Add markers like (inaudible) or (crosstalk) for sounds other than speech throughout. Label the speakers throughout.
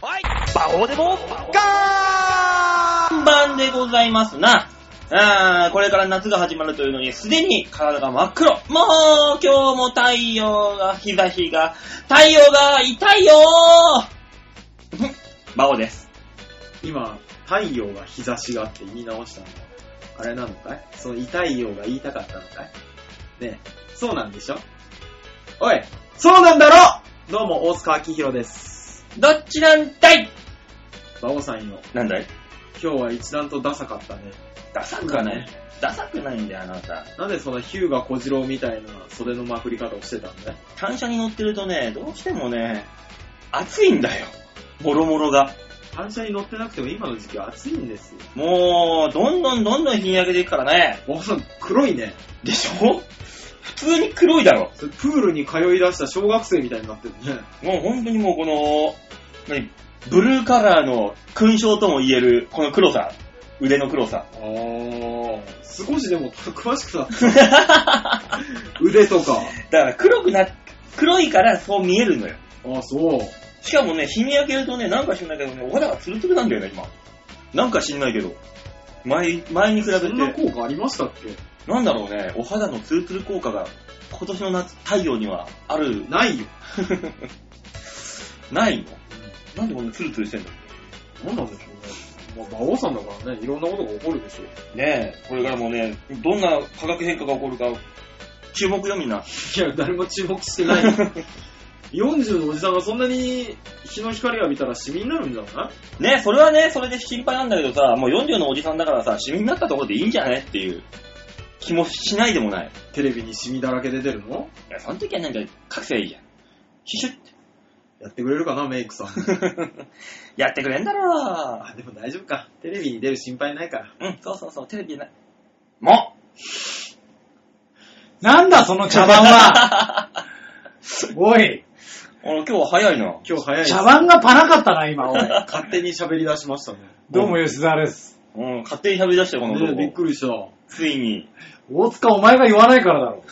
Speaker 1: こうでも、
Speaker 2: 看板でございますな。あーこれから夏が始まるというのに、すでに体が真っ黒。もう、今日も太陽が、日差しが、太陽が痛いよーふん (laughs) バオです。
Speaker 3: 今、太陽が日差しがって言い直したのあれなのかいその痛いようが言いたかったのかいねえ、そうなんでしょおい、そうなんだろどうも、大塚明宏です。
Speaker 2: どっちなんだい
Speaker 3: 馬王さんよ、
Speaker 2: なんだい
Speaker 3: 今日は一段とダサかったね。
Speaker 2: ダサくはない。ダサくないんだよ、あなた。
Speaker 3: なんでそんなヒューガ小次郎みたいな袖のまくり方をしてたんだい
Speaker 2: 単車に乗ってるとね、どうしてもね、暑いんだよ。もろもろが。
Speaker 3: 反射に乗ってなくても今の時期は暑いんですよ。
Speaker 2: もう、どんどんどんどん日に焼けていくからね。
Speaker 3: 馬王さん、黒いね。
Speaker 2: でしょ普通に黒いだろ。
Speaker 3: それプールに通い出した小学生みたいになってるね。
Speaker 2: もう本当にもうこの、何ブルーカラーの勲章とも言える、この黒さ。腕の黒 (laughs) さ。
Speaker 3: あー、少しでもたくましくなった。腕とか。
Speaker 2: だから黒くな、黒いからそう見えるのよ。
Speaker 3: あ、そう。
Speaker 2: しかもね、日に焼けるとね、なんか知んないけどね、お肌がツルツルなんだよね、今。なんか知んないけど。前、前に比べ
Speaker 3: そんな
Speaker 2: て、
Speaker 3: 効果ありましたっけ
Speaker 2: なんだろうね、お肌のツルツル効果が、今年の夏、太陽にはある、
Speaker 3: ないよ。
Speaker 2: ないのなんでこんなツルツルしてんだ
Speaker 3: なんなんでしょうね。まあ、馬王さんだからね、いろんなことが起こるでしょ
Speaker 2: ねえ、これからもね、どんな化学変化が起こるか、注目よみんな。
Speaker 3: う。いや、誰も注目してない。40のおじさんがそんなに日の光が見たらシミになるんじゃない
Speaker 2: ねえ、それはね、それで心配なんだけどさ、もう40のおじさんだからさ、シミになったところでいいんじゃねっていう気もしないでもない。
Speaker 3: テレビにシミだらけ出てるの
Speaker 2: いや、その時はなんか、覚醒いいじゃん。シュシュって。
Speaker 3: やってくれるかな、メイクさん。
Speaker 2: (laughs) やってくれんだろ
Speaker 3: (laughs) あ、でも大丈夫か。テレビに出る心配ないか
Speaker 2: う
Speaker 3: ら。
Speaker 2: ん、そうそうそう、テレビない。も
Speaker 1: なんだその茶番はおい、
Speaker 2: うあの今日は早いな。
Speaker 3: 今日早いです
Speaker 1: 茶番がパなかったな、今、おい。
Speaker 3: 勝手に喋り出しましたね。
Speaker 1: (laughs) どうも吉沢です。
Speaker 2: うん、勝手に喋り出して、この
Speaker 3: ねえびっ
Speaker 2: 男。
Speaker 3: くりした。
Speaker 2: ついに。 (laughs)
Speaker 1: 大塚、お前が言わないからだ (laughs) ろ。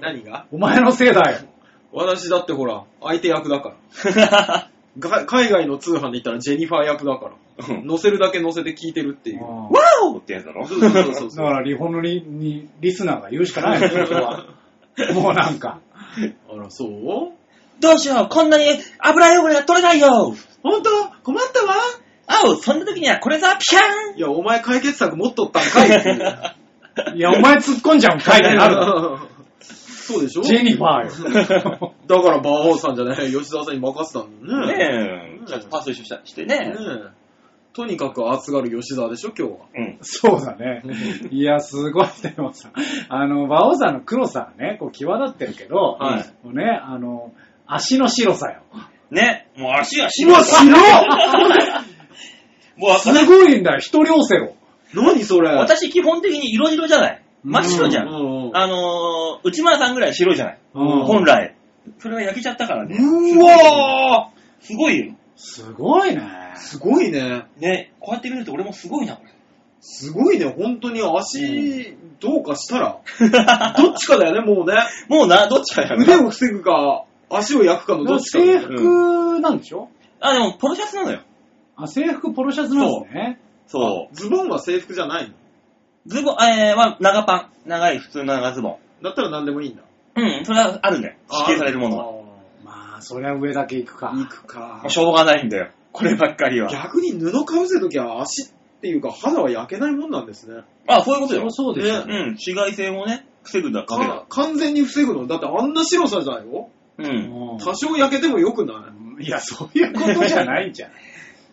Speaker 3: 何が
Speaker 1: お前のせいだよ。
Speaker 3: 私だってほら、相手役だから。が海外の通販で言ったらジェニファー役だから。
Speaker 2: うん
Speaker 3: 乗せるだけ乗せて聞いてるっていう。
Speaker 2: ワオってやつだろ
Speaker 3: そうそうそう
Speaker 1: だ
Speaker 3: そ
Speaker 1: か
Speaker 3: う。
Speaker 1: ら、リホのリにリスナーが言うしかない (laughs) よ、本当は。もうなんか。
Speaker 3: あら、そう
Speaker 2: どうしよう、こんなに油汚れが取れないよ
Speaker 3: 本当困ったわ
Speaker 2: あお、そんな時にはこれさ、ピャ
Speaker 3: いや、お前解決策持っとったんかいっていう。
Speaker 1: いや、お前突っ込んじゃうんかいってなる。
Speaker 3: そうでしょ
Speaker 1: ジェニファ (laughs) ーよ。
Speaker 3: だから、馬王さんじゃない、吉沢さんに任せたん
Speaker 2: ー
Speaker 3: だ
Speaker 2: ン
Speaker 3: よね。
Speaker 2: ねえ、ちょっとパスしてしてね。
Speaker 3: ねえとにかく熱がる吉沢でしょ、今日は。
Speaker 2: うん。
Speaker 1: そうだね。いや、すごい、でもさ、あの、馬王さんの黒さはね、こう、際立ってるけど、
Speaker 3: はい
Speaker 1: もうね、あの、足の白さよ。
Speaker 2: ね、もう足が
Speaker 3: うわ、白
Speaker 1: (laughs)
Speaker 2: もう
Speaker 1: す
Speaker 2: 私
Speaker 1: ごいんだよ、一両セロ。
Speaker 3: 何それ
Speaker 2: 私基本的に色白じゃない。真っ白じゃ。
Speaker 3: うんんうん
Speaker 2: あのー、内村さんぐらい白いじゃない。
Speaker 3: うん
Speaker 2: 本来。それが焼けちゃったからね。
Speaker 3: うわー
Speaker 2: すごいよ。
Speaker 1: すごいね。
Speaker 3: すごいね。
Speaker 2: ね、こうやって見ると俺もすごいな、これ。
Speaker 3: すごいね、本当に足、どうかしたら。どっちかだよね、もうね。
Speaker 2: (laughs) もうな、どっちかや
Speaker 3: (laughs) 腕を防ぐか、足を焼くかのどっちかだ
Speaker 1: 制
Speaker 3: よね。
Speaker 1: 服なんでしょ、
Speaker 2: あ、でも、ポロシャツなのよ。
Speaker 1: あ、制服ポロシャツなんですね。
Speaker 2: そ
Speaker 3: ズボンは制服じゃないの
Speaker 2: う。ズボン、えー、は長パン。長い普通の長ズボン。
Speaker 3: だったら何でもいいんだ。
Speaker 2: うん、それはあるんだよ。指定されるものは。
Speaker 1: まあ、そりゃ上だけ行くか
Speaker 3: あー。行くか
Speaker 2: もう。しょうがないんだよ。こればっかりは。
Speaker 3: 逆に布かぶせときは足っていうか肌は焼けないもんなんですね。
Speaker 2: あ、そういうこと
Speaker 1: そり
Speaker 2: よ
Speaker 1: ゃ。そうでしょ。
Speaker 2: うん、紫外線をね、防ぐだけだ
Speaker 3: か。完全に防ぐの。だってあんな白さじゃないよ。
Speaker 2: うん。
Speaker 3: 多少焼けてもよくな
Speaker 1: うんいや、そういうことじゃないんじゃない。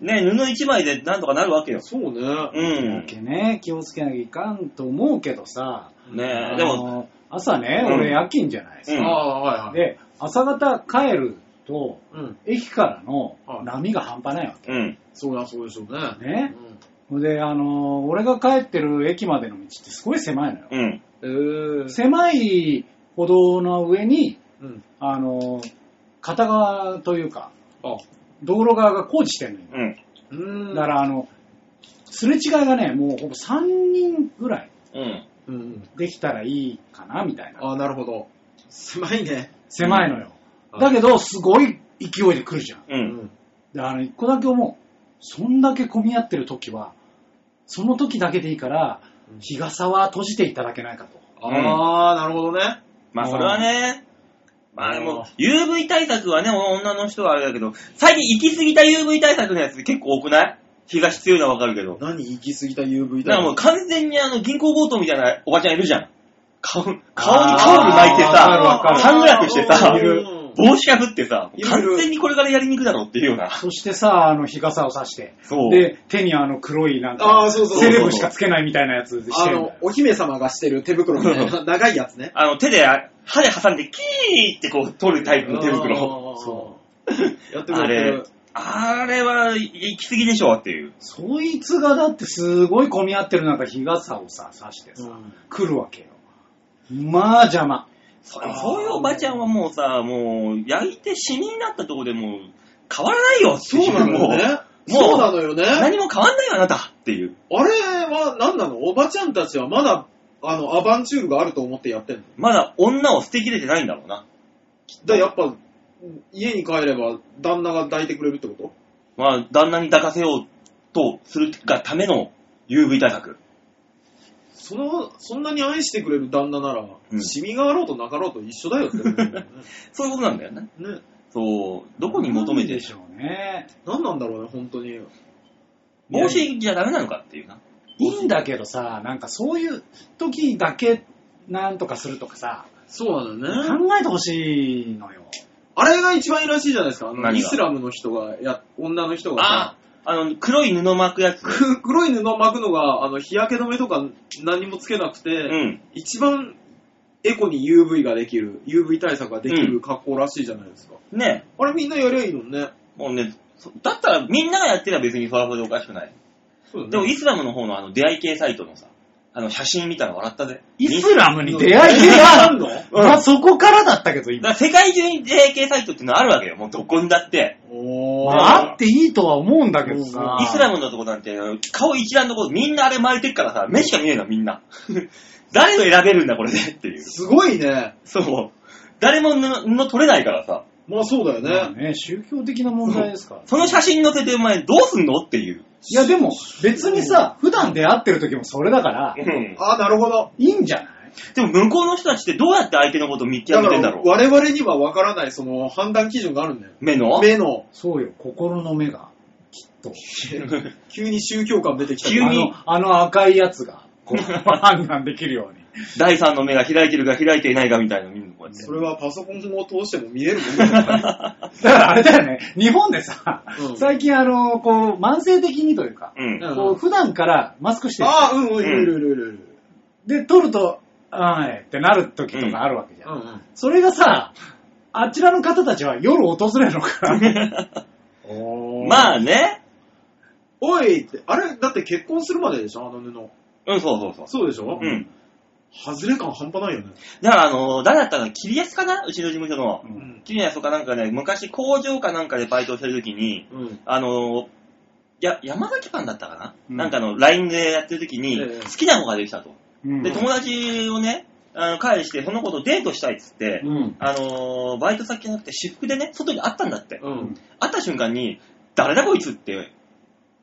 Speaker 2: ね、布一枚でなんとかなるわけよ
Speaker 3: い。。そう
Speaker 2: う
Speaker 3: ね。
Speaker 1: だ
Speaker 2: ん。
Speaker 1: けね、気をつけなきゃいかんと思うけどさ、
Speaker 2: ね
Speaker 1: あ
Speaker 2: でも、
Speaker 1: の朝ね、
Speaker 2: うん
Speaker 1: 俺夜勤じゃないで
Speaker 2: う
Speaker 1: す
Speaker 2: ん
Speaker 3: ああ、はいはい。
Speaker 1: で、朝方帰ると、
Speaker 3: うん。
Speaker 1: 駅からの波が半端ないわ
Speaker 2: うん。
Speaker 3: そうだそうでしょうね。
Speaker 1: けね。で、あの、俺が帰ってる駅までの道ってすごい狭いのよ。
Speaker 2: うん。
Speaker 3: うん。えー。
Speaker 1: 狭い歩道の上に、
Speaker 3: うん。
Speaker 1: あの、片側というか、
Speaker 3: あ、
Speaker 1: 道路側が工事してるのよ。
Speaker 2: うん。
Speaker 3: うーん。
Speaker 1: だか、ら、あの、すれ違いがね、もうほぼ3人ぐらい
Speaker 2: うん。
Speaker 3: うんうん。
Speaker 1: できたらいいかな、みたいな。
Speaker 3: ああ、なるほど。狭いね。
Speaker 1: 狭いの
Speaker 3: う
Speaker 1: よ。
Speaker 3: ん
Speaker 1: だけど、すごい勢いで来るじゃん。
Speaker 2: う。。
Speaker 3: うん
Speaker 1: で、あの、一個だけ思う。そんだけ混み合ってる時は、その時だけでいいから
Speaker 3: うん、
Speaker 1: 日傘は閉じていただけないかと。
Speaker 3: あー、なるほどね。
Speaker 2: まあそれはね、まあで
Speaker 3: うん
Speaker 2: も、UV 対策はね、女の人はあれだけど、最近行き過ぎた UV 対策のやつ結構多くない日が必要なのはわかるけど。
Speaker 3: 何行き過ぎた UV
Speaker 2: だからもう
Speaker 3: だ
Speaker 2: 完全にあの銀行強盗みたいなおばちゃんいるじゃん。顔、顔に
Speaker 1: あー
Speaker 2: タオル巻いて
Speaker 1: わかるわか
Speaker 2: さ、
Speaker 1: る
Speaker 2: サングラスしてさ
Speaker 1: い、る
Speaker 2: 帽子かぶってさ
Speaker 3: い、るいる
Speaker 2: 完全にこれからやりに行くだろうっていうような。
Speaker 1: そしてさ、あの、日傘を差して、
Speaker 2: そう。
Speaker 1: で、手にあの黒いなん
Speaker 3: あ
Speaker 1: か、
Speaker 3: ーそうそ
Speaker 2: そう
Speaker 3: う
Speaker 2: そう
Speaker 1: セレブしかつけないみたいなやつして
Speaker 3: あ
Speaker 1: るんだ
Speaker 3: の
Speaker 1: よ、
Speaker 3: お姫様がしてる手袋みたいな、長いやつね。
Speaker 2: あの、手で、あ歯で挟んで、キーってこう、取るタイプの手袋。
Speaker 3: あー
Speaker 1: そ
Speaker 3: やってもら
Speaker 2: あ
Speaker 3: って
Speaker 2: れ
Speaker 3: る。、
Speaker 2: あれは、行き過ぎでしょっていう。
Speaker 1: そいつがだってすごい混み合ってる中、日傘をさ、差してさ、
Speaker 3: うん
Speaker 1: 来るわけよ。まあ邪魔。
Speaker 2: そそういうおばちゃんはもうさ、もう、焼いて死にになったとこでもう、変わらないよってい
Speaker 3: そうなのよ
Speaker 2: も
Speaker 3: ね。
Speaker 2: うもう
Speaker 3: そうなのよね。
Speaker 2: う
Speaker 3: あれ
Speaker 2: 何も変わんないよ、あなたっていう。
Speaker 3: は何なのおばちゃんたちはまだ、あの、アバンチュールがあると思ってやってんの
Speaker 2: まだ女を捨てきれてないんだろうな。
Speaker 3: だやっぱ、家に帰れば旦那が抱いてくれるってこと
Speaker 2: まあ、旦那に抱かせようとするがための UV 対策。
Speaker 3: その、そんなに愛してくれる旦那なら、
Speaker 2: うん
Speaker 3: シミがあろうとなかろうと一緒だよって思うんだよね。 (laughs)
Speaker 2: そういうことなんだよね。
Speaker 3: ね、
Speaker 2: そう、どこに求め
Speaker 1: な
Speaker 2: て
Speaker 1: んでしょうね。
Speaker 3: 何なんだろうね、本当に。
Speaker 2: 帽子じゃダメなのかっていうな。
Speaker 1: いいんだけどさ、なんかそういう時だけなんとかするとかさ、
Speaker 3: そうな
Speaker 1: 考
Speaker 3: のね。
Speaker 1: えてほしいのよ。
Speaker 3: あれが一番いいらしいじゃないですか。あの、
Speaker 2: 何が
Speaker 3: イスラムの人がや、女の人が
Speaker 2: あ
Speaker 3: さ、
Speaker 2: あの、黒い布巻くやつ。
Speaker 3: く (laughs) 黒い布巻くのが、あの、日焼け止めとか何もつけなくて、
Speaker 2: うん。
Speaker 3: 一番エコに UV ができる、UV 対策ができる格好らしいじゃないですか。
Speaker 2: ね
Speaker 3: あれみんなやりゃいいのにね。
Speaker 2: もうね、そだったらみんながやってたら別にふわふわでおかしくない。
Speaker 3: そうだね
Speaker 2: でもイスラムの方のあの出会い系サイトのさ、あの写真見たら笑ったぜ。
Speaker 1: イスラムに出
Speaker 3: え
Speaker 1: 会い系があ
Speaker 3: あん
Speaker 1: る
Speaker 3: の
Speaker 1: の、
Speaker 2: うん
Speaker 1: まあそこからだったけ
Speaker 2: だ
Speaker 1: ど、
Speaker 2: か
Speaker 1: 今。
Speaker 2: ら世界中に出会い系サイトっていうのはあるわけよ。もうどこにだって。
Speaker 3: お
Speaker 1: ま
Speaker 3: ー。
Speaker 1: ああっていいとは思うんだけどさ。
Speaker 2: イスラムのとこなんて、顔一覧のことみんなあれ巻いてるからさ、目しか見えないのみんな。 (laughs) 誰を選べるんだこれでっていう。
Speaker 3: すごいね。
Speaker 2: そう。誰も布布取れないからさ、
Speaker 3: まあそうだよね。
Speaker 1: まあね、宗教的な問題ですから。
Speaker 2: その写真載せてお前どうすんのっていう。
Speaker 1: いやでも別にさ、普段出会ってる時もそれだから、
Speaker 2: うん
Speaker 3: ああ、なるほど。
Speaker 1: いいんじゃない
Speaker 2: でも向こうの人たちってどうやって相手のことを見
Speaker 3: だ
Speaker 2: 極め
Speaker 3: か
Speaker 2: てんだ
Speaker 3: ら
Speaker 2: ろう
Speaker 3: 我々には分からないその判断基準があるんだよ。
Speaker 2: 目の
Speaker 3: 目の、
Speaker 1: そうよ、心の目が、きっと。
Speaker 3: 急に宗教感出てきたけ
Speaker 2: 急
Speaker 3: ど。
Speaker 1: あ
Speaker 2: に
Speaker 1: の、あの赤いやつが、こう、判断できるように。
Speaker 2: 第三の目が開いてるか開いていないかみたいなの見るのこうやって
Speaker 3: そ。れはパソコンを通しても見えるもんね。
Speaker 1: だからあれだよね、日本でさ、
Speaker 3: うん
Speaker 1: 最近あの、こう、慢性的にというか、
Speaker 2: うん。
Speaker 3: うん
Speaker 1: こう、普段からマスクしてる。
Speaker 3: ああ、うんうん、いるいるいるいるいる。
Speaker 1: で、取ると、あーいってなる時とかあるわけじゃ
Speaker 3: う
Speaker 1: ん。
Speaker 3: んうん。
Speaker 1: それがさ、あちらの方たちは夜訪れるのかな。
Speaker 3: お
Speaker 2: (laughs) ま
Speaker 3: あ。
Speaker 2: あね。
Speaker 3: おいって、あれ、だって結婚するまででしょあの布。
Speaker 2: うん、そうそうそう。
Speaker 3: そうでしょ
Speaker 2: うん。
Speaker 3: 外れ感半端ないよね。
Speaker 2: だから、あのー誰だったかな、キリヤスかなうちの事務所の
Speaker 1: う。
Speaker 3: うんん。
Speaker 2: キリヤスとかなんかね、昔工場かなんかでバイトしてる時に、
Speaker 3: うん。
Speaker 2: あのーや、山崎パンだったかな、
Speaker 1: うん
Speaker 2: なんかあの、LINE でやってる時に、
Speaker 3: ええ
Speaker 2: 好きな子ができたと。
Speaker 1: うん
Speaker 2: で、友達をね、あの返して、その子とデートしたいっつって、
Speaker 1: うん。
Speaker 2: あのーバイト先じゃなくて私服でね、外に会ったんだって。
Speaker 3: うん。
Speaker 2: 会った瞬間に、誰だこいつって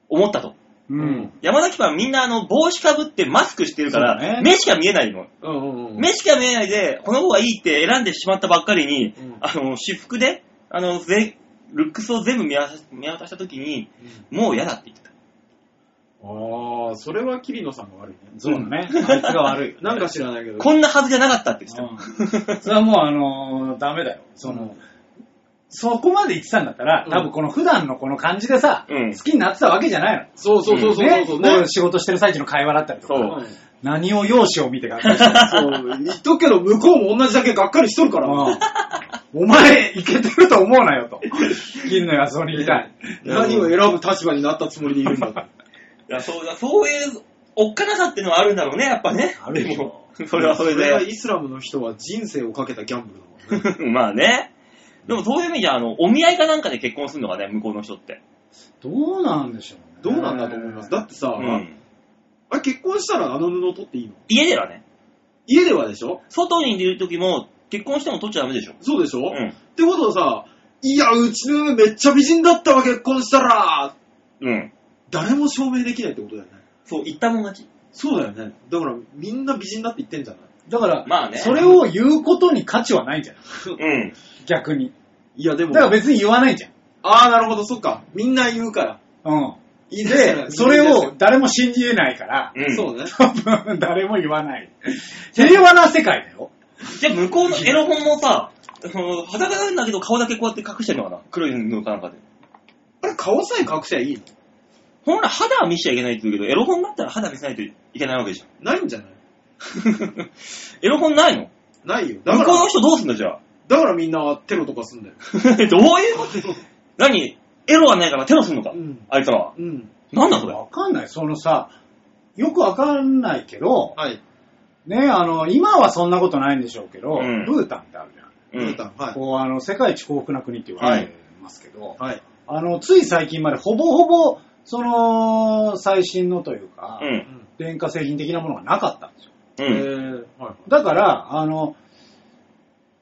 Speaker 2: 思ったと。
Speaker 1: う
Speaker 3: うん
Speaker 1: ん。
Speaker 2: 山崎パンみんなあの帽子かぶってマスクしてるか
Speaker 1: そうだ
Speaker 2: ら、
Speaker 1: ね
Speaker 2: 目しか見えないの。
Speaker 3: うんうんうん。
Speaker 2: 目しか見えないで、この子がいいって選んでしまったばっかりに、
Speaker 3: うん
Speaker 2: あの、私服で、あの、ぜルックスを全部見渡し見渡したときに、もう嫌だって言ってた。
Speaker 3: ああ、それは桐野さんが悪いね。
Speaker 1: そうだね。あいつが悪いよ。
Speaker 3: なんか知らないけど。
Speaker 2: こんなはずじゃなかったって言ってた。
Speaker 1: うんそれはもうあのーダメだよ。その、そこまで言ってたんだったら
Speaker 3: う、ん
Speaker 1: 多分この普段のこの感じでさ、
Speaker 2: うん
Speaker 1: 好きになってたわけじゃないの。
Speaker 3: そうそうそうそうそう
Speaker 1: ね
Speaker 3: ね
Speaker 1: こう。仕事してる最中の会話だったりとか、
Speaker 2: そう
Speaker 3: うん
Speaker 1: 何を容姿を見てがっかりしてる
Speaker 3: (laughs) そう、言っとくけど、向こうも同じだけがっかりしとるからな。
Speaker 1: うんお前、いけてると思うなよ
Speaker 3: (laughs)
Speaker 1: と。銀のやつを握りたい。
Speaker 3: 何を選ぶ立場になったつもりでいるんだと。
Speaker 2: いや、そうだ、そういう、おっかなさってのはあるんだろうね、やっぱね。
Speaker 1: あるでし
Speaker 2: も
Speaker 1: ょ。
Speaker 2: それはそれで。
Speaker 3: イスラムの人は人生をかけたギャンブルだもん
Speaker 2: (laughs)
Speaker 3: ね。
Speaker 2: まあね。でもそういう意味じゃ、あの、お見合いかなんかで結婚するのがね、向こうの人って。
Speaker 1: どうなんでしょうね。
Speaker 3: どうなんだと思いますだってさ、
Speaker 2: うん。
Speaker 3: あれ結婚したらあの布取っていいの
Speaker 2: 家ではね、
Speaker 3: 家ではでしょ
Speaker 2: 外にいるときも、結婚しても取っちゃダメでしょ。
Speaker 3: そうでしょ、
Speaker 2: う
Speaker 3: っ
Speaker 2: ん。
Speaker 3: てことはさ、いや、うちの嫁めっちゃ美人だったわ、結婚したら
Speaker 2: うん。
Speaker 3: 誰も証明できないってことだよね。
Speaker 2: そう、言ったもん勝ち。
Speaker 3: そうだよね。だから、みんな美人だって言ってんじゃない
Speaker 1: だから、
Speaker 2: まあね。
Speaker 1: それを言うことに価値はないんじゃない
Speaker 2: うん。
Speaker 1: 逆に。
Speaker 3: いや、でも
Speaker 1: だか、ら別に言わないじゃん。
Speaker 3: あー、なるほど、そっか。みんな言うから。
Speaker 1: うん。
Speaker 3: いいですね
Speaker 1: で、それを、誰も信じれないから、
Speaker 2: うん、
Speaker 3: そうね。
Speaker 1: 多分誰も言わない。平和な世界だよ。
Speaker 2: じゃあ向こうのエロ本もさ、その裸なんだけど顔だけこうやって隠してるのかな黒い布かなんかで。
Speaker 3: あれ、顔さえ隠せばいいの
Speaker 2: 本来肌は見せちゃいけないって言うけど、エロ本だったら肌見せないといけないわけじゃん。
Speaker 3: ないんじゃない
Speaker 2: (laughs) エロ本ないの
Speaker 3: ないよ。だか
Speaker 2: 向こうの
Speaker 3: ら、
Speaker 2: 人どうすんだじゃあ。 (laughs)
Speaker 3: だからみんなテロとかすんだよ。
Speaker 2: どういうこと何エロはないからテロすんのか、
Speaker 3: うん。
Speaker 2: あいつらは。
Speaker 3: うん。
Speaker 2: なんだそれ。
Speaker 1: わかんない。そのさ、よくわかんないけど、
Speaker 3: はい。
Speaker 1: ね、あの、今はそんなことないんでしょうけど、
Speaker 2: うん
Speaker 1: ブータンってあるじゃん。
Speaker 3: ブ
Speaker 2: うん
Speaker 3: ータン、はい。
Speaker 1: こう、あの、世界一幸福な国って言われてますけど、
Speaker 3: はい。
Speaker 1: あの、つい最近までほぼほぼ、その、最新のというか、
Speaker 2: う。
Speaker 3: うんん。
Speaker 1: 電化製品的なものがなかったんですよ。
Speaker 2: う
Speaker 3: え
Speaker 2: ん。
Speaker 3: ー、はい。
Speaker 1: だから、あの、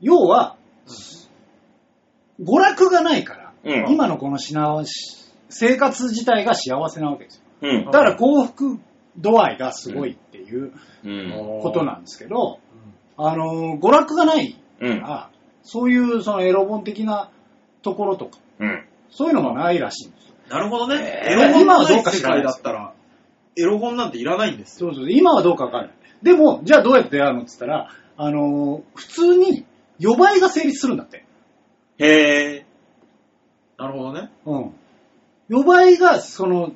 Speaker 1: 要は、娯楽がないから、
Speaker 2: うん
Speaker 1: 今のこの品し生活自体が幸せなわけですよ。
Speaker 2: うん
Speaker 1: だから幸福度合いがすごいっていう
Speaker 2: うん。
Speaker 1: ことなんですけど、
Speaker 3: うん。
Speaker 1: あの、娯楽がない
Speaker 2: うん。うん。
Speaker 1: から、そういうそのエロ本的なところとか、
Speaker 2: うん。
Speaker 1: そういうのがないらしいんですよ。
Speaker 3: なるほどね。
Speaker 2: えー
Speaker 3: エロ本
Speaker 1: 今
Speaker 3: の
Speaker 1: は
Speaker 3: な
Speaker 1: ど
Speaker 3: いう
Speaker 1: か
Speaker 3: 世
Speaker 1: 知らな
Speaker 3: 界
Speaker 1: いで
Speaker 3: だ
Speaker 1: す
Speaker 3: っ
Speaker 1: け
Speaker 3: たら、エロ本なんていらないんですよ。
Speaker 1: そうそう今はどうかわからない。でも、じゃあどうやってやるのって言ったら、あの、普通に予売が成立するんだって。
Speaker 2: へぇ
Speaker 3: なるほどね。
Speaker 1: うん。予売が、その、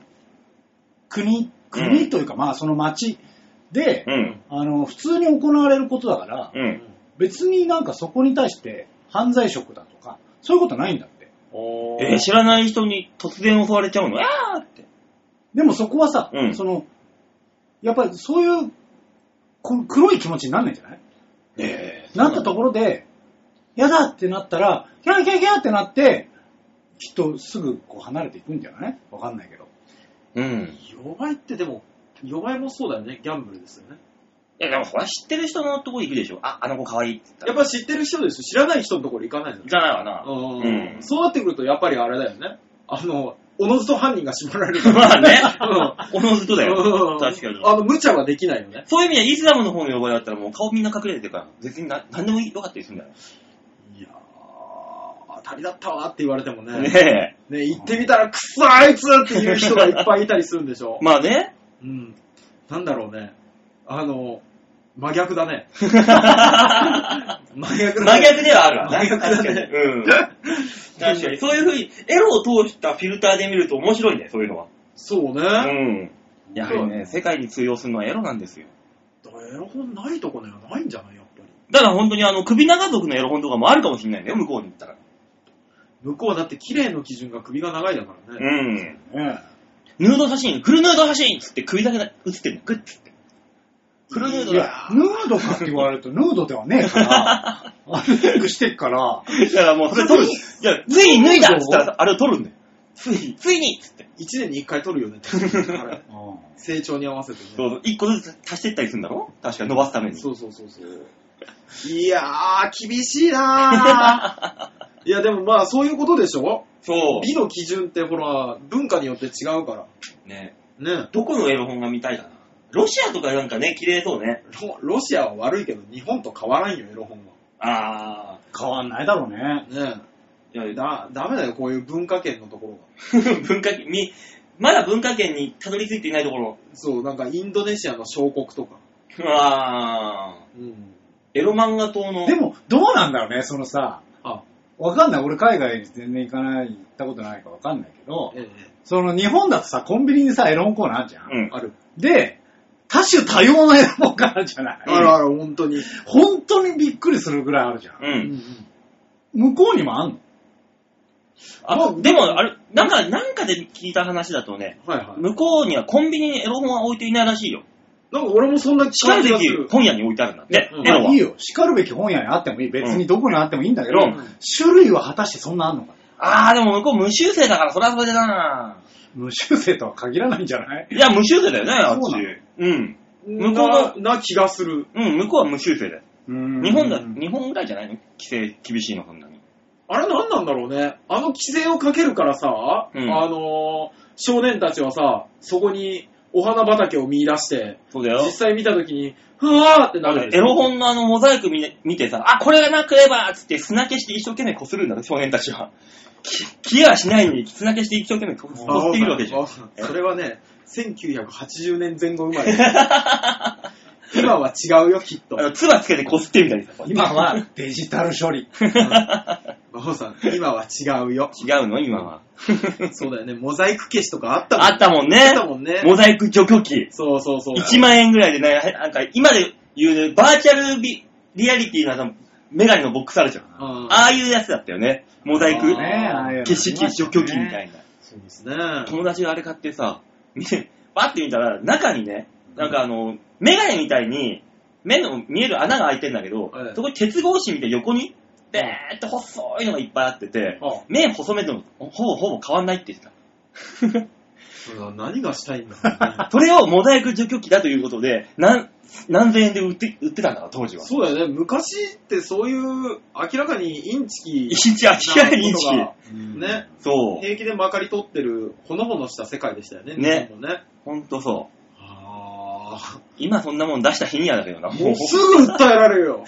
Speaker 1: 国、
Speaker 2: う
Speaker 1: 国
Speaker 2: ん
Speaker 1: というか、まあその町で、
Speaker 2: ー。うん。
Speaker 1: あの、普通に行われることだから、
Speaker 2: う。。
Speaker 3: うん
Speaker 1: 別になんかそこに対して犯罪色だとか、そういうことないんだって。
Speaker 3: おー。
Speaker 2: えー、知らない人に突然襲われちゃうのあーって。
Speaker 1: でもそこはさ、
Speaker 2: うん
Speaker 1: その、やっぱりそういう、こ黒い気持ちになんないんじゃない
Speaker 2: え
Speaker 1: なったところで、やだってなったら、キャーキャーキャーってなって、きっとすぐこう離れていくんじゃないわかんないけど。
Speaker 2: うん。
Speaker 3: 弱いってでも、弱いもそうだよね。ギャンブルですよね。
Speaker 2: いや、でも、ほら、知ってる人のとこ行くでしょ。あ、あの子可愛いって言った
Speaker 3: や
Speaker 2: ら。
Speaker 3: っぱ知ってる人ですよ。知らない人のところ行かないじゃん
Speaker 2: じゃないわな。
Speaker 3: う
Speaker 2: う
Speaker 3: ん
Speaker 2: ん
Speaker 3: そうなってくると、やっぱりあれだよね。あの、おのずと犯人が絞られる。 (laughs)
Speaker 2: (laughs) まあね。
Speaker 3: う
Speaker 2: おのずとだ
Speaker 3: う
Speaker 2: よ。
Speaker 3: ん
Speaker 2: 確かに。
Speaker 3: あの、無茶はできないよね。
Speaker 2: そういう意味ではイスラムの方の呼ばれだったらもう顔みんな隠れてるから、別にな何でもよかったりするんだよ。
Speaker 3: いやー、当たりだったわって言われてもね。
Speaker 2: ね
Speaker 3: ね、行ってみたら、くっそあいつっていう人がいっぱいいたりするんでしょ
Speaker 2: え。。まあ (laughs) ね。
Speaker 3: うん。なんだろうね。あの、真逆だね。真逆だ
Speaker 2: 真
Speaker 3: ね。
Speaker 2: 逆ではあるわな。
Speaker 3: 真逆だね
Speaker 2: 確かに。うん。確かに。そういうふうに、エロを通したフィルターで見ると面白いんだよ、そういうのは。
Speaker 3: そう
Speaker 2: う
Speaker 3: ね。
Speaker 2: ん。やはりね、世界に通用するのはエロなんですよ。
Speaker 3: だからエロ本ないとこね、ないんじゃないやっぱり。
Speaker 2: だから本当にあの、首長族のエロ本とかもあるかもしれないんだよ、向こうに行ったら。
Speaker 3: 向こうはだって綺麗の基準が首が長いだからね。
Speaker 2: うん。
Speaker 1: ね
Speaker 2: ヌード写真、フルヌード写真っつって首だけだ映ってるの、グッつって。フルヌード
Speaker 1: いや
Speaker 2: だ。、
Speaker 1: ヌードかって言われると、ヌードではねえから、あれチェックしてっから、
Speaker 2: だからもうそれ撮る。いや、ついに脱いだっつったら、あれを撮るんだよ。ついに、ついにっつって。
Speaker 3: 一年に一回取る (laughs) よね。あれ
Speaker 1: うん
Speaker 3: 成長に合わせてね。
Speaker 2: そうそう、一個ずつ足していったりするんだろ確か伸ばすために。
Speaker 3: そうそうそうそう。いやー、厳しいなー。 (laughs) いや、でもまあ、そういうことでしょ
Speaker 2: そ
Speaker 3: 美の基準って、ほら、文化によって違うか
Speaker 2: う。ね
Speaker 3: ら。ね。
Speaker 2: どこのエロ本が見たいかな。ロシアとかなんかね、綺麗そうね。
Speaker 3: ロロシアは悪いけど、日本と変わらんよ、エロ本は。
Speaker 2: あ
Speaker 1: 変わんないだろうね。
Speaker 3: ね
Speaker 2: ー。いや (laughs) だ
Speaker 3: だ、ダメだよ、こういう文化圏のところが。
Speaker 2: 文化圏、み、まだ文化圏にたどり着いていないところ。
Speaker 3: そう、なんか、インドネシアの小国とか。
Speaker 2: あー。
Speaker 3: うん。
Speaker 2: エロ漫画党の。
Speaker 1: でも、どうなんだろうね、そのさ、
Speaker 3: あ、
Speaker 1: わかんない。俺海外全然行かない、行ったことないからわかんないけど、
Speaker 3: え
Speaker 1: その日本だとさ、コンビニにさ、エロ本コーナーあるじゃん。
Speaker 2: うん
Speaker 3: え、。ある。
Speaker 1: で、多種多様のエロ本があるじゃない。
Speaker 3: あるある、本当に。
Speaker 1: 本当にびっくりするぐらいあるじゃん。
Speaker 2: う。
Speaker 3: うんん。
Speaker 1: 向こうにもあんの
Speaker 2: あ、でも、あれ、なんか、なんかで聞いた話だとね、
Speaker 3: はいはい。
Speaker 2: 向こうにはコンビニにエロ本は置いていないらしいよ。
Speaker 3: なんか、俺もそんな
Speaker 2: しか
Speaker 3: 近
Speaker 2: る
Speaker 3: い気
Speaker 2: べ
Speaker 3: がす
Speaker 2: き
Speaker 3: る。
Speaker 2: 本屋に置いてあるんだって、
Speaker 3: うん
Speaker 2: エロ
Speaker 1: まあいい
Speaker 2: は。
Speaker 1: よ。叱るべき本屋にあってもいい。別にどこにあってもいいんだけど、
Speaker 2: うん
Speaker 1: 種類は果たしてそんなあんのか
Speaker 2: あー、でも向こう無修正だから、それはそれだな
Speaker 1: 無修正とは限らないんじゃない
Speaker 2: いや、無修正だよね、あっ
Speaker 1: そ
Speaker 2: ち
Speaker 1: うなの。
Speaker 2: うん。向こう
Speaker 3: な
Speaker 2: は、
Speaker 3: な気がする。
Speaker 2: うん、向こうは無修正だよ。日
Speaker 1: 日
Speaker 2: 本だ、日本ぐらいじゃないの規制厳しいの、そんなに。
Speaker 3: あれなんなんだろうね。あの規制をかけるからさ、
Speaker 2: うん
Speaker 3: あのー少年たちはさ、そこにお花畑を見出して、
Speaker 2: そうだよ
Speaker 3: 実。際見たときに、ふわーってな
Speaker 2: あの
Speaker 3: る
Speaker 2: エ
Speaker 3: でしょ
Speaker 2: ロ本のあのモザイク見ね見てさ、あ、これがなければっつって砂消して一生懸命擦るんだね、少年たちは。き消えはしないのに砂消して一生懸命こすこすっているわけじゃん。
Speaker 3: あそれはね、1980年 (laughs) 前後生まれ。今は違うよ、きっと
Speaker 2: あ。の、唾つけてこすってみたりさ。
Speaker 1: 今はデジタル処理。
Speaker 3: 魔法さん、今は違うよ。
Speaker 2: 違うの今は。
Speaker 3: (laughs) そうだよね、モザイク消しとかあったもん
Speaker 2: あったもんね。
Speaker 3: あったもんね
Speaker 2: モザイク除去器。
Speaker 3: そうそうそう。
Speaker 2: 1万円ぐらいでね、なんか今で言うバーチャルビリアリティのあの、メガネのボックスあるじゃん。
Speaker 3: うん
Speaker 2: ああいうやつだったよね。モザイク
Speaker 3: あーね
Speaker 2: 消し器除去器みた
Speaker 1: い
Speaker 2: いな。
Speaker 3: そうですね。
Speaker 2: 友達があれ買って (laughs) さ、見て、バッて見たら、中にね、なんかあの、メガネみたいに、目の見える穴が開いてんだけど
Speaker 3: は、い
Speaker 2: そこに鉄格子みたいに横に、べーって細いのがいっぱいあってて、
Speaker 3: あ
Speaker 2: 目細めても、ほぼほぼ変わんないって言ってた。
Speaker 3: うん何がしたいんだろうね
Speaker 2: (laughs) それをモザイク除去器だということで、何、何千円で売って、売ってたんだから、当時は。
Speaker 3: (laughs) そうだよね、昔ってそういう、明らかにインチキ
Speaker 2: 一日、あ、きらいに一
Speaker 3: な
Speaker 2: 日。
Speaker 3: こ
Speaker 1: う
Speaker 3: と
Speaker 1: ん
Speaker 3: がね、
Speaker 2: そう。
Speaker 3: 平気でまかり通ってる、ほのぼのした世界でしたよね、
Speaker 2: ね
Speaker 3: 日本もね。
Speaker 2: ほんとそう。
Speaker 3: あ
Speaker 2: 今そんなもん出した日にはだけどな、
Speaker 3: ー
Speaker 2: も
Speaker 3: も
Speaker 2: う
Speaker 3: う。すぐ訴えられる (laughs) よ。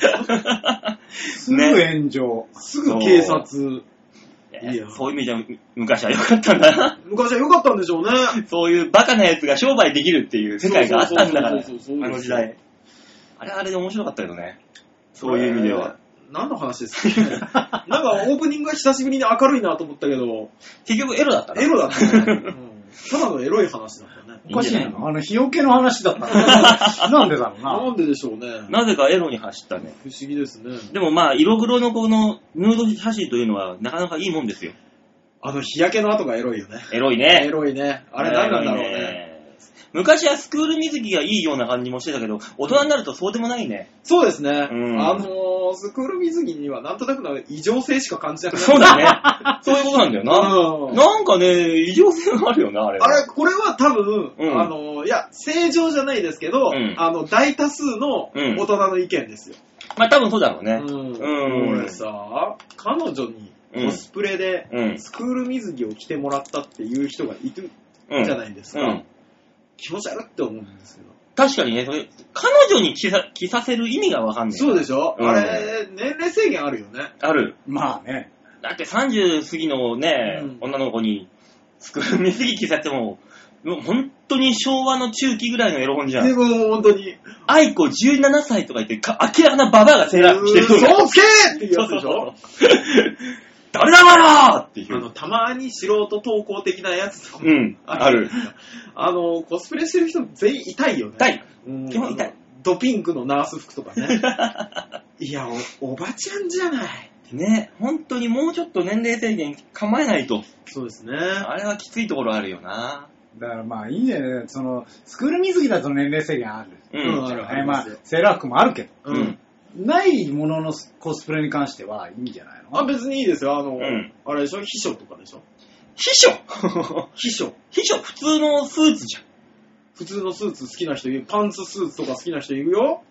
Speaker 1: すぐ炎上。
Speaker 3: すぐ警察。
Speaker 2: い
Speaker 3: い
Speaker 2: や
Speaker 3: や
Speaker 2: そういう意味じゃ、む昔は良かったんだな。
Speaker 3: 昔は良かったんでしょうね。 (laughs)
Speaker 2: そういうバカな奴が商売できるっていう世界があったんだから、あ
Speaker 3: そうそうそうそうそう
Speaker 2: の時代。あれはあれで面白かったけどね。そういう意味では。
Speaker 3: えー。何の話ですかねなんかオープニングが久しぶりに明るいなと思ったけど、
Speaker 2: 結局エロだったな
Speaker 3: エロだったね。うんただのエロい話だったね。
Speaker 1: おかしい
Speaker 2: いいんじゃない
Speaker 1: な。あの、日よけの話だった (laughs) な。なんでだろう
Speaker 3: な
Speaker 1: な。
Speaker 3: んででしょうね。
Speaker 2: なぜかエロに走ったね。
Speaker 3: 不思議ですね。
Speaker 2: でもまあ、色黒のこのヌード写真というのはなかなかいいもんですよ。
Speaker 3: あの日焼けの跡がエロいよね。
Speaker 2: エロい
Speaker 3: エ
Speaker 2: ね。
Speaker 3: ロいね。あれ何なんだろう
Speaker 2: エロい
Speaker 3: ね。
Speaker 2: 昔はスクール水着がいいような感じもしてたけど、大人になるとそうでもないね。
Speaker 3: そうですね。
Speaker 2: うん
Speaker 3: あのー、スクール水着にはなんとなくの異常性しか感じなくなる。
Speaker 2: そうだね。 (laughs) そういうことなんだよな。
Speaker 3: うん
Speaker 2: なんかね、異常性があるよな、あれは。
Speaker 3: あれ、これは多分、
Speaker 2: うん
Speaker 3: あのー、いや、正常じゃないですけど、
Speaker 2: うん
Speaker 3: あの、大多数の
Speaker 2: うん
Speaker 3: 大人の意見ですよ。
Speaker 2: まあ多分そうだろうね。
Speaker 3: うん。
Speaker 2: うん
Speaker 3: 俺さ、彼女に
Speaker 2: うん
Speaker 3: コスプレで
Speaker 2: うん。
Speaker 3: スクール水着を着てもらったっていう人がいる
Speaker 2: うん。
Speaker 3: じゃないですか。
Speaker 2: うん。
Speaker 3: 気持ち悪って思うんですけど。
Speaker 2: 確かにね、それ、彼女に着さ着させる意味がわかんない。
Speaker 3: そうでしょ、
Speaker 2: うん
Speaker 3: あれ、年齢制限あるよね。
Speaker 2: ある。
Speaker 1: まあね。
Speaker 2: だって30過ぎのね、
Speaker 3: うん
Speaker 2: 女の子に、スクール水着着させても、もう本当に昭和の中期ぐらいのエロ本じゃ
Speaker 3: で
Speaker 2: ん。
Speaker 3: も本当に、
Speaker 2: 愛子17歳とか言って、か明らかなババアがセーラー着てる
Speaker 3: 嘘
Speaker 2: そう
Speaker 3: をつけっていうやつ
Speaker 2: そう
Speaker 3: でしょ
Speaker 2: 誰だお前らってい
Speaker 3: あの、
Speaker 2: う。
Speaker 3: たまに素人投稿的なやつとか
Speaker 2: うん、ある。
Speaker 3: あの、コスプレしてる人全員痛いよね。
Speaker 2: 痛い。
Speaker 3: うん。
Speaker 2: 基本痛い
Speaker 3: あの。ドピンクのナース服とか
Speaker 2: (laughs)
Speaker 3: ね。いやお、おばちゃんじゃない。
Speaker 2: ね、本当にもうちょっと年齢制限構えないと。
Speaker 3: そうですね。
Speaker 2: あれはきついところあるよな。
Speaker 1: だからまあいいね。その、スクール水着だと年齢制限ある。
Speaker 2: う
Speaker 3: うん
Speaker 2: ん。
Speaker 3: あるあ
Speaker 1: ね
Speaker 3: り
Speaker 1: ま
Speaker 3: ま
Speaker 1: あ
Speaker 3: すよ、
Speaker 1: セーラー服もあるけど。
Speaker 2: うん。
Speaker 1: ないもののコスプレに関してはいいんじゃないの
Speaker 3: あ、別にいいですよ。あの、
Speaker 2: ん
Speaker 3: あれでしょ秘書とかでしょ
Speaker 2: 秘 (laughs) 書
Speaker 3: 秘書。
Speaker 2: 秘書、普通のスーツじゃん。
Speaker 3: 普通のスーツ好きな人いる。パンツスーツとか好きな人いるよ。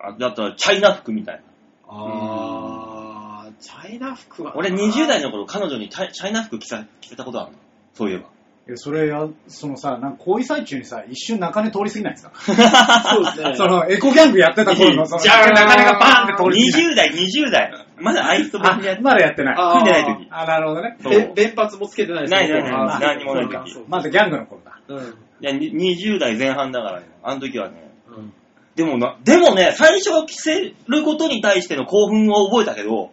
Speaker 2: あだったら、チャイナ服みたいな。
Speaker 3: あー、チャイナ服は。
Speaker 2: 俺20代の頃、彼女にタイチャイナ服着さ着せたことあるの。そう (laughs) いえば。
Speaker 1: いやそれや、そのさ、なんか行為最中にさ、一瞬中根通り過ぎないですか
Speaker 3: そうで
Speaker 2: (laughs)
Speaker 3: すね。
Speaker 1: その、エコギャングやってた頃の、その、
Speaker 3: じゃあ
Speaker 1: 中根がバーンって通り過ぎない。
Speaker 2: 20代、20代。まだアイスとバンでやっ
Speaker 1: あまだやってない。
Speaker 3: あー
Speaker 2: 組んでない時。
Speaker 1: あ、なるほどね。
Speaker 2: そう
Speaker 3: べ連発もつけてないです
Speaker 2: ないないない
Speaker 3: あー
Speaker 2: 何にもない時
Speaker 3: そうか
Speaker 1: まだギャングの頃 (laughs) だ。
Speaker 3: そうか
Speaker 2: いや、に20代前半だからね。あの時はね。
Speaker 3: うん。うん。
Speaker 2: でもな、でもね、最初は着せることに対しての興奮を覚えたけど、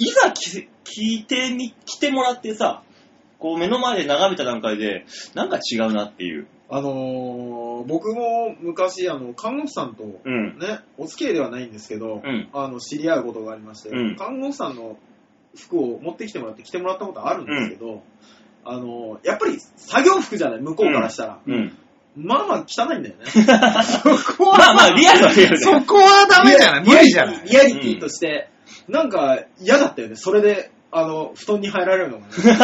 Speaker 2: いざ着せ着てみ、着てもらってさ、こう目の前で眺めた段階で、なんか違うなっていう。
Speaker 3: あのー、僕も昔、あの、看護婦さんと、ね、
Speaker 2: うん。
Speaker 3: お付き合いではないんですけど、
Speaker 2: うん。
Speaker 3: あの、知り合うことがありまして、
Speaker 2: うん
Speaker 3: 看護婦さんの服を持ってきてもらって着てもらったことあるんですけど、あのー、やっぱり作業服じゃない、向こうからしたら。
Speaker 2: うん。
Speaker 3: まあまあ汚いんだよね。
Speaker 1: そこ
Speaker 2: まあまあ、リアルはリアルだよ。
Speaker 1: こはダ無理じゃない
Speaker 3: リアリティとして、なんか嫌だったよね。それで、あの、布団に入られるのがね。嫌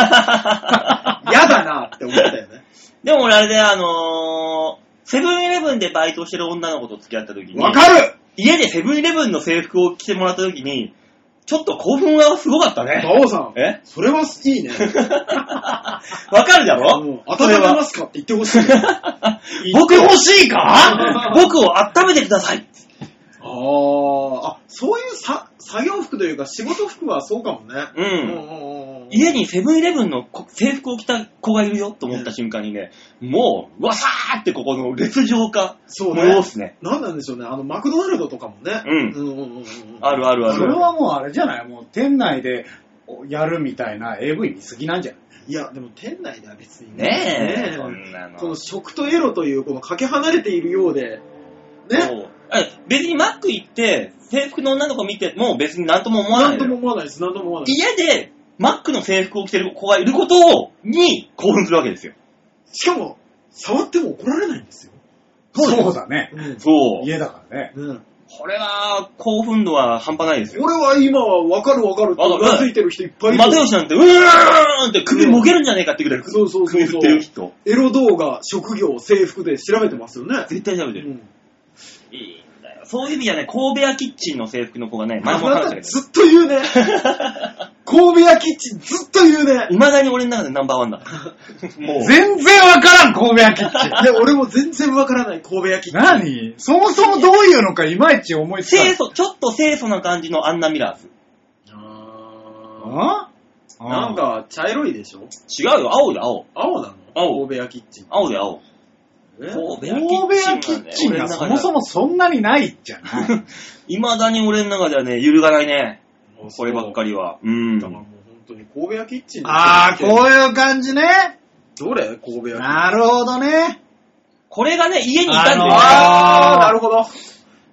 Speaker 3: だなって思ったよね。
Speaker 2: (laughs) でも俺あれで、あのー、セブンイレブンでバイトしてる女の子と付き合った時に、
Speaker 3: わかる
Speaker 2: 家でセブンイレブンの制服を着てもらった時に、ちょっと興奮がすごかったね。
Speaker 3: 馬王さん。
Speaker 2: え
Speaker 3: それはいいね。
Speaker 2: わかるだろ
Speaker 3: もう温めますかって言ってほし
Speaker 2: (laughs)
Speaker 3: い。
Speaker 2: 僕欲しい
Speaker 3: (laughs)
Speaker 2: か僕を温めてください。
Speaker 3: あーあ、そういうさ作業服というか仕事服はそうかもね。
Speaker 2: う。
Speaker 3: うんんうん
Speaker 2: 家にセブンイレブンのこ制服を着た子がいるよと思った瞬間にね、もう、わさーってここの列状化。
Speaker 3: そうね
Speaker 2: 催すね。
Speaker 3: なんなんでしょうね。あの、マクドナルドとかもね。
Speaker 2: うん
Speaker 3: うんうんうんうん
Speaker 2: あるあるあ
Speaker 1: それ
Speaker 2: る。
Speaker 1: はもうあれじゃないもう店内でやるみたいな AV 見すぎなんじゃない
Speaker 3: いや、でも店内では別に
Speaker 2: ねえ、
Speaker 3: ね
Speaker 2: そんなの。
Speaker 3: この食とエロという、このかけ離れているようで、
Speaker 2: そ
Speaker 3: ね。
Speaker 2: うえ別にマック行って、制服の女の子見ても別になんとも思わな
Speaker 3: ないん
Speaker 2: の
Speaker 3: と
Speaker 2: よ
Speaker 3: も思わないです。なんとも思わない。
Speaker 2: 家で、マックの制服を着てる子がいることを、に興奮するわけですよ。
Speaker 3: しかも、触っても怒られないんですよ。
Speaker 1: そうだね。
Speaker 3: うん。
Speaker 2: そう。
Speaker 1: 家だからね。
Speaker 3: うん。
Speaker 2: これは、興奮度は半端ないですよ。
Speaker 3: 俺は今はわかるわかるって、
Speaker 2: わ
Speaker 3: う
Speaker 2: かる
Speaker 3: なずいてる人いっぱいいる。
Speaker 2: 又吉なんて、うーんって首もげるんじゃねえかってぐらい、
Speaker 3: そうそうそう
Speaker 2: 首
Speaker 3: そ
Speaker 2: 振
Speaker 3: う
Speaker 2: ってる人。
Speaker 3: エロ動画、職業、制服で調べてますよね。
Speaker 2: 絶対喋って
Speaker 3: う
Speaker 2: る。いい
Speaker 3: ん。
Speaker 2: んだよ。そういう意味じゃね、神戸屋キッチンの制服の子がね、前
Speaker 3: あ
Speaker 2: も
Speaker 3: な
Speaker 2: 話した
Speaker 3: た
Speaker 2: けど、
Speaker 3: ずっと言うね。 (laughs) 神戸屋キッチンずっと言うね。
Speaker 2: 未だに俺の中でナンバーワン
Speaker 3: (laughs)
Speaker 2: だから。もう。
Speaker 1: 全然わからん、神戸屋キッチン。
Speaker 3: で、俺も全然わからない神戸屋キッチン。
Speaker 1: (laughs) 何そもそもどういうのかいまいち思いつかない
Speaker 2: 清。楚、ちょっと清楚な感じのアンナ・ミラーズ。
Speaker 3: あ
Speaker 1: あ
Speaker 3: ーなんか、茶色いでしょ
Speaker 2: 違うよ、青で青。
Speaker 3: 青なの
Speaker 2: 青
Speaker 3: 神戸屋キッチン。
Speaker 2: 青で青。
Speaker 3: え
Speaker 2: 神戸
Speaker 1: 神戸屋
Speaker 2: 屋
Speaker 1: キ
Speaker 2: キ
Speaker 1: ッ
Speaker 2: ッ
Speaker 1: チ
Speaker 2: チ
Speaker 1: ン
Speaker 2: ンが
Speaker 1: がそもそもそんなにないじゃない。
Speaker 2: (laughs) 未だに俺の中ではね、揺るがないね。こればっか
Speaker 3: り。
Speaker 2: りは。うん
Speaker 3: だ。からもう本当に神戸屋キッチンの
Speaker 1: (laughs) ああ、こういう感じね。
Speaker 3: どれ神戸屋キッチン。
Speaker 1: なるほどね。
Speaker 2: これがね、家にいたんだよね。
Speaker 1: あ
Speaker 3: あ
Speaker 1: ー
Speaker 3: ー、なるほど。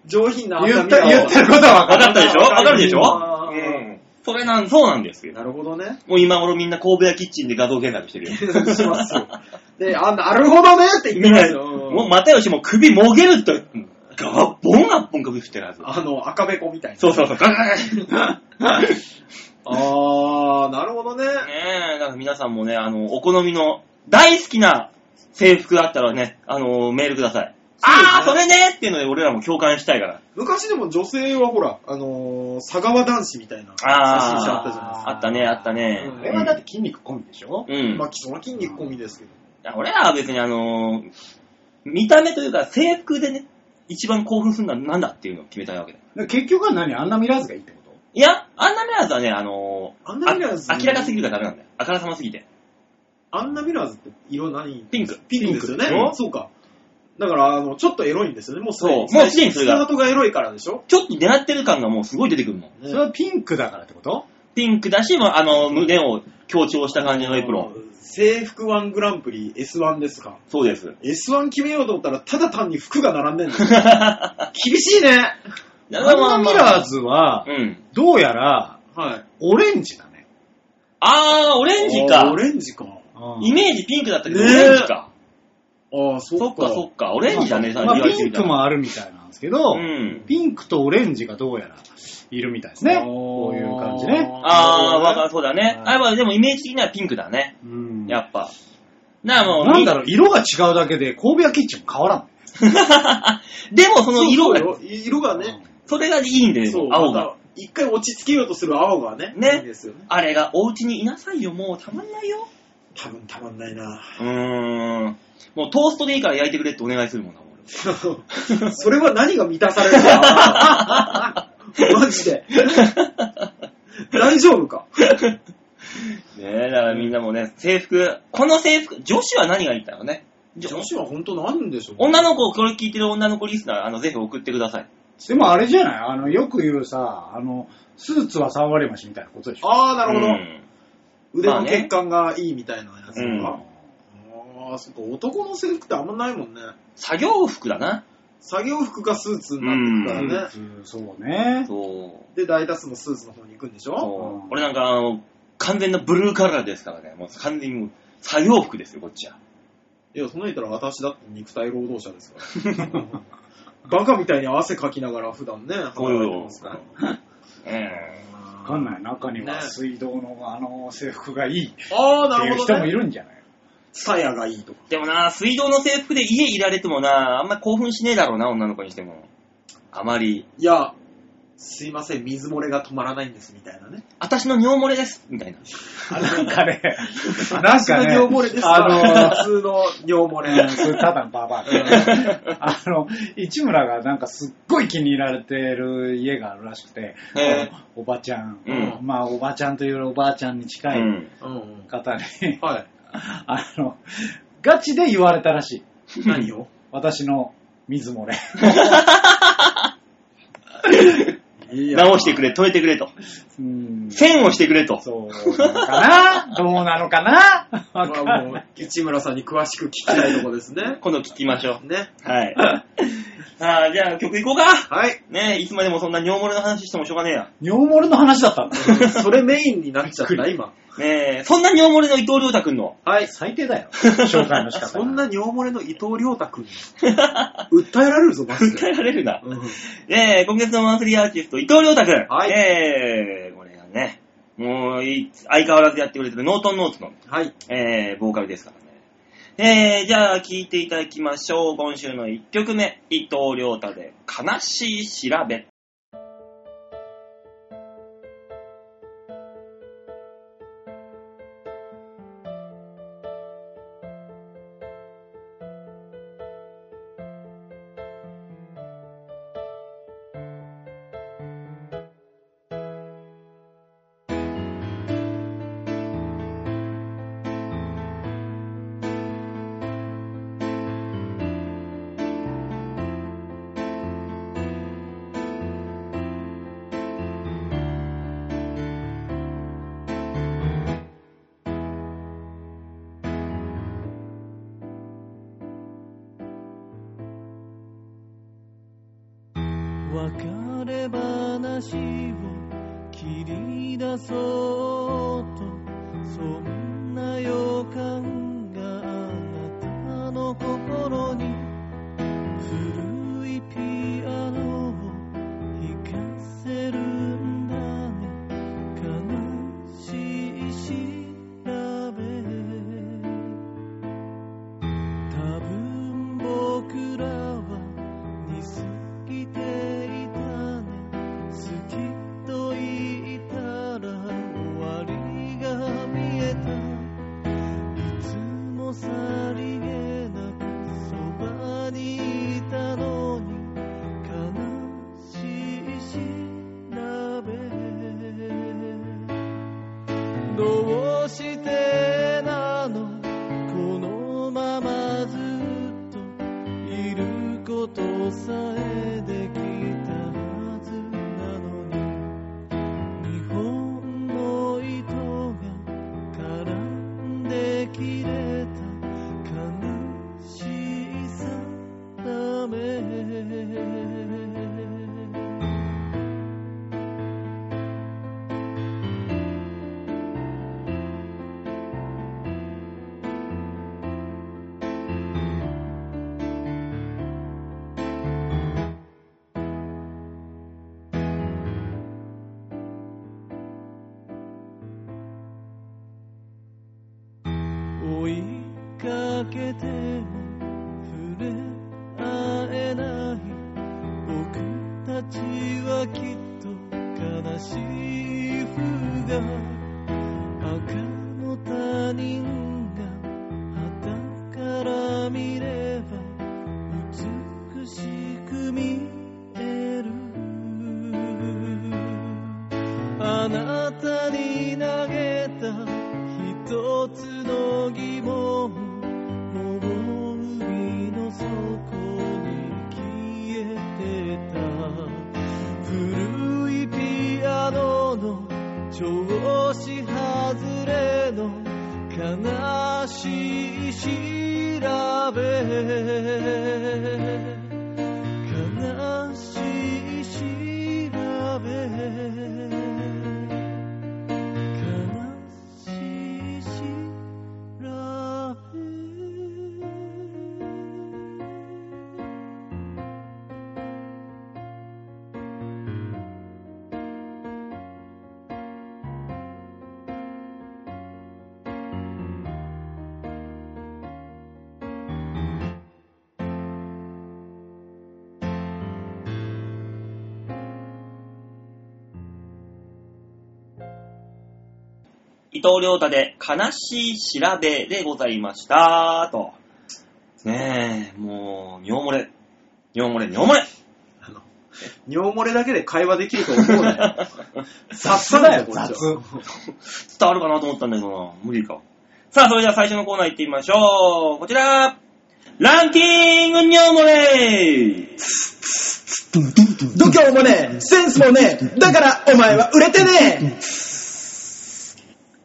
Speaker 3: 上品な
Speaker 1: 言っ
Speaker 3: 赤
Speaker 1: た、
Speaker 3: 身
Speaker 1: 言
Speaker 3: の
Speaker 1: ってることは
Speaker 2: わ
Speaker 1: 分か
Speaker 2: か
Speaker 1: る。
Speaker 2: ったでしょわかるでしょ
Speaker 3: あ
Speaker 2: う
Speaker 3: ー
Speaker 2: ん。それなん、そうなんですよ。
Speaker 3: なるほどね。
Speaker 2: もう今頃みんな神戸屋キッチンで画像検索してるよ。
Speaker 3: しま
Speaker 2: (laughs)
Speaker 3: すよ。で、あ、なるほどねって言っ
Speaker 2: み
Speaker 3: て
Speaker 2: ん
Speaker 3: ま
Speaker 2: な、
Speaker 3: すよ。
Speaker 2: もう又吉も首もげると、ガッボンガッボン首振ってるはず。
Speaker 3: あの、赤べこみたいな。
Speaker 2: そうそうそう。ガガガガ (laughs) ね
Speaker 3: あー、なるほどね。
Speaker 2: え、だから皆さんもね、あの、お好みの大好きな制服があったらね、あの、メールください。
Speaker 3: そうですね
Speaker 2: あー、それねっていうので俺らも共感したいから。
Speaker 3: 昔でも女性はほら、あのー、佐川男子みたいな写真
Speaker 2: あー
Speaker 3: 集あったじゃない
Speaker 2: あったね、あったね。
Speaker 3: うん
Speaker 1: これはだって筋肉込みでしょ
Speaker 2: う
Speaker 3: です
Speaker 2: ん
Speaker 3: か。ま。あ、基礎は筋肉込みですけど。
Speaker 2: いや俺らは別にあのー見た目というか制服でね、一番興奮するのはなんだっていうのを決めたいわけだ。
Speaker 1: 結局は何あんなミラーズがいいってこと
Speaker 2: いや、アンナミラーズはね、あのー
Speaker 3: アンナミラーズ
Speaker 2: あ明らかすぎるからダメなんだよ。あからさますぎて。
Speaker 3: アンナ・ミラーズって色何
Speaker 2: ピンク。
Speaker 3: ピンクです
Speaker 2: ピンク
Speaker 3: よ
Speaker 2: でし
Speaker 3: ね
Speaker 2: ょ。
Speaker 3: そうか。だから、あの、ちょっとエロいんですよね。もう
Speaker 2: そうもうすでにそれが
Speaker 3: スタートがエロいからでしょ。
Speaker 2: ちょっと狙ってる感がもうすごい出てくるもん。
Speaker 1: それはピンクだからってこと
Speaker 2: ピンクだし、もうあのー胸を強調した感じのエプロン。
Speaker 3: ン。制服1グランプリ S1 ですか。
Speaker 2: そうです。
Speaker 3: S1 決めようと思ったら、ただ単に服が並んでるの。厳しいね。
Speaker 1: アンナミラー
Speaker 2: ズ
Speaker 1: ズは、
Speaker 2: うん。
Speaker 1: どうやら、
Speaker 3: はい。
Speaker 1: オレンジだね。
Speaker 2: あー、オレンジか
Speaker 3: オ。レンジか。
Speaker 2: イメージピンクだったけど、オ
Speaker 3: ねえ
Speaker 2: レンジか。
Speaker 3: ああ、そ
Speaker 2: そっかそっか、オレンジだね、
Speaker 1: まあ
Speaker 2: 言われて
Speaker 1: ピン
Speaker 2: みたら
Speaker 1: クもあるみたいなんですけど、
Speaker 2: うん。
Speaker 1: ピンクとオレンジがどうやらいるみたいですね。
Speaker 3: あー
Speaker 1: こういう感じね。
Speaker 2: あー、わかる、そうだね。
Speaker 1: はい
Speaker 2: あ、まあでもイメージ的にはピンクだね。
Speaker 1: うん
Speaker 2: やっぱ。なあもう、
Speaker 1: なんだろう、色が違うだけで、神戸屋キッチンも変わらん。
Speaker 2: (laughs) でもその色が、
Speaker 3: そうよ色がね、
Speaker 2: それがいいんだよ、青
Speaker 3: ま
Speaker 2: が。
Speaker 3: た一回落ち着けようとする青がね。
Speaker 2: ね
Speaker 3: いいですよね。
Speaker 2: あれがお家にいなさいよ、もうたまんないよ。
Speaker 3: 多分たまんないな。 (laughs)
Speaker 2: うーん。もうトーストでいいから焼いてくれってお願いするもんな、俺
Speaker 3: それは何が満たされるか。 (laughs) マジで。大丈夫か。
Speaker 2: ねえ、だからみんなもね、制服、この制服、女子は何がいいんだろうね。女
Speaker 3: 女子は本当なんでしょう
Speaker 2: 女の子、これ聞いてる女の子リスナー、あの、ぜひ送ってください。
Speaker 1: でもあれじゃないあの、よく言うさ、あの、スーツは3割増しみたいなことでしょ。
Speaker 3: ああ、なるほど。
Speaker 2: うん
Speaker 3: 腕
Speaker 2: まあ
Speaker 3: の
Speaker 2: ね
Speaker 3: 血管がいいみたいなやつとか。
Speaker 2: うん
Speaker 3: ああ、そっか。男の制服ってあんまないもんね。
Speaker 2: 作業服だな。
Speaker 3: 作業服かスーツになって
Speaker 1: ス
Speaker 3: くから
Speaker 1: ー
Speaker 3: ね。
Speaker 1: ツそうね。
Speaker 2: そう。
Speaker 3: で、大多数のスーツの方に行くんでしょ
Speaker 2: そう俺なんか、あの、完全なブルーカラーですからね。もう完全にもう、作業服ですよ、こっちは。
Speaker 3: いや、その言ったら私だって肉体労働者ですから。 (laughs) うんバカみたいに汗かきながら普段ね、働いてますから。
Speaker 2: うん。
Speaker 1: わ
Speaker 3: わ
Speaker 1: かんない。中には
Speaker 3: ね
Speaker 1: 水道の、あの、制服がいいって
Speaker 3: ああ、な
Speaker 1: いう
Speaker 3: るほ
Speaker 1: 人
Speaker 3: ど、
Speaker 1: もい
Speaker 3: ね。
Speaker 1: るんじゃない
Speaker 3: さやがいいとか。
Speaker 2: でもな、水道の制服で家いられてもな、あんま興奮しねえだろうな、女の子にしても。あまり。
Speaker 3: いや、すいません、水漏れが止まらないんです、みたいなね。
Speaker 2: 私の尿漏れですみたいな。
Speaker 1: あなんかね、なんかね、
Speaker 3: 普通の尿漏れです
Speaker 1: あの
Speaker 3: 普通の尿漏
Speaker 1: うん
Speaker 3: れ。
Speaker 1: それただのババアだねあの、市村がなんかすっごい気に入られてる家があるらしくて
Speaker 2: へえ、
Speaker 1: おばちゃん、
Speaker 2: うん
Speaker 1: まあおばちゃんというよりおばあちゃんに近
Speaker 2: う
Speaker 1: い
Speaker 2: ん。
Speaker 3: うんうん。
Speaker 1: 方に、 (laughs)
Speaker 3: はい。
Speaker 1: あの、ガチで言われたらしい。
Speaker 3: 何を
Speaker 1: 私の水漏れ。
Speaker 2: 直してくれ、止めてくれと。
Speaker 1: うん
Speaker 2: 線をしてくれと。
Speaker 1: そうなのかなどうなのかな
Speaker 3: ま
Speaker 1: わかんな
Speaker 3: あ
Speaker 1: い
Speaker 3: もう、市村さんに詳しく聞きたいとこ
Speaker 2: (laughs)
Speaker 3: ですね。
Speaker 2: 今度聞きましょ
Speaker 3: ね。
Speaker 2: う。
Speaker 3: (laughs)
Speaker 2: はい。ああ、じゃあ曲いこうか。
Speaker 3: はい。
Speaker 2: ねえ、いつまでもそんな尿漏れの話してもしょうがねえや。
Speaker 1: 尿漏れの話だったんだ。
Speaker 3: それメインになっちゃった、今。
Speaker 2: ねえ、そんな尿漏れの伊藤亮太くんの。
Speaker 3: はい。
Speaker 1: 最低だよ。紹介の仕方が。
Speaker 3: (laughs) そんな尿漏れの伊藤亮
Speaker 2: (laughs)
Speaker 3: 太くん。訴えられるぞ、マジ
Speaker 2: 訴
Speaker 3: で。
Speaker 2: えられるな。
Speaker 3: うん
Speaker 2: えー、今月のマンスリーアーティスト、伊藤亮太くん。
Speaker 3: はい
Speaker 2: えー、これがね、もうい、相変わらずやってくれてるノートンノーツの、
Speaker 3: はい。
Speaker 2: えー、ボーカルですからね。えー、じゃあ、聴いていただきましょう。今週の1曲目、伊藤亮太で、悲しい調べ。
Speaker 4: 別れ話を切り出そうとそんな予感があなたの心に古いピアノを弾かせるんだね悲しい調べ多分僕らは似すぎていたね好きと言ったら終わりが見えたいつもさりげなくそばにいたのに悲しい調べどうしてなのこのままずっといることさえできたはずなのに日本の糸が絡んで切れた悲しさだめ追いかけても触れ合えない僕たちはきっと悲しい風が赤の他人が旗から見れば美しく見えるあなたに投げた一つの疑問もう海の底に消えてた古いピアノの調子外れの悲しい調べ悲しい調べ悲しいしらべ
Speaker 2: 伊藤良太で悲しい調べでございました。と。ねえ、もう、尿漏れ。尿漏れ、尿漏れ。
Speaker 3: あの、尿漏れだけで会話できると思うなよ。雑だよ、こっちは。
Speaker 2: 伝わるかなと思ったんだけどな。無理か。さあ、それでは最初のコーナー行ってみましょう。こちら。ランキング尿漏れ
Speaker 3: 度胸もねえ、センスもねえ、だからお前は売れてねえ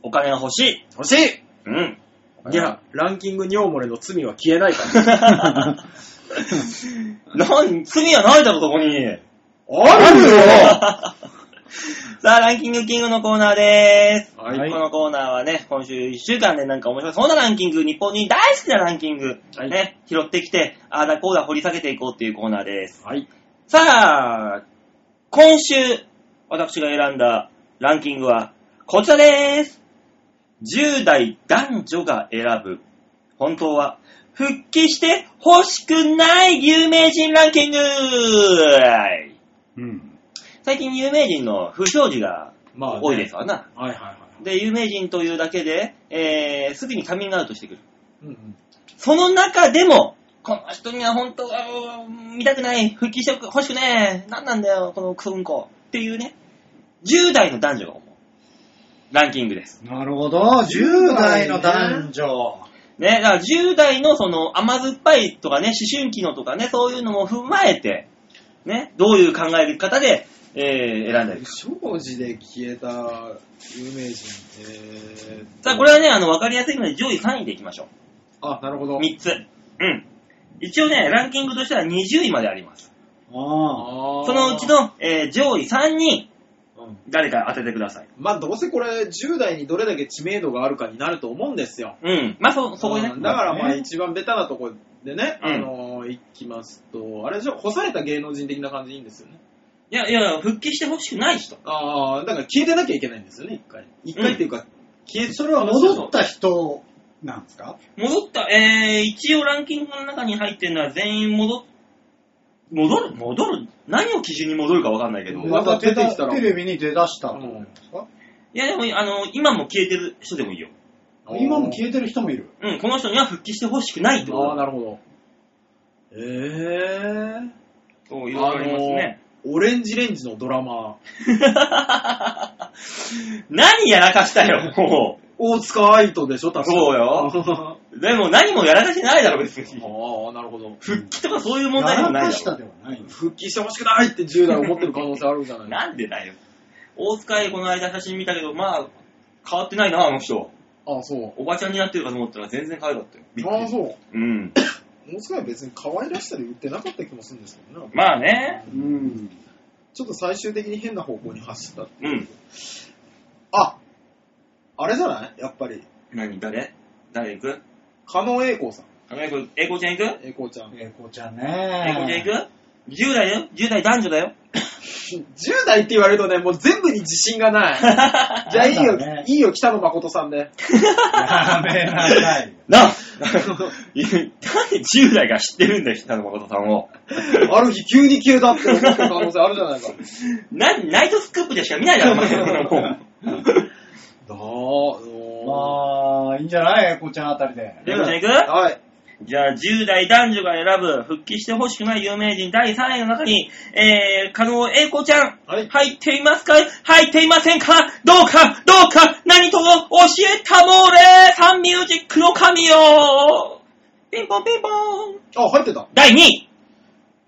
Speaker 2: お金が欲しい。
Speaker 3: 欲しい
Speaker 2: うん。 (laughs)
Speaker 3: いや、ランキング尿漏れの罪は消えないから。
Speaker 2: なん、罪はないだろ、そこに。
Speaker 3: あ
Speaker 2: (laughs)
Speaker 3: るよ
Speaker 2: さあ、ランキングキングのコーナーでーす。
Speaker 3: はい
Speaker 2: このコーナーはね、今週1週間でなんか面白そうなランキング、日本人大好きなランキング、
Speaker 3: はい
Speaker 2: ね、拾ってきて、ああだこうだ掘り下げていこうっていうコーナーです。
Speaker 3: はい。
Speaker 2: さあ、今週、私が選んだランキングは、こちらでーす。10代男女が選ぶ、本当は、復帰して欲しくない有名人ランキング
Speaker 1: うん。
Speaker 2: 最近有名人の不祥事が
Speaker 3: まあね
Speaker 2: 多いですわな。
Speaker 3: はいはいはい。
Speaker 2: で、有名人というだけで、えー、すぐにカミングアウトしてくる。
Speaker 3: うんうん
Speaker 2: その中でも、この人には本当はうん見たくない、復帰してほしくねえ、なんなんだよ、このクソうんこ。っていうね、10代の男女が思う。ランキングです。
Speaker 1: なるほど。10代の男女。
Speaker 2: ね、だから10代のその甘酸っぱいとかね、思春期のとかね、そういうのも踏まえて、ね、どういう考え方で、えー、選んだり
Speaker 5: 不祥事で消えた有名人って。
Speaker 2: さあ、これはね、あの、わかりやすいので上位3位でいきましょ
Speaker 5: あ、なるほ
Speaker 2: う。
Speaker 5: ど。
Speaker 2: 3つ。うん。一応ね、ランキングとしては20位まであります。
Speaker 1: ああ。
Speaker 2: そ
Speaker 5: そ
Speaker 2: のうち、の、えー上位3人、
Speaker 3: うん
Speaker 2: 誰か当ててください。
Speaker 3: まあどうせこれ10代にどれだけ知名度があるかになると思うんですよ。
Speaker 2: うん。まあ、そ、そこでね
Speaker 3: う。んだからまあ
Speaker 1: ね
Speaker 3: 一番ベタなとこでね、
Speaker 2: うん
Speaker 3: あのー、いきますと、あれでしょ、干された芸能人的な感じでいいんですよね。
Speaker 2: いやいや、復帰してほしくない人。
Speaker 3: ああ、だから消えてなきゃいけないんですよね、一回。一回っていうか、消えて、
Speaker 1: それは戻った人なんですか
Speaker 2: 戻った、えー、一応ランキングの中に入ってるのは全員戻っ、戻る戻る何を基準に戻るか分かんないけど。い
Speaker 3: また出てきたら
Speaker 1: テレビに出だした
Speaker 3: う
Speaker 1: と
Speaker 3: ん
Speaker 2: やでも、あの、今も消えてる人でもいいよ。
Speaker 1: 今も消えてる人もいる。
Speaker 2: うん、この人には復帰してほしくないってこと
Speaker 3: ああ、
Speaker 2: だ。
Speaker 3: なるほど。ええ
Speaker 2: そう、いろいろありますね。
Speaker 3: ー、オレンジレンジのドラマ、
Speaker 2: 何やらかしたよ、も
Speaker 3: 大塚愛斗でしょ、確か
Speaker 2: そうよ。う。でも何もやらかしてないだろ、別に。
Speaker 3: (laughs) ああ、なるほど。
Speaker 2: 復帰とかそういう問題で
Speaker 1: や
Speaker 2: も
Speaker 1: ら
Speaker 2: ない
Speaker 1: か
Speaker 2: だ
Speaker 1: し
Speaker 2: ろ
Speaker 1: た。ではない。
Speaker 3: 復帰してほしくないって10代思ってる可能性あるじゃない
Speaker 2: なんでだよ。大塚へこの間写真見たけど、まあ、変わってないな、あの人。
Speaker 3: ああ、そう。
Speaker 2: おばちゃんになってるかと思ったら全然可愛かったよ。びっくり
Speaker 5: ああ、そう。
Speaker 2: うん。
Speaker 5: 大塚は別に可愛らしさで言ってなかった気もするんですけどね。
Speaker 2: まあね。
Speaker 1: うん。
Speaker 5: ちょっと最終的に変な方向に走った。
Speaker 2: うん。
Speaker 5: あ、あれじゃないやっぱり。
Speaker 2: 何誰誰行く
Speaker 5: 加納栄光さん。
Speaker 2: あの、英子ちゃん行く
Speaker 5: 栄光ちゃん。
Speaker 1: えこちゃん
Speaker 2: 英子ちゃん行
Speaker 1: ね。
Speaker 2: く ?10 代だよ ?10 代男女だよ
Speaker 3: 10代って言われるとね、もう全部に自信がない。
Speaker 5: (laughs)
Speaker 3: じゃあいい
Speaker 1: な
Speaker 3: よ、
Speaker 1: んだろうね
Speaker 3: いいよ、北野誠さんで。
Speaker 1: やめなさい。
Speaker 2: な (laughs) あいやなんで10代が知ってるんだよ、北野誠さんを。
Speaker 3: ある日急に消えたって思った可能性あるじゃないか。
Speaker 2: な、ナイトスクープでしか見ないだろ、お前。も (laughs)
Speaker 3: だー、お
Speaker 1: まあ、いいんじゃないえこちゃんあたりで。
Speaker 2: う英子ちゃん行
Speaker 3: ーはい。
Speaker 2: くじゃあ、10代男女が選ぶ、復帰してほしくない有名人第3位の中に、えー、加納英子ちゃん、
Speaker 3: はい
Speaker 2: 入っていますか入っていませんかどうかどうか何とぞ教えたもれサンミュージックの神よピンポンピンポン
Speaker 5: あ、入ってた。
Speaker 2: 第2位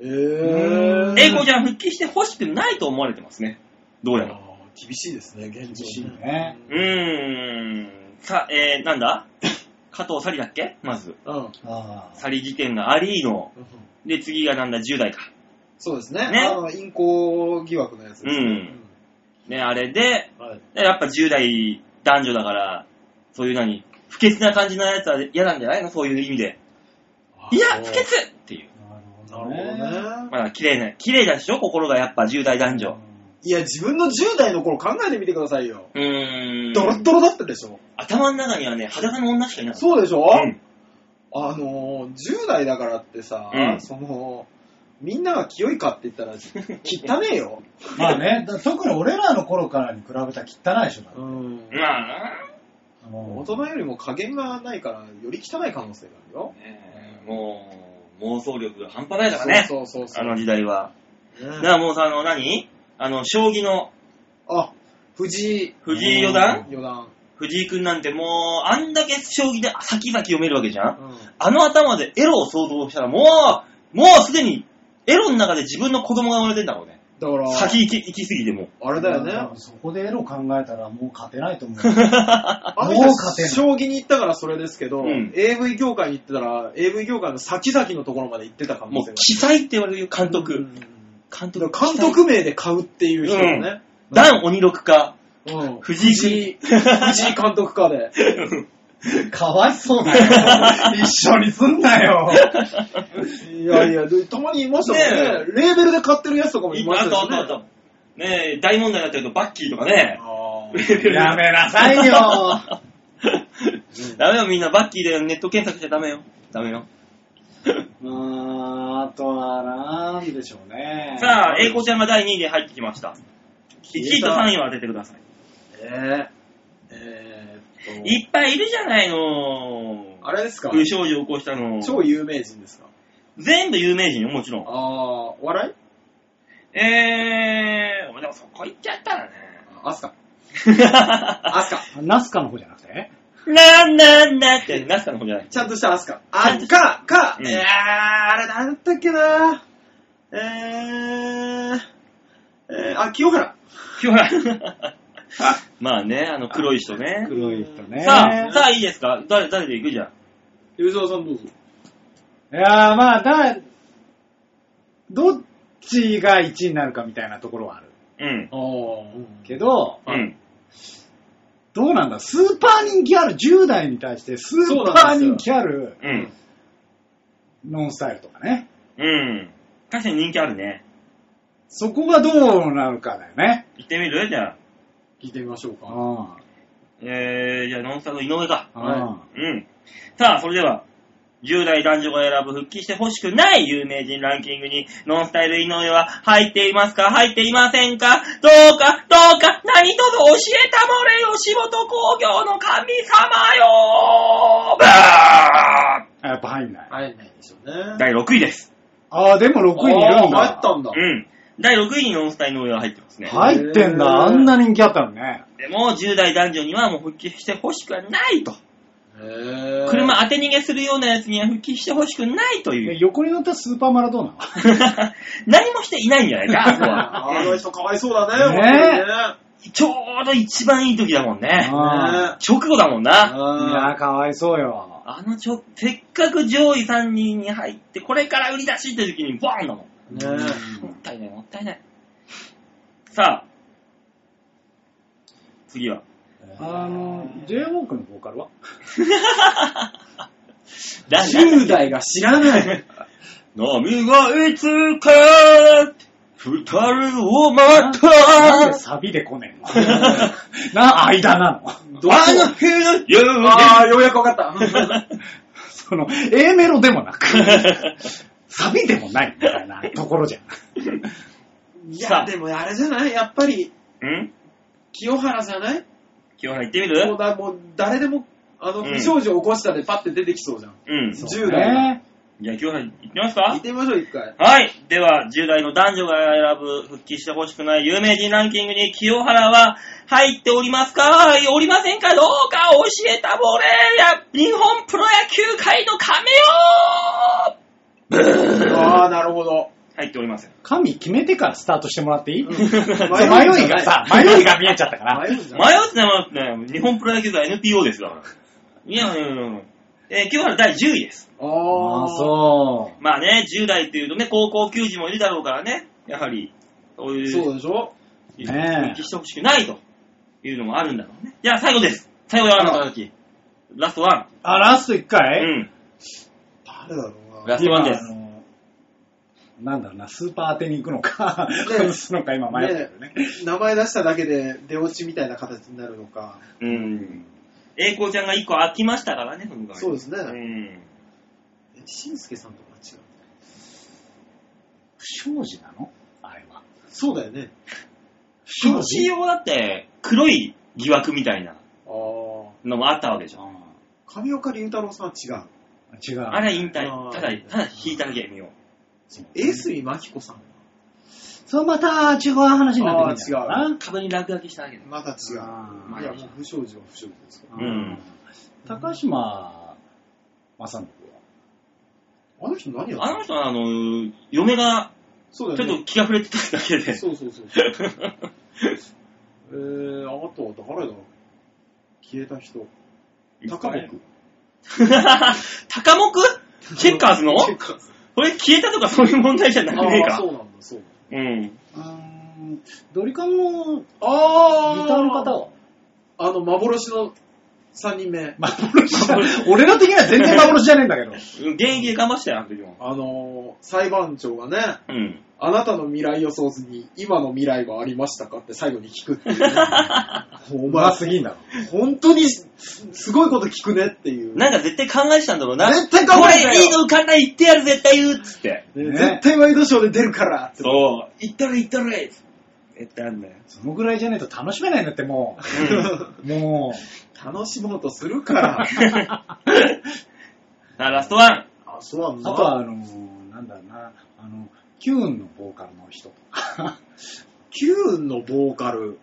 Speaker 5: えー。
Speaker 2: 英子ちゃん復帰してほしくないと思われてますね。どうやら。
Speaker 5: あー厳しいですね、現
Speaker 1: 厳しい
Speaker 5: 状。
Speaker 1: ね。
Speaker 2: うーん。さ、えー、なんだ加藤サリだっけまず。
Speaker 3: うん。
Speaker 1: ああ。
Speaker 2: サリ事件がありの。で、次がなんだ ?10 代か。
Speaker 5: そうですね。
Speaker 2: ね
Speaker 5: あの、陰行疑惑のやつ
Speaker 2: う
Speaker 5: ですね。
Speaker 2: ん。ね、あれで、
Speaker 3: うんはい。
Speaker 2: でやっぱ10代男女だから、そういう何不潔な感じのやつは嫌なんじゃないのそういう意味で。いや、不潔っていう。
Speaker 1: な
Speaker 3: なるほどね。
Speaker 2: まだ綺麗な、綺麗だでしょ心がやっぱ10代男女。
Speaker 3: いや、自分の10代の頃考えてみてくださいよ。
Speaker 2: うーん。
Speaker 5: ドロッドロだったでしょ。
Speaker 2: 頭の中にはね、裸の女しかいなかった。
Speaker 5: そうでしょ
Speaker 2: うん
Speaker 5: あのー、10代だからってさ、
Speaker 2: うん
Speaker 5: その、みんなが清いかって言っ
Speaker 2: (laughs)
Speaker 5: たら、汚ねえよ。
Speaker 1: (laughs) まあね、だ特に俺らの頃からに比べたら汚いでしょ。
Speaker 3: うん。
Speaker 2: まあ、
Speaker 3: 大人よりも加減がないから、より汚い可能性があるよ。
Speaker 2: ねえもう、妄想力が半端ないからね。
Speaker 3: そうそうそ
Speaker 2: あ
Speaker 3: う。
Speaker 2: の時代は。だか
Speaker 3: ね
Speaker 2: らもうさ、あの、何あの、将棋の
Speaker 3: あ、藤井
Speaker 2: 藤井四段
Speaker 3: 四段。
Speaker 2: 藤井くんなんてもう、あんだけ将棋で先々読めるわけじゃん
Speaker 3: うん
Speaker 2: あの頭でエロを想像したらもう、もうすでに、エロの中で自分の子供が生まれてんだろうね。
Speaker 3: だから、
Speaker 2: 先行き行き過ぎても。
Speaker 3: あれだよね。
Speaker 1: そこでエロ考えたらもう勝てないと思う。
Speaker 3: あの人
Speaker 1: もう勝てんの
Speaker 3: 将棋に行ったからそれですけど、
Speaker 2: うん
Speaker 3: AV 業界に行ってたら、AV 業界の先々のところまで行ってた可能
Speaker 2: もう
Speaker 3: 性、が
Speaker 2: 奇才って言われるよ、監
Speaker 3: ある
Speaker 2: 督。。監
Speaker 3: だ
Speaker 2: 督。
Speaker 3: から監督名で買うっていう人もね。
Speaker 2: ダン鬼六か。
Speaker 3: うん
Speaker 2: 藤井
Speaker 3: 藤井、藤井監督か
Speaker 2: (laughs)
Speaker 3: で。
Speaker 1: かわいそうだよ。 (laughs) 一緒にすんなよ。
Speaker 3: いやいや、でたまにいましたもんね。レーベルで買ってるやつとかもいまし
Speaker 2: あ
Speaker 3: た
Speaker 2: と、あ
Speaker 3: し
Speaker 2: と、あ
Speaker 3: ね。
Speaker 2: と。ねえ、大問題になってると、バッキーとかね。
Speaker 3: あー
Speaker 1: やめなさ (laughs) いよ。
Speaker 2: (laughs) ダメよ、みんな。バッキーでネット検索しちゃダメよ。ダメ
Speaker 3: (laughs)
Speaker 2: よ。
Speaker 1: まあ、あとはなんでしょうね。
Speaker 2: さあ、英子ちゃんが第2位で入ってきました。1位と3位を当ててください。
Speaker 3: えー、えーっと、
Speaker 2: いっぱいいるじゃないの。
Speaker 3: あれですか
Speaker 2: 不祥事を起こしたの。
Speaker 3: 超有名人ですか
Speaker 2: 全部有名人よ、もちろん。
Speaker 3: ああ、お笑い
Speaker 2: えー、でもそこ行っちゃったらね。
Speaker 3: アスカ。アスカ。
Speaker 1: ナスカの方じゃなくて
Speaker 2: (laughs) なんなんだって、ナスカの方 (laughs) じゃない。
Speaker 3: ちゃんとしたアスカ。あ、か、か、
Speaker 2: うん
Speaker 3: いやー、あれなんだったっけなえー、えー、あ、清原。
Speaker 2: 清原。 (laughs) まあね、あの黒い人ね。
Speaker 1: 黒い人ね。
Speaker 2: さあ、さあいいですか誰、誰で行くじゃん。
Speaker 3: ゆうぞうさんどうぞ。
Speaker 1: いやーまあ、だ、どっちが1位になるかみたいなところはある。
Speaker 2: うん。
Speaker 3: あー、
Speaker 1: けど、
Speaker 2: うん。
Speaker 1: どうなんだスーパー人気ある10代に対して、スーパー人気ある
Speaker 2: うん。
Speaker 1: ノンスタイルとかね。
Speaker 2: うん。確かに人気あるね。
Speaker 1: そこがどうなるかだよね。
Speaker 2: 行ってみるじゃあ。
Speaker 3: 聞いてみましょうか。
Speaker 1: あ
Speaker 2: えー、じゃあ、ノンスタの井上か。
Speaker 1: あ、
Speaker 3: は
Speaker 2: うん。さあ、それでは、10代男女が選ぶ復帰してほしくない有名人ランキングに、ノンスタイル井上は入っていますか入っていませんかどうかどうか何とぞ教えたもれよ仕事工業の神様よブー
Speaker 1: あやっぱ入んない。
Speaker 3: 会えないでしょうね。
Speaker 2: 第6位です。
Speaker 1: ああ、でも6位にいるん
Speaker 3: あー入
Speaker 1: だ
Speaker 3: っ。たんだ
Speaker 2: う。ん。第6位にノンスタイル井上は入ってますね。
Speaker 1: 入ってん
Speaker 3: へー
Speaker 1: だ。あんな人気あったのね。
Speaker 2: でも、10代男女にはもう復帰してほしくはないと。
Speaker 3: へー
Speaker 2: 車当て逃げするようなやつには復帰してほしくないという。
Speaker 1: 横に乗ったスーパーマラドーナは。
Speaker 2: (laughs) 何もしていないんじゃない
Speaker 3: (laughs)
Speaker 2: か、あそこは。
Speaker 3: あの人かわいそうだね、
Speaker 1: ね
Speaker 2: ちょうど一番いい時だもん
Speaker 3: (laughs)
Speaker 2: ね。
Speaker 1: あ
Speaker 3: 本
Speaker 2: 直後だもん
Speaker 3: 当にね。
Speaker 2: な。
Speaker 1: あいや
Speaker 3: あ
Speaker 1: ー、かわいそうよ。
Speaker 2: あのちょ、せっかく上位3人に入って、これから売り出しって時にボーンだもん。
Speaker 3: ーね
Speaker 2: もったいない、もったいない。さあ、次は。
Speaker 1: あの、j ウォークのボーカルは
Speaker 2: だ
Speaker 3: 10代が知らない。
Speaker 2: 波がいつか、二人を待った。
Speaker 1: なんでサビで来ねえの (laughs) な、間なの
Speaker 3: どう
Speaker 2: あの日の夕
Speaker 3: あ
Speaker 2: 日
Speaker 3: ー、ようやくわかった。
Speaker 1: その、A メロでもなく、サビでもないみたいなところじゃん。
Speaker 3: い
Speaker 2: さあ
Speaker 3: や、でもあれじゃないやっぱり、
Speaker 2: (laughs) うん
Speaker 3: 清原じゃない
Speaker 2: 清原行ってみ
Speaker 3: もう
Speaker 2: る
Speaker 3: だもう誰でも、あの、
Speaker 2: うん
Speaker 3: 不祥事起こしたでパッて出てきそうじゃん。
Speaker 2: うん。じ
Speaker 3: 10代が。
Speaker 1: ね
Speaker 2: ゃあ清原行ってみます
Speaker 3: 行
Speaker 2: か
Speaker 3: ってみましょう、一回。
Speaker 2: はい。では、10代の男女が選ぶ復帰してほしくない有名人ランキングに清原は入っておりますかおりませんかどうか教えたぼれや日本プロ野球界の亀よ
Speaker 3: ああ、なるほど。
Speaker 2: 入っており (laughs) ません。
Speaker 1: 神決めてからスタートしてもらっていい、
Speaker 3: 迷うんじゃ
Speaker 1: そう
Speaker 3: ない
Speaker 1: 迷いがさ、迷いが見えちゃったから。
Speaker 3: (laughs) 迷うんじゃ
Speaker 2: 迷
Speaker 3: ないう
Speaker 2: ってのはね、日本プロ野球界 NPO ですから。いや、いやいやいやえー清原第10位です。
Speaker 3: あ
Speaker 1: ああ、
Speaker 3: あ、
Speaker 1: そ
Speaker 2: まあね、10代っていうとね、高校球児もいるだろうからね、やはり、そういう
Speaker 3: そうでしょ
Speaker 1: う。
Speaker 2: 復
Speaker 1: ね
Speaker 2: 帰してほしくないというのもあるんだろうね。じゃあ最後です。最後よ、あなたたち。ラストワン。
Speaker 1: え。あ、ラスト1
Speaker 2: う
Speaker 1: 回、
Speaker 2: ん。
Speaker 3: 誰だろうな。
Speaker 2: ラストワンで
Speaker 1: 今あ
Speaker 2: す。
Speaker 1: のなんだろうな、スーパー当てに行くのか、 (laughs)
Speaker 3: え
Speaker 1: 外すのか今迷ってるね。
Speaker 3: 名前出しただけで出落ちみたいな形になるのか。
Speaker 2: うん。栄光ちゃんが1個飽きましたからね、その代わり
Speaker 3: そうですね
Speaker 2: うん。
Speaker 3: え、しんすけさんとか違う。
Speaker 1: 不祥事なのあれは。
Speaker 3: そうだよね。
Speaker 1: 不
Speaker 2: 一応だって、黒い疑惑みたいな
Speaker 3: ああ。
Speaker 2: のもあったわけでしょ。
Speaker 3: 上岡龍太郎さんは違う。
Speaker 1: 違う。
Speaker 2: あれは引退
Speaker 3: あ。ー
Speaker 2: ただ、ただ引いただけ、見よ
Speaker 3: 江水真紀子さん。
Speaker 1: それまた違う話になってくるんじゃないか
Speaker 3: あ
Speaker 1: な
Speaker 2: う。株に落書きしただけだよ。
Speaker 3: また違う。
Speaker 1: あ
Speaker 3: い
Speaker 1: ー
Speaker 3: や、もう不祥事は不祥事ですか
Speaker 2: うん
Speaker 1: 高島正信
Speaker 3: ら。あの人何やっ
Speaker 2: あ
Speaker 3: た
Speaker 2: の人は、あの、嫁が、
Speaker 3: そう
Speaker 2: ち
Speaker 3: だ
Speaker 2: ょっ
Speaker 3: よね
Speaker 2: と。気が触れてただけで。 (laughs)
Speaker 3: そうそうそう。えー、あとは誰だ消えた人。高木。
Speaker 2: 高
Speaker 3: (laughs)
Speaker 2: 木チェッカーズの
Speaker 3: チェッカーズ
Speaker 2: これ消えたとかそういう問題じゃなくねえ
Speaker 3: ああ、
Speaker 2: か
Speaker 3: そ。うなんだ、そうなん
Speaker 2: うん。
Speaker 3: だ。
Speaker 1: うーん。ドリカムのギ
Speaker 3: あ
Speaker 1: ターの方は
Speaker 3: あの、幻の3人目。
Speaker 1: 幻だ。 (laughs) 俺ら的には全然幻じゃねえんだけど。
Speaker 2: 現役で頑張ってたよ、あの時も。
Speaker 3: あのー、裁判長がね、
Speaker 2: うん。
Speaker 3: あなたの未来予想図に今の未来はありましたかって最後に聞くっていう (laughs) ね、お
Speaker 1: う
Speaker 3: 前
Speaker 1: ますぎんだろ。
Speaker 3: 本当にすすごいこと聞くねっていう。
Speaker 2: なんか絶対考えてたんだろうな。
Speaker 3: 絶対考えてたよ
Speaker 2: これいいの浮かんない言ってやる、絶対言うっつって。
Speaker 3: ね
Speaker 1: ね
Speaker 3: 絶対ワイドショーで出るからって。
Speaker 2: そう。言ったら言ったら絶対あんだよ。
Speaker 1: そのぐらいじゃねえと楽しめないんだって、もう。も
Speaker 3: 楽しもうとするから。 (laughs)
Speaker 2: さあ、ラストワン。
Speaker 3: あ、そうなん
Speaker 1: う。
Speaker 3: だ。
Speaker 1: あとは、あのー、なんだろうな、あの、キューンのボーカルの人とか。
Speaker 3: キューンのボーカル。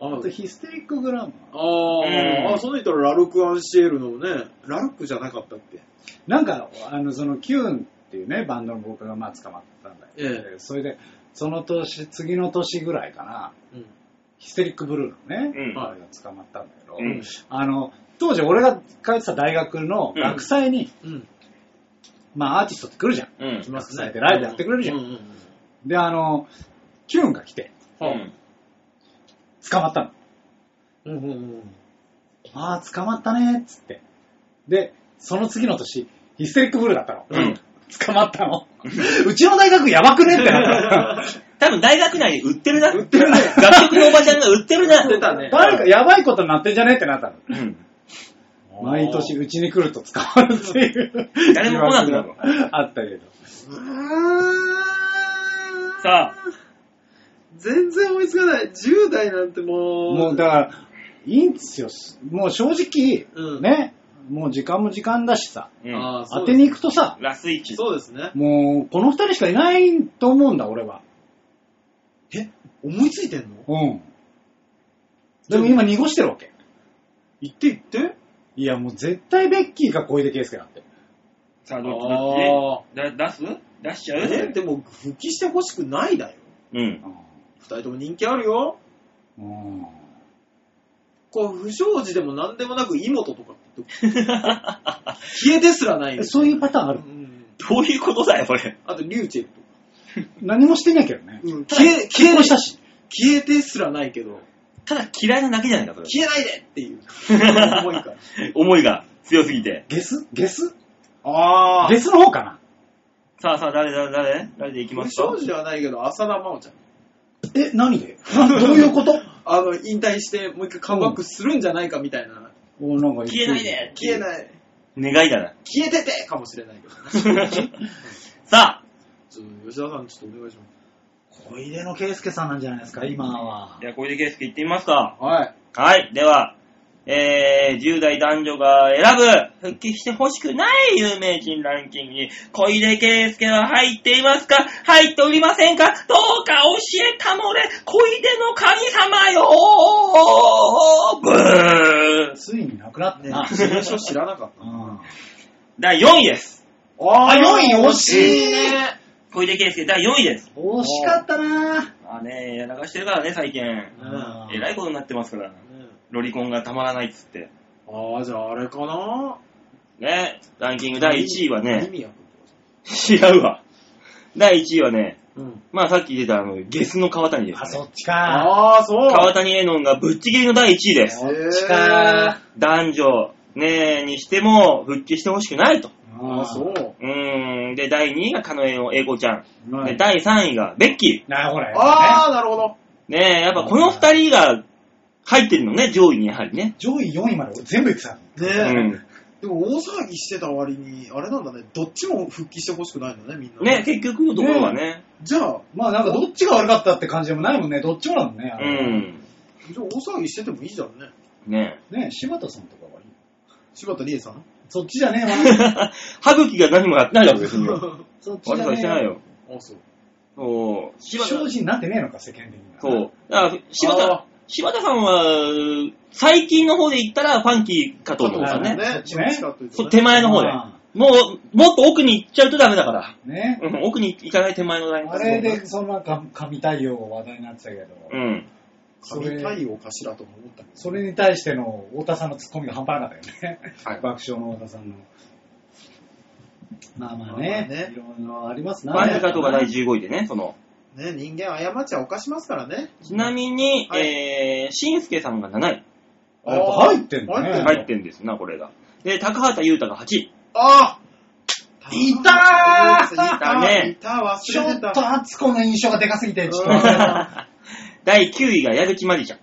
Speaker 3: あ
Speaker 1: あと、ヒステリックグラマー。
Speaker 3: あー、
Speaker 2: うん
Speaker 3: あ、その人はラルク・アンシエルのね、ラルクじゃなかったっけ
Speaker 1: なんか、あの、その、キューンっていうね、バンドのボーカルがまあ捕まったんだけど、
Speaker 3: え
Speaker 1: それで、その年、次の年ぐらいかな、
Speaker 3: うん。
Speaker 1: ヒステリックブルーの
Speaker 2: う
Speaker 1: ね、
Speaker 2: ん
Speaker 1: あれが捕まったんだけど、
Speaker 2: うん
Speaker 1: あの、当時俺が通ってた大学の学祭に、
Speaker 3: うん。
Speaker 1: まあアーティストって来るじゃん。
Speaker 2: うん。
Speaker 3: 来ます
Speaker 1: 学
Speaker 3: ね
Speaker 1: 祭。でライブやってくれるじゃん
Speaker 3: うんうんうん
Speaker 1: で、あの、キューンが来て、
Speaker 2: うん。
Speaker 1: 捕まったの。
Speaker 3: うんうんうん
Speaker 1: ああ、捕まったね、っつって。で、その次の年、ヒステリックブルーだったの。
Speaker 2: うん
Speaker 1: 捕まったの。うちの大学やばくねってなった
Speaker 2: 多分大学内に売ってるな。
Speaker 3: 売ってるね
Speaker 2: 楽曲のおばちゃんが売ってるな。
Speaker 3: 売ってたね
Speaker 1: の。誰かやばいことになってんじゃねってなったの。
Speaker 2: (laughs) うん。
Speaker 1: 毎年うちに来ると捕まるっていう。
Speaker 2: 誰も来なくなるの
Speaker 1: あったけど。
Speaker 2: さあ、
Speaker 3: さ全然追いつかない。10代なんてもう。
Speaker 1: もうだから、いいんですよ。もう正直、
Speaker 3: うん
Speaker 1: ね、もう時間も時間だしさ、
Speaker 2: うん、
Speaker 3: あー
Speaker 1: 当てに行くとさ、
Speaker 2: ラスイチ。
Speaker 3: そうですね。
Speaker 1: もうこの二人しかいないと思うんだ、俺は。
Speaker 3: え、思いついてんの
Speaker 1: うん。でも今濁してるわけ。
Speaker 3: 言って言って。
Speaker 1: いや、もう絶対ベッキーか小出圭介だって。
Speaker 2: さあ、どっちど
Speaker 3: あ
Speaker 2: っちだ出す出しちゃう
Speaker 3: ー。え、でも復帰してほしくないだよ。
Speaker 2: うん。
Speaker 3: 二人とも人気あるよ。
Speaker 1: うん。うん
Speaker 3: こう、不祥事でも何でもなく、妹とかって。消えですらない
Speaker 1: え
Speaker 3: よ。
Speaker 1: そういうパターンあ
Speaker 3: う
Speaker 1: る
Speaker 3: ん。
Speaker 2: (laughs) どういうことだよ、これ。
Speaker 3: あと、リューチェルとか。
Speaker 1: 何もしてないけどね。
Speaker 3: うん。消え、消え
Speaker 1: 結婚したし。
Speaker 3: 消えですらないけど、
Speaker 2: ただ嫌いなだけじゃないか、それ。
Speaker 3: 消えないでって (laughs) いう思いから。
Speaker 2: 思いが強すぎて。
Speaker 1: ゲスゲス
Speaker 3: あ
Speaker 1: ゲスの方かな
Speaker 2: さあさあ、誰、誰、誰誰で行きま
Speaker 3: 不
Speaker 2: すか
Speaker 3: 祥事ではないけど、浅田真央ちゃん。
Speaker 1: え、何で (laughs) どういうこと
Speaker 3: あの、引退して、もう一回カムバックするんじゃないかみたいな。
Speaker 1: おなんか
Speaker 2: 消えないで
Speaker 3: 消えない。
Speaker 2: 願いだな。
Speaker 3: 消えててかもしれないけど。 (laughs)
Speaker 2: さあ、
Speaker 3: ちょっと吉田さん、ちょっとお願いしま
Speaker 1: 小出の圭介さんなんじゃないですか、今は。
Speaker 2: じゃあ、小出圭介行ってみますか。
Speaker 3: す。はい。
Speaker 2: はい、では、えー、10代男女が選ぶ、復帰してほしくない有名人ランキングに、小出圭介は入っていますか入っておりませんかどうか教えたもれ、小出の神様よーブー
Speaker 1: ついになくなった
Speaker 3: ね
Speaker 1: な。、
Speaker 3: 事務所知らなかった。
Speaker 1: うん
Speaker 2: 第4位です。
Speaker 3: あ
Speaker 1: ー四位惜しい
Speaker 3: ね。
Speaker 2: 小出圭介第4位です。
Speaker 1: 惜しかったな
Speaker 2: まあね、やらかしてるからね、最近。
Speaker 3: あ
Speaker 2: えらいことになってますから。
Speaker 3: ね
Speaker 2: ロリコンがたまらないっつって。
Speaker 3: あー、じゃああれかな
Speaker 2: ね、ランキング第1位は
Speaker 3: 意
Speaker 2: ね、
Speaker 3: 味やく
Speaker 2: 違うわ。第1位はね、
Speaker 3: うん。
Speaker 2: まあさっき出たあの、ゲスの川谷です、ね。
Speaker 1: あ、そっちか。
Speaker 3: ああ、そう。
Speaker 2: 川谷絵音がぶっちぎりの第1位で
Speaker 3: へ
Speaker 2: す。
Speaker 1: そっ
Speaker 3: ー
Speaker 1: ちか。
Speaker 2: 男女、ねえ、にしても復帰してほしくないと。
Speaker 3: ああ、そう。
Speaker 2: うーん。で、第2位が狩野英孝英子ちゃん。
Speaker 1: うん。
Speaker 2: で、第3位がベッキ
Speaker 1: なあ、ほら。やっぱ
Speaker 3: ああ、なるほど。
Speaker 2: ー。ねえ、やっぱこの2人が入ってるのね、上位にやはりね。
Speaker 1: りね上位4位まで全部いってたの。
Speaker 2: う
Speaker 3: ね
Speaker 2: ん。
Speaker 3: え。でも大騒ぎしてた割に、あれなんだね、どっちも復帰してほしくないんだね、みんな。
Speaker 2: ね、。結局のところはね。
Speaker 3: じゃあ、
Speaker 1: まあなんかどっちが悪かったって感じでもないもんね。どっちもだもんね。あ
Speaker 2: う
Speaker 1: れ
Speaker 2: ん。
Speaker 3: じゃあ大騒ぎしててもいいじゃんね。
Speaker 2: ね
Speaker 1: ね柴田さんとかはいい。
Speaker 3: 柴田理恵さん
Speaker 1: そっちじゃねえ
Speaker 2: (laughs)
Speaker 1: わ。
Speaker 2: 歯茎が何もやってないだろ、別に。
Speaker 3: (laughs)
Speaker 2: 悪
Speaker 1: そっち
Speaker 2: い
Speaker 1: じゃ
Speaker 2: こと
Speaker 1: ね
Speaker 2: して
Speaker 1: え
Speaker 2: ないよ。
Speaker 3: あ、そう。
Speaker 2: そう。柴田
Speaker 1: 正直になってねえのか、世間的には。
Speaker 2: そう。だから、柴
Speaker 3: あ
Speaker 2: 田、柴田さんは、最近の方で言ったらファンキーかと思うんですよ
Speaker 1: そうだ
Speaker 2: ね。
Speaker 1: そっちね
Speaker 3: どっちかというと
Speaker 2: そう、
Speaker 3: ね
Speaker 2: 手前の方で。
Speaker 1: あ
Speaker 2: もう、もっと奥に行っちゃうとダメだから。
Speaker 1: あね。
Speaker 2: うん、奥に行かない手前のライン
Speaker 1: あれで、そんなか神対応が話題になってたけど、
Speaker 2: うん。
Speaker 1: そ
Speaker 3: 神
Speaker 1: れ、
Speaker 3: 対応かしらとも思ったけど。
Speaker 1: それに対しての太田さんのツッコミが半端なかったよね。
Speaker 2: はい
Speaker 1: 爆笑の太田さんの。まあま
Speaker 3: まあま
Speaker 1: あね、
Speaker 3: あね
Speaker 1: いろいろあります
Speaker 2: フ
Speaker 1: な。
Speaker 2: ァンキーかとが第15位でね、その。
Speaker 3: ね、人間過ちは犯しますからね。
Speaker 2: ちなみに、
Speaker 3: はい
Speaker 2: えー、しんすけさんが7位。
Speaker 1: あやっぱ入ってんだ
Speaker 3: 入
Speaker 1: ね
Speaker 3: ってんだ
Speaker 2: 入ってんですな、これが。で、高畑優太が8位。
Speaker 1: (laughs)
Speaker 3: あ
Speaker 1: いた
Speaker 3: ー
Speaker 1: ー
Speaker 2: いたね
Speaker 3: いた、
Speaker 1: ち
Speaker 3: 忘
Speaker 1: ょ
Speaker 3: れ
Speaker 1: って
Speaker 3: た。
Speaker 1: と厚子の印象がでかすぎて、ちょっと忘れてた。
Speaker 2: 第9位が矢口まりちゃん。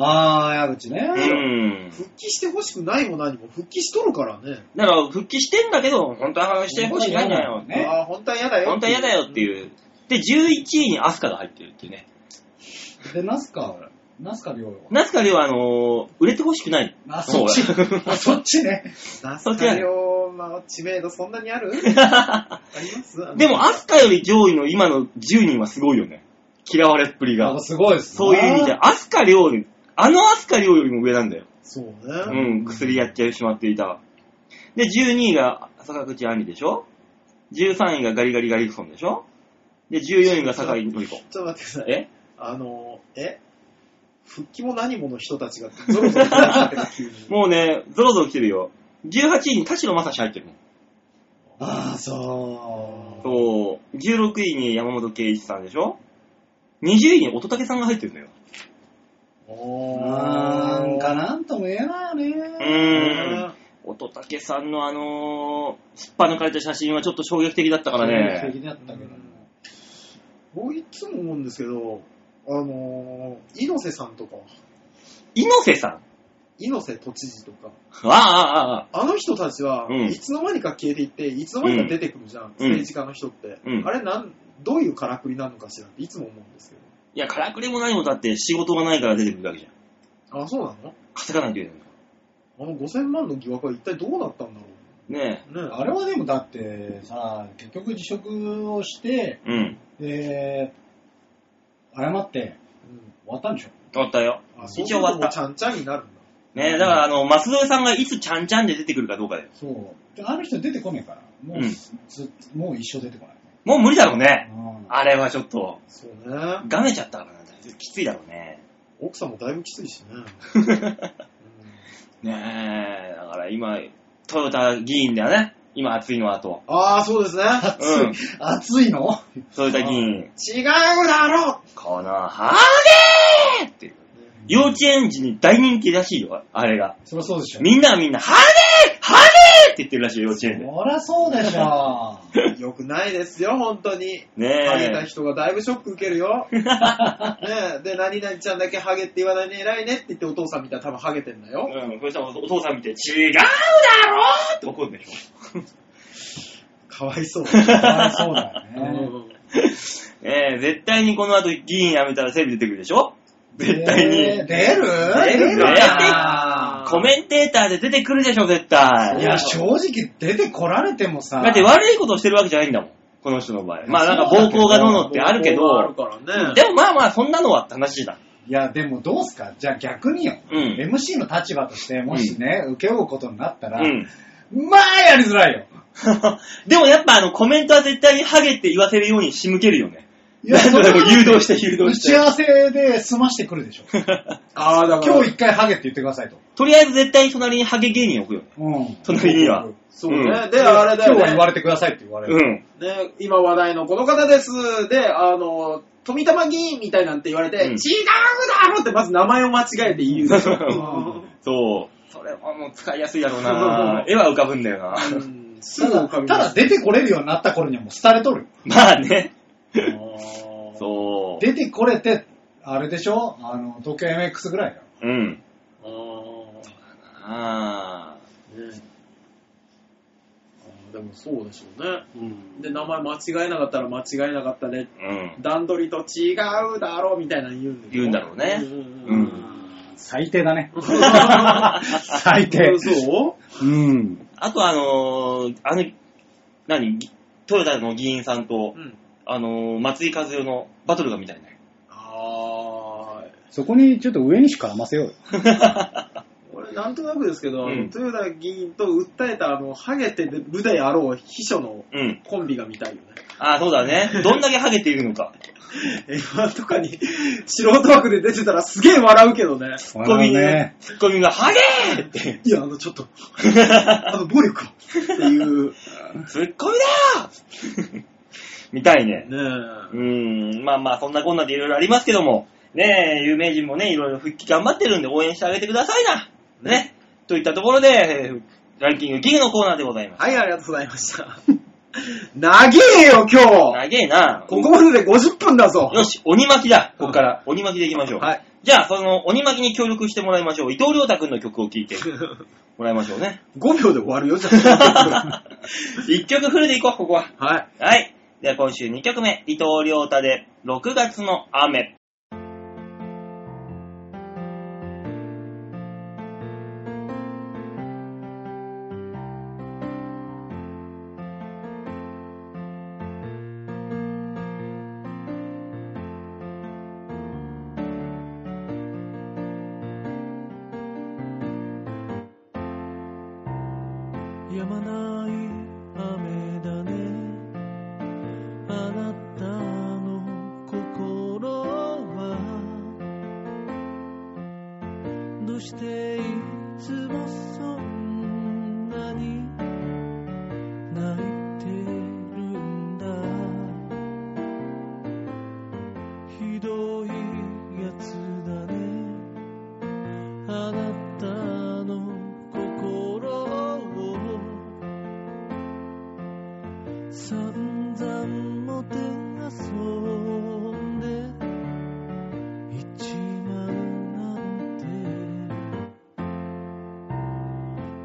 Speaker 1: あー、矢口
Speaker 2: う
Speaker 1: ね。
Speaker 2: ん。
Speaker 3: 復帰してほしくないも何も復帰しとるからね。
Speaker 2: だから、復帰してんだけど、本当はしてほしくないんじゃないの
Speaker 1: ね
Speaker 3: ああ、本当は嫌だよ。
Speaker 2: 本当は嫌だよって
Speaker 3: う。
Speaker 2: いう。で、11位にアスカが入ってるっていうね。
Speaker 1: で、ナスカ、ナスカ両方。
Speaker 2: ナスカでは、あのー売れてほしくない。
Speaker 1: あ、そっち
Speaker 2: そうだ。
Speaker 1: あ、そっちね。
Speaker 3: ナスカよ、まあ、知名度そんな
Speaker 2: (laughs)
Speaker 3: にあるあります
Speaker 2: でも、アスカより上位の今の10人はすごいよね。嫌われっぷり
Speaker 1: な
Speaker 2: が
Speaker 1: んか。すごいですね。
Speaker 2: そういう意味で、アスカ料理、あのアスカ料理よりも上なんだよ。
Speaker 3: そうね。
Speaker 2: うん、薬やってしまっていた。で、12位が坂口杏里でしょ ?13 位がガリガリガリクソンでしょで、14位が坂井のり子。
Speaker 3: ちょっと待ってください。
Speaker 2: え
Speaker 3: あの、え復帰も何もの人たちがゾロゾロ来なってた急に
Speaker 2: (laughs) もうね、ゾロゾロ来てるよ。18位に田代正史入ってるもん。
Speaker 1: ああ、そう。
Speaker 2: そう、16位に山本圭一さんでしょ ?20 位に乙武さんが入ってるんだよ。
Speaker 3: おー
Speaker 1: なんかなんとも言えないよ
Speaker 2: う
Speaker 1: ね。
Speaker 2: ーん。乙武さんのあのー、すっぱ抜かれた写真はちょっと衝撃的だったから
Speaker 1: 衝撃
Speaker 2: ね。
Speaker 1: 的だったけど。
Speaker 3: 僕いつも思うんですけど、あのー、猪瀬さんとか、
Speaker 2: 猪瀬さん。
Speaker 3: 猪瀬都知事とか、
Speaker 2: ああ、ああ、ああ。
Speaker 3: あの人たちは、
Speaker 2: うん
Speaker 3: いつの間にか消えていって、いつの間にか出てくるじゃん、政治家の人って。
Speaker 2: うん
Speaker 3: あれなん、どういうからくりなのかしらっていつも思うんですけ
Speaker 2: いや、からくりも何もだって仕事がないから出てくるだけじゃん。
Speaker 3: ど。あ、そうなの
Speaker 2: 稼がないといけないか
Speaker 3: あの5000万の疑惑は一体どうなったんだろ
Speaker 2: ら。ね
Speaker 3: う。ね
Speaker 1: あれはでもだってさ、結局辞職をして、
Speaker 2: え。うん。
Speaker 1: で、謝っ
Speaker 3: う
Speaker 1: て終わったんでしょ。
Speaker 2: 終わったよ。
Speaker 3: ん、あ、そう
Speaker 2: 一
Speaker 3: す
Speaker 2: 応終
Speaker 3: る
Speaker 2: わ
Speaker 3: と
Speaker 2: っ
Speaker 3: もう
Speaker 2: た
Speaker 3: ち。ゃんちゃんになるんだ。
Speaker 2: ねえ、だからあの、舛添さんがいつちゃんちゃんで出てくるかどうかだよ。
Speaker 1: そう。で、あの人出てこねえから、もう、
Speaker 2: うん
Speaker 1: ずもう一生出てこない。
Speaker 2: もう無理だろうね。
Speaker 1: うん
Speaker 2: あれはちょっと、
Speaker 3: そうね。
Speaker 2: がめちゃったからね。きついだろうね。
Speaker 3: 奥さんもだいぶきつ
Speaker 2: (laughs)
Speaker 3: いしね。うん
Speaker 2: ねえ、だから今、トヨタ議員だよね。今熱いのはと。
Speaker 3: ああ、そ
Speaker 2: (laughs)
Speaker 3: うですね。
Speaker 2: うん。
Speaker 1: 熱
Speaker 2: (laughs)
Speaker 1: いの
Speaker 2: トヨタ議員、
Speaker 3: 違うだろ
Speaker 2: このハーゲーっていう。
Speaker 3: う、
Speaker 2: 幼稚園児に大人気らしいよ、あれが。
Speaker 1: そりゃそうでしょ。
Speaker 2: みんながみんな、ハーゲーハーゲーって言ってるらしいよ、幼稚園で。
Speaker 1: そりゃそうでしょ。
Speaker 3: よくないですよ、本当に。ハゲ
Speaker 2: ね
Speaker 3: た
Speaker 2: え。
Speaker 3: 人がだいぶショック受けるよ。
Speaker 2: (laughs)
Speaker 3: ねえで、何々ちゃんだけハゲって言わないね、偉いねって言ってお父さんみたいな多分ハゲてんだよ。
Speaker 2: うん、そしたらお父さん見て、違うだろうって怒るんでしょ。 (laughs)
Speaker 3: かわいそう。
Speaker 1: そりゃそうだ
Speaker 3: う
Speaker 1: よね。
Speaker 3: ん
Speaker 2: ええ絶対にこの後議員辞めたらセレビ出てくるでしょ絶対に。
Speaker 1: えー出る
Speaker 2: 出る
Speaker 1: か
Speaker 3: な
Speaker 2: コメンテーターで出てくるでしょ、絶対。
Speaker 1: いや、正直出てこられてもさ。
Speaker 2: だって悪いことをしてるわけじゃないんだもん。この人の場合。まあなんか
Speaker 1: そうだ
Speaker 2: 暴
Speaker 1: けど
Speaker 2: 行がどうのってあるけ
Speaker 3: ある
Speaker 2: ど、
Speaker 3: からね。
Speaker 2: でもまあまあそんなのはって話だ。
Speaker 1: いや、でもどうすかじゃあ逆によ。
Speaker 2: うん
Speaker 1: MC の立場として、もしね、受け負うことになったら、
Speaker 2: うん。
Speaker 1: まあやりづらいよ。
Speaker 2: (laughs) でもやっぱあのコメントは絶対にハゲって言わせるように仕向けるよね。
Speaker 1: いや
Speaker 2: なんとなく誘導して誘
Speaker 1: 打
Speaker 2: 導し
Speaker 1: ち合
Speaker 2: て。
Speaker 1: わせで済ましてく
Speaker 2: (laughs)
Speaker 1: るでしょ。
Speaker 3: ああ、だから。
Speaker 1: 今日一回ハゲって言ってくださいと。
Speaker 2: とりあえず絶対に隣にハゲ芸人置くよね。
Speaker 1: うん。
Speaker 2: 隣には。
Speaker 3: そうね。
Speaker 2: う
Speaker 3: で、あれだ
Speaker 1: 今日は
Speaker 3: よ
Speaker 1: 言わ
Speaker 3: ね。
Speaker 1: れてくださいって言われる。
Speaker 2: うん。
Speaker 3: ね今話題のこの方です。で、あの、富玉議員みたいなんて言われて、
Speaker 2: うん
Speaker 3: 違うだろってまず名前を間違えて言うでしょ。
Speaker 1: うん
Speaker 2: そう。それはもう使いやすいだろう (laughs) な絵は浮かぶんだよな。
Speaker 3: うんす
Speaker 1: た
Speaker 3: ぐ
Speaker 1: だ、
Speaker 3: 浮か
Speaker 1: た
Speaker 3: びます
Speaker 1: だ出てこれるようになった頃にはもう廃れとる。
Speaker 2: まあね。
Speaker 3: そ
Speaker 2: そ
Speaker 1: 出てこれて、あれでしょあの、東京 MX ぐらいだよ。
Speaker 2: う。うん。
Speaker 3: う。
Speaker 2: ああ。
Speaker 3: ねあーでもそうでしょうね。で、名前間違えなかったら間違えなかったね。
Speaker 2: うん。
Speaker 3: 段取りと違うだろうみたいなの言うんだけど
Speaker 2: 言うんだろうね
Speaker 3: うんうん
Speaker 2: う
Speaker 3: うんん。
Speaker 1: 最低だ (laughs) ね。最低。
Speaker 3: そう
Speaker 1: うん。
Speaker 2: あとあのー、あの、何トヨタの議員さんと、
Speaker 3: うん
Speaker 2: あのー、松井和代のバトルがみたいな。
Speaker 3: あー、
Speaker 1: そこにちょっと上にしか合わせようよ。
Speaker 3: 俺なんとなくですけど、
Speaker 2: うん
Speaker 3: 豊田議員と訴えたあの、ハゲて舞台あろう秘書の
Speaker 2: うん。
Speaker 3: コンビが見たいよね。 (laughs)
Speaker 2: ああ、そうだね。どんだけハゲているのか。
Speaker 3: F1 とかに素人枠で出てたらすげえ笑うけどね。
Speaker 1: ツッ
Speaker 2: コミね。ツッコミがハゲーって。
Speaker 3: いや、あの、ちょっと、 (laughs) あの、暴力かっていう。ね
Speaker 2: ツッコミだ (laughs) ーみたいね。う
Speaker 3: え。
Speaker 2: ーん。まあまあ、そんなこんなでいろいろありますけども。ねえ、有名人もね、いろいろ復帰頑張ってるんで応援してあげてくださいな。ね。といったところで、えーランキングギグのコーナーでございます。
Speaker 3: はい、ありがとうございました。長えよ、今日
Speaker 2: 長えな
Speaker 3: ここまでで50分だぞ
Speaker 2: よし、鬼巻きだ。ここから、鬼巻きでいきましょう。
Speaker 3: はい。
Speaker 2: じゃあ、その鬼巻きに協力してもらいましょう。伊藤亮太くんの曲を聴いてもらいましょう (laughs) ね。
Speaker 3: 5秒で終わるよ、じゃあ。
Speaker 2: 一曲フルでいこう、ここは。
Speaker 3: はい。
Speaker 2: はい。では今週2曲目、伊藤亮太で6月の雨。
Speaker 4: 止まない雨だねあなたの心はどうしていつもそんなに泣いてるんだひどいやつだねあなたの心を散々もてあそんで一番なんて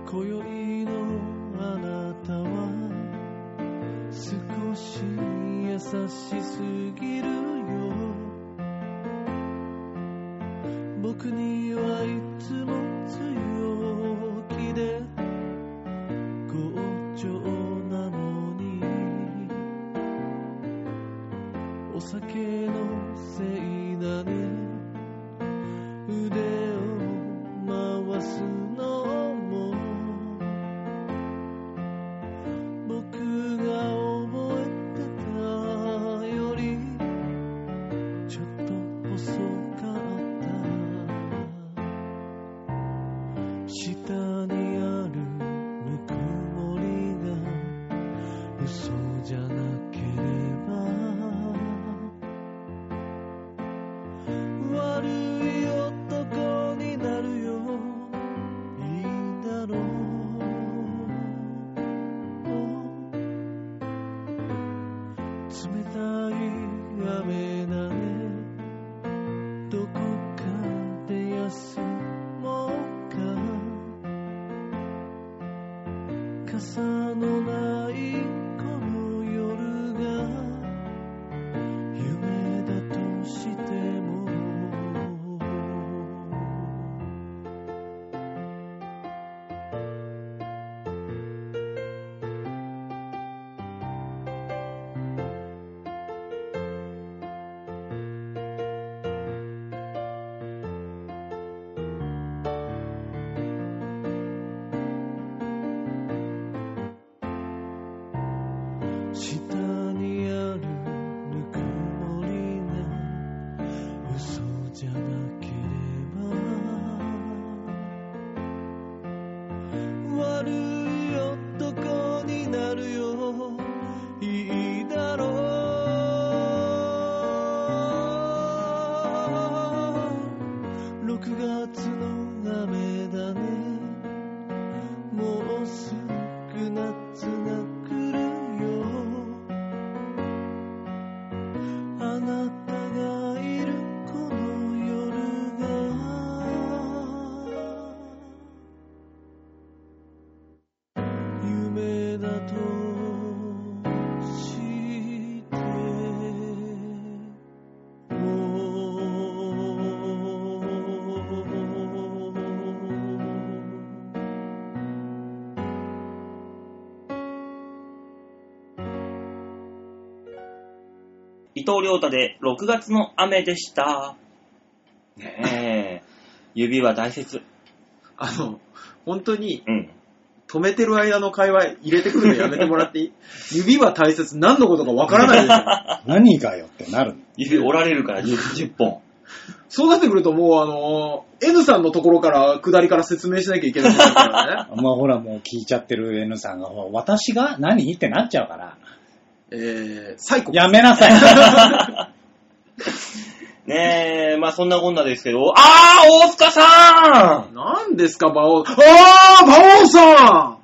Speaker 4: 今宵のあなたは少し優しすぎるよ僕にはいつも強気で強情なのにお酒のせいだね腕を回すのも僕が覚えてたよりちょっと遅かった下にあるぬくもりが嘘じゃなければ悪い男になるよいいだろう冷たい雨だねどこかで休もうか傘のないこの夜が夢だとしても下にあるぬくもりが嘘じゃなければ悪い男になるよいいだろう6月の雨だねもうすぐ夏が来るよあなたがいるこの夜が夢だとしても
Speaker 2: 伊藤良太で6月の雨でした。ねえ。指は大切。
Speaker 3: あの、本当に、
Speaker 2: うん。
Speaker 3: 止めてる間の会話入れてくるのやめてもらっていい指は大切、何のことかわからない
Speaker 1: 何がよってなる
Speaker 2: 指折られ (laughs) るから 10, 10本。
Speaker 3: でしょ。そうなってくるともうあの、N さんのところから、下りから説明しなきゃいけないからね。
Speaker 1: まあほらもう聞いちゃってる N さんが、ほら私が何ってなっちゃうから。
Speaker 3: えー、サイコ
Speaker 1: やめなさ (laughs) い。
Speaker 2: ねえ、まあそんなこんなですけど、あー、大塚さん
Speaker 3: 何ですか、馬王。あー、馬王さ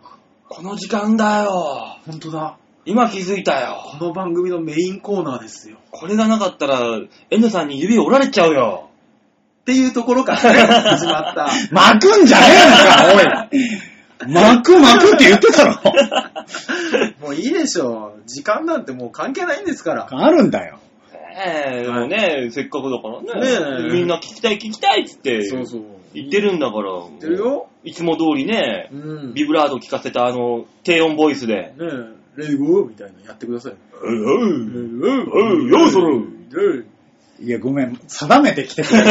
Speaker 2: この時間だよ。
Speaker 3: ん本当だ。
Speaker 2: 今気づいた
Speaker 3: こ
Speaker 2: よ。
Speaker 3: の番組のメインコーナーですよ。
Speaker 2: これがなかったら、N さんに指折られちゃうよ。
Speaker 3: っていうところからね、始まった。
Speaker 1: 巻くんじゃねえのか、おい。巻く巻くって言ってたろ。
Speaker 3: もういいでしょう。時間なんてもう関係ないんですから。
Speaker 1: あるんだよ。
Speaker 2: ねえ、でもねせっかくだからね。
Speaker 3: ねえ
Speaker 2: みんな聞きたい聞きたいっつって。
Speaker 3: そうそう。
Speaker 2: 言ってるんだから。
Speaker 3: 言ってるよ。
Speaker 2: いつも通りね
Speaker 3: う、ん。ね
Speaker 2: ビブラート聞かせたあの、低音ボイスで。
Speaker 3: え、レイゴーみたいなのやってください。
Speaker 2: うんうん
Speaker 3: う
Speaker 2: うんようそろ
Speaker 1: いや、ごめん。定めてきてくれ。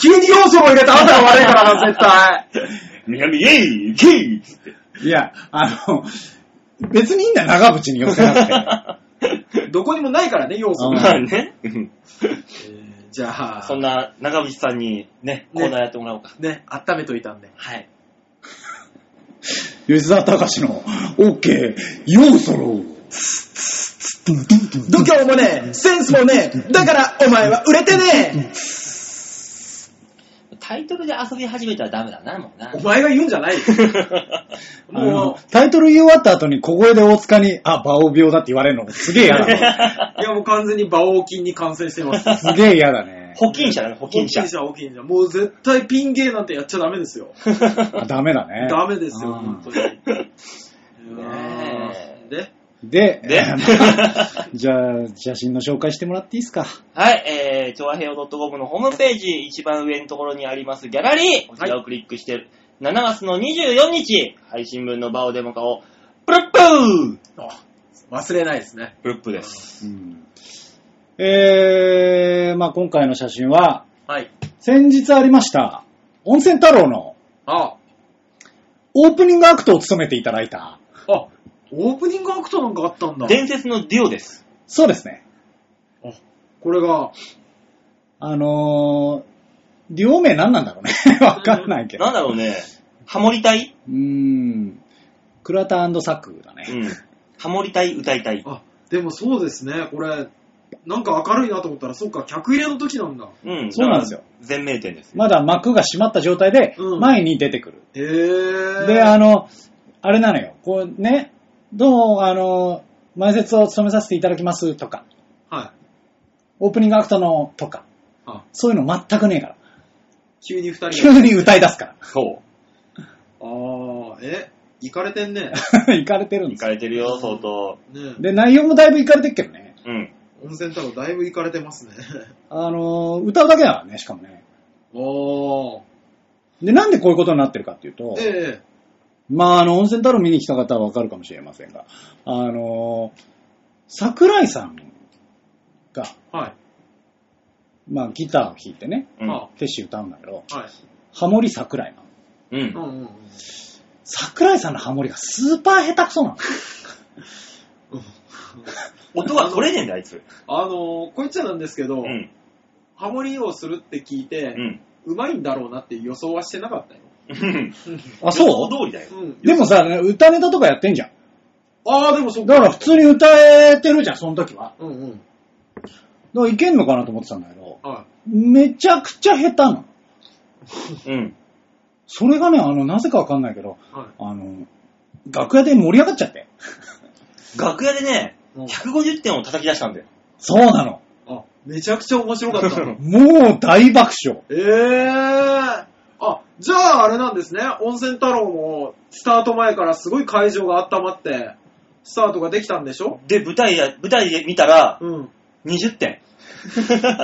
Speaker 3: 急に要素を入れたあんたが悪いからな、絶対。
Speaker 2: 南へ行けつって。
Speaker 1: いや、あの、別にいいんだよ、長渕に寄せなくて。
Speaker 3: どこにもないからね、要素
Speaker 1: うん
Speaker 3: が。
Speaker 2: まあね。
Speaker 3: えーじゃあ、
Speaker 2: そんな長渕さんにね、コーナーやってもらおうか。
Speaker 3: ね、温めといたんで。
Speaker 2: はい。
Speaker 1: 吉沢隆の OK、ようそろ。
Speaker 3: 度胸もねえ、センスもねえ、だからお前は売れてねえ。
Speaker 2: タイトルで遊び始めたらダメだな、もうな
Speaker 3: お。前が言うんじゃないよ。
Speaker 1: あの
Speaker 3: も
Speaker 1: タイトル言い終わった後に小声で大塚に、あ、馬王病だって言われるのもすげえ嫌だ。
Speaker 3: う、いやもう完全に馬王筋に感染してます。
Speaker 1: すげえ嫌だね。
Speaker 2: (laughs) 保菌者だね、保
Speaker 3: 大
Speaker 2: 菌
Speaker 3: き
Speaker 2: 者
Speaker 3: い。じゃん、大きいじゃん。もう絶対ピン芸なんてやっちゃダメですよ。
Speaker 1: あダメだ (laughs) ね。
Speaker 3: ダメですよ、
Speaker 1: うん
Speaker 3: 本
Speaker 1: (laughs)
Speaker 3: 当に。うわ
Speaker 2: ね
Speaker 3: ーで、
Speaker 1: で、
Speaker 2: で
Speaker 1: (laughs) じゃあ、写真の紹介してもらっていいですか。
Speaker 2: はい、えー、調和平和 .com のホームページ、一番上のところにありますギャラリー、こちらをクリックして、7月の24日、配信分のバオデモ化を、プルップー
Speaker 3: あ忘れないですね。
Speaker 2: プルップです。
Speaker 1: うんえー、まあ今回の写真は、
Speaker 3: はい。
Speaker 1: 先日ありました、温泉太郎の
Speaker 3: あ、
Speaker 1: オープニングアクトを務めていただいた、
Speaker 3: あ、オープニングアクトなんかあったんだ。
Speaker 2: 伝説のデュオです。
Speaker 1: そうですね。
Speaker 3: これが、
Speaker 1: あのー、両名何なんだろうね。 (laughs) わかんないけど。
Speaker 2: なんだろうね、ハモりたいう
Speaker 1: ーん。倉田サクだ
Speaker 2: う
Speaker 1: ね。
Speaker 2: ん。ハモりたい、歌いたい。
Speaker 3: あ、でもそうですね、これ、なんか明るいなと思ったら、そっか、客入れの時なんだ。
Speaker 2: うん、
Speaker 1: そうなんですよ。
Speaker 2: 全名店です。
Speaker 1: まだ幕が閉まった状態で
Speaker 3: うん、
Speaker 1: 前に出てくる。
Speaker 3: へぇー。
Speaker 1: で、あの、あれなのよ。こうね、どうも、あの、前説を務めさせていただきますとか、
Speaker 3: は
Speaker 1: オープニングアクトのとか
Speaker 3: あ、
Speaker 1: そういうの全くねえから。
Speaker 3: い。急に二人が。
Speaker 1: 急に歌い出すか
Speaker 2: そ
Speaker 3: あー、え、行かれてんね。
Speaker 1: ら。行かれてるん
Speaker 2: う。
Speaker 1: で
Speaker 2: 行
Speaker 1: す
Speaker 2: か
Speaker 1: よ。
Speaker 2: れてるよ、相当。
Speaker 3: ね
Speaker 1: (laughs) で、内容もだいぶ行かれてるけどね。
Speaker 2: うん。
Speaker 3: 温泉太郎だいぶ行かれて
Speaker 1: (laughs)
Speaker 3: ますね。
Speaker 1: あの、歌うだけだからね、しかもね。
Speaker 3: おー。
Speaker 1: で、なんでこういうことになってるかっていうと、
Speaker 3: ええ
Speaker 1: まあ、あの、温泉太郎見に来た方はわかるかもしれませんが、あの、桜井さんが、
Speaker 3: はい。
Speaker 1: まあ、ギターを弾いてね、
Speaker 2: うん。
Speaker 3: あ
Speaker 1: テッシー歌うんだけど、
Speaker 3: はい。
Speaker 1: ハモリ桜井なの。
Speaker 2: う
Speaker 3: うん
Speaker 2: ん。
Speaker 3: うんうん。
Speaker 1: 桜井さんのハモリがスーパー下手くそなの。
Speaker 2: 音が取れねえんだ、あいつ。
Speaker 3: あのー、こいつらなんですけど、
Speaker 2: うん。
Speaker 3: ハモリをするって聞いて、
Speaker 2: うん。
Speaker 3: うまいんだろうなっていう予想はしてなかったよ。
Speaker 2: (laughs)
Speaker 1: あ、そう
Speaker 2: 通りだよ。
Speaker 3: うん。
Speaker 1: でもさ、歌ネタとかやってんじゃん。
Speaker 3: ああ、でもそっ
Speaker 1: だから普通に歌えてるじゃん、その時は。
Speaker 3: うんうん。
Speaker 1: だからいけんのかなと思ってたんだけど、
Speaker 3: は
Speaker 1: めちゃくちゃ下手なの。
Speaker 2: うん。
Speaker 1: それがね、あの、なぜかわかんないけど、
Speaker 3: い。は
Speaker 1: あの、楽屋で盛り上がっちゃって。
Speaker 2: 楽屋でね、
Speaker 3: い。うん
Speaker 2: 150点を叩き出したんだよ。
Speaker 1: そうなの。
Speaker 3: あ、めちゃくちゃ面白か
Speaker 1: (laughs)
Speaker 3: った。
Speaker 1: もう大爆笑。
Speaker 3: ええー。あ、じゃああれなんですね。温泉太郎もスタート前からすごい会場が温まって、スタートができたんでしょ
Speaker 2: で、舞台や、舞台で見たら、
Speaker 3: うん。
Speaker 2: 20点。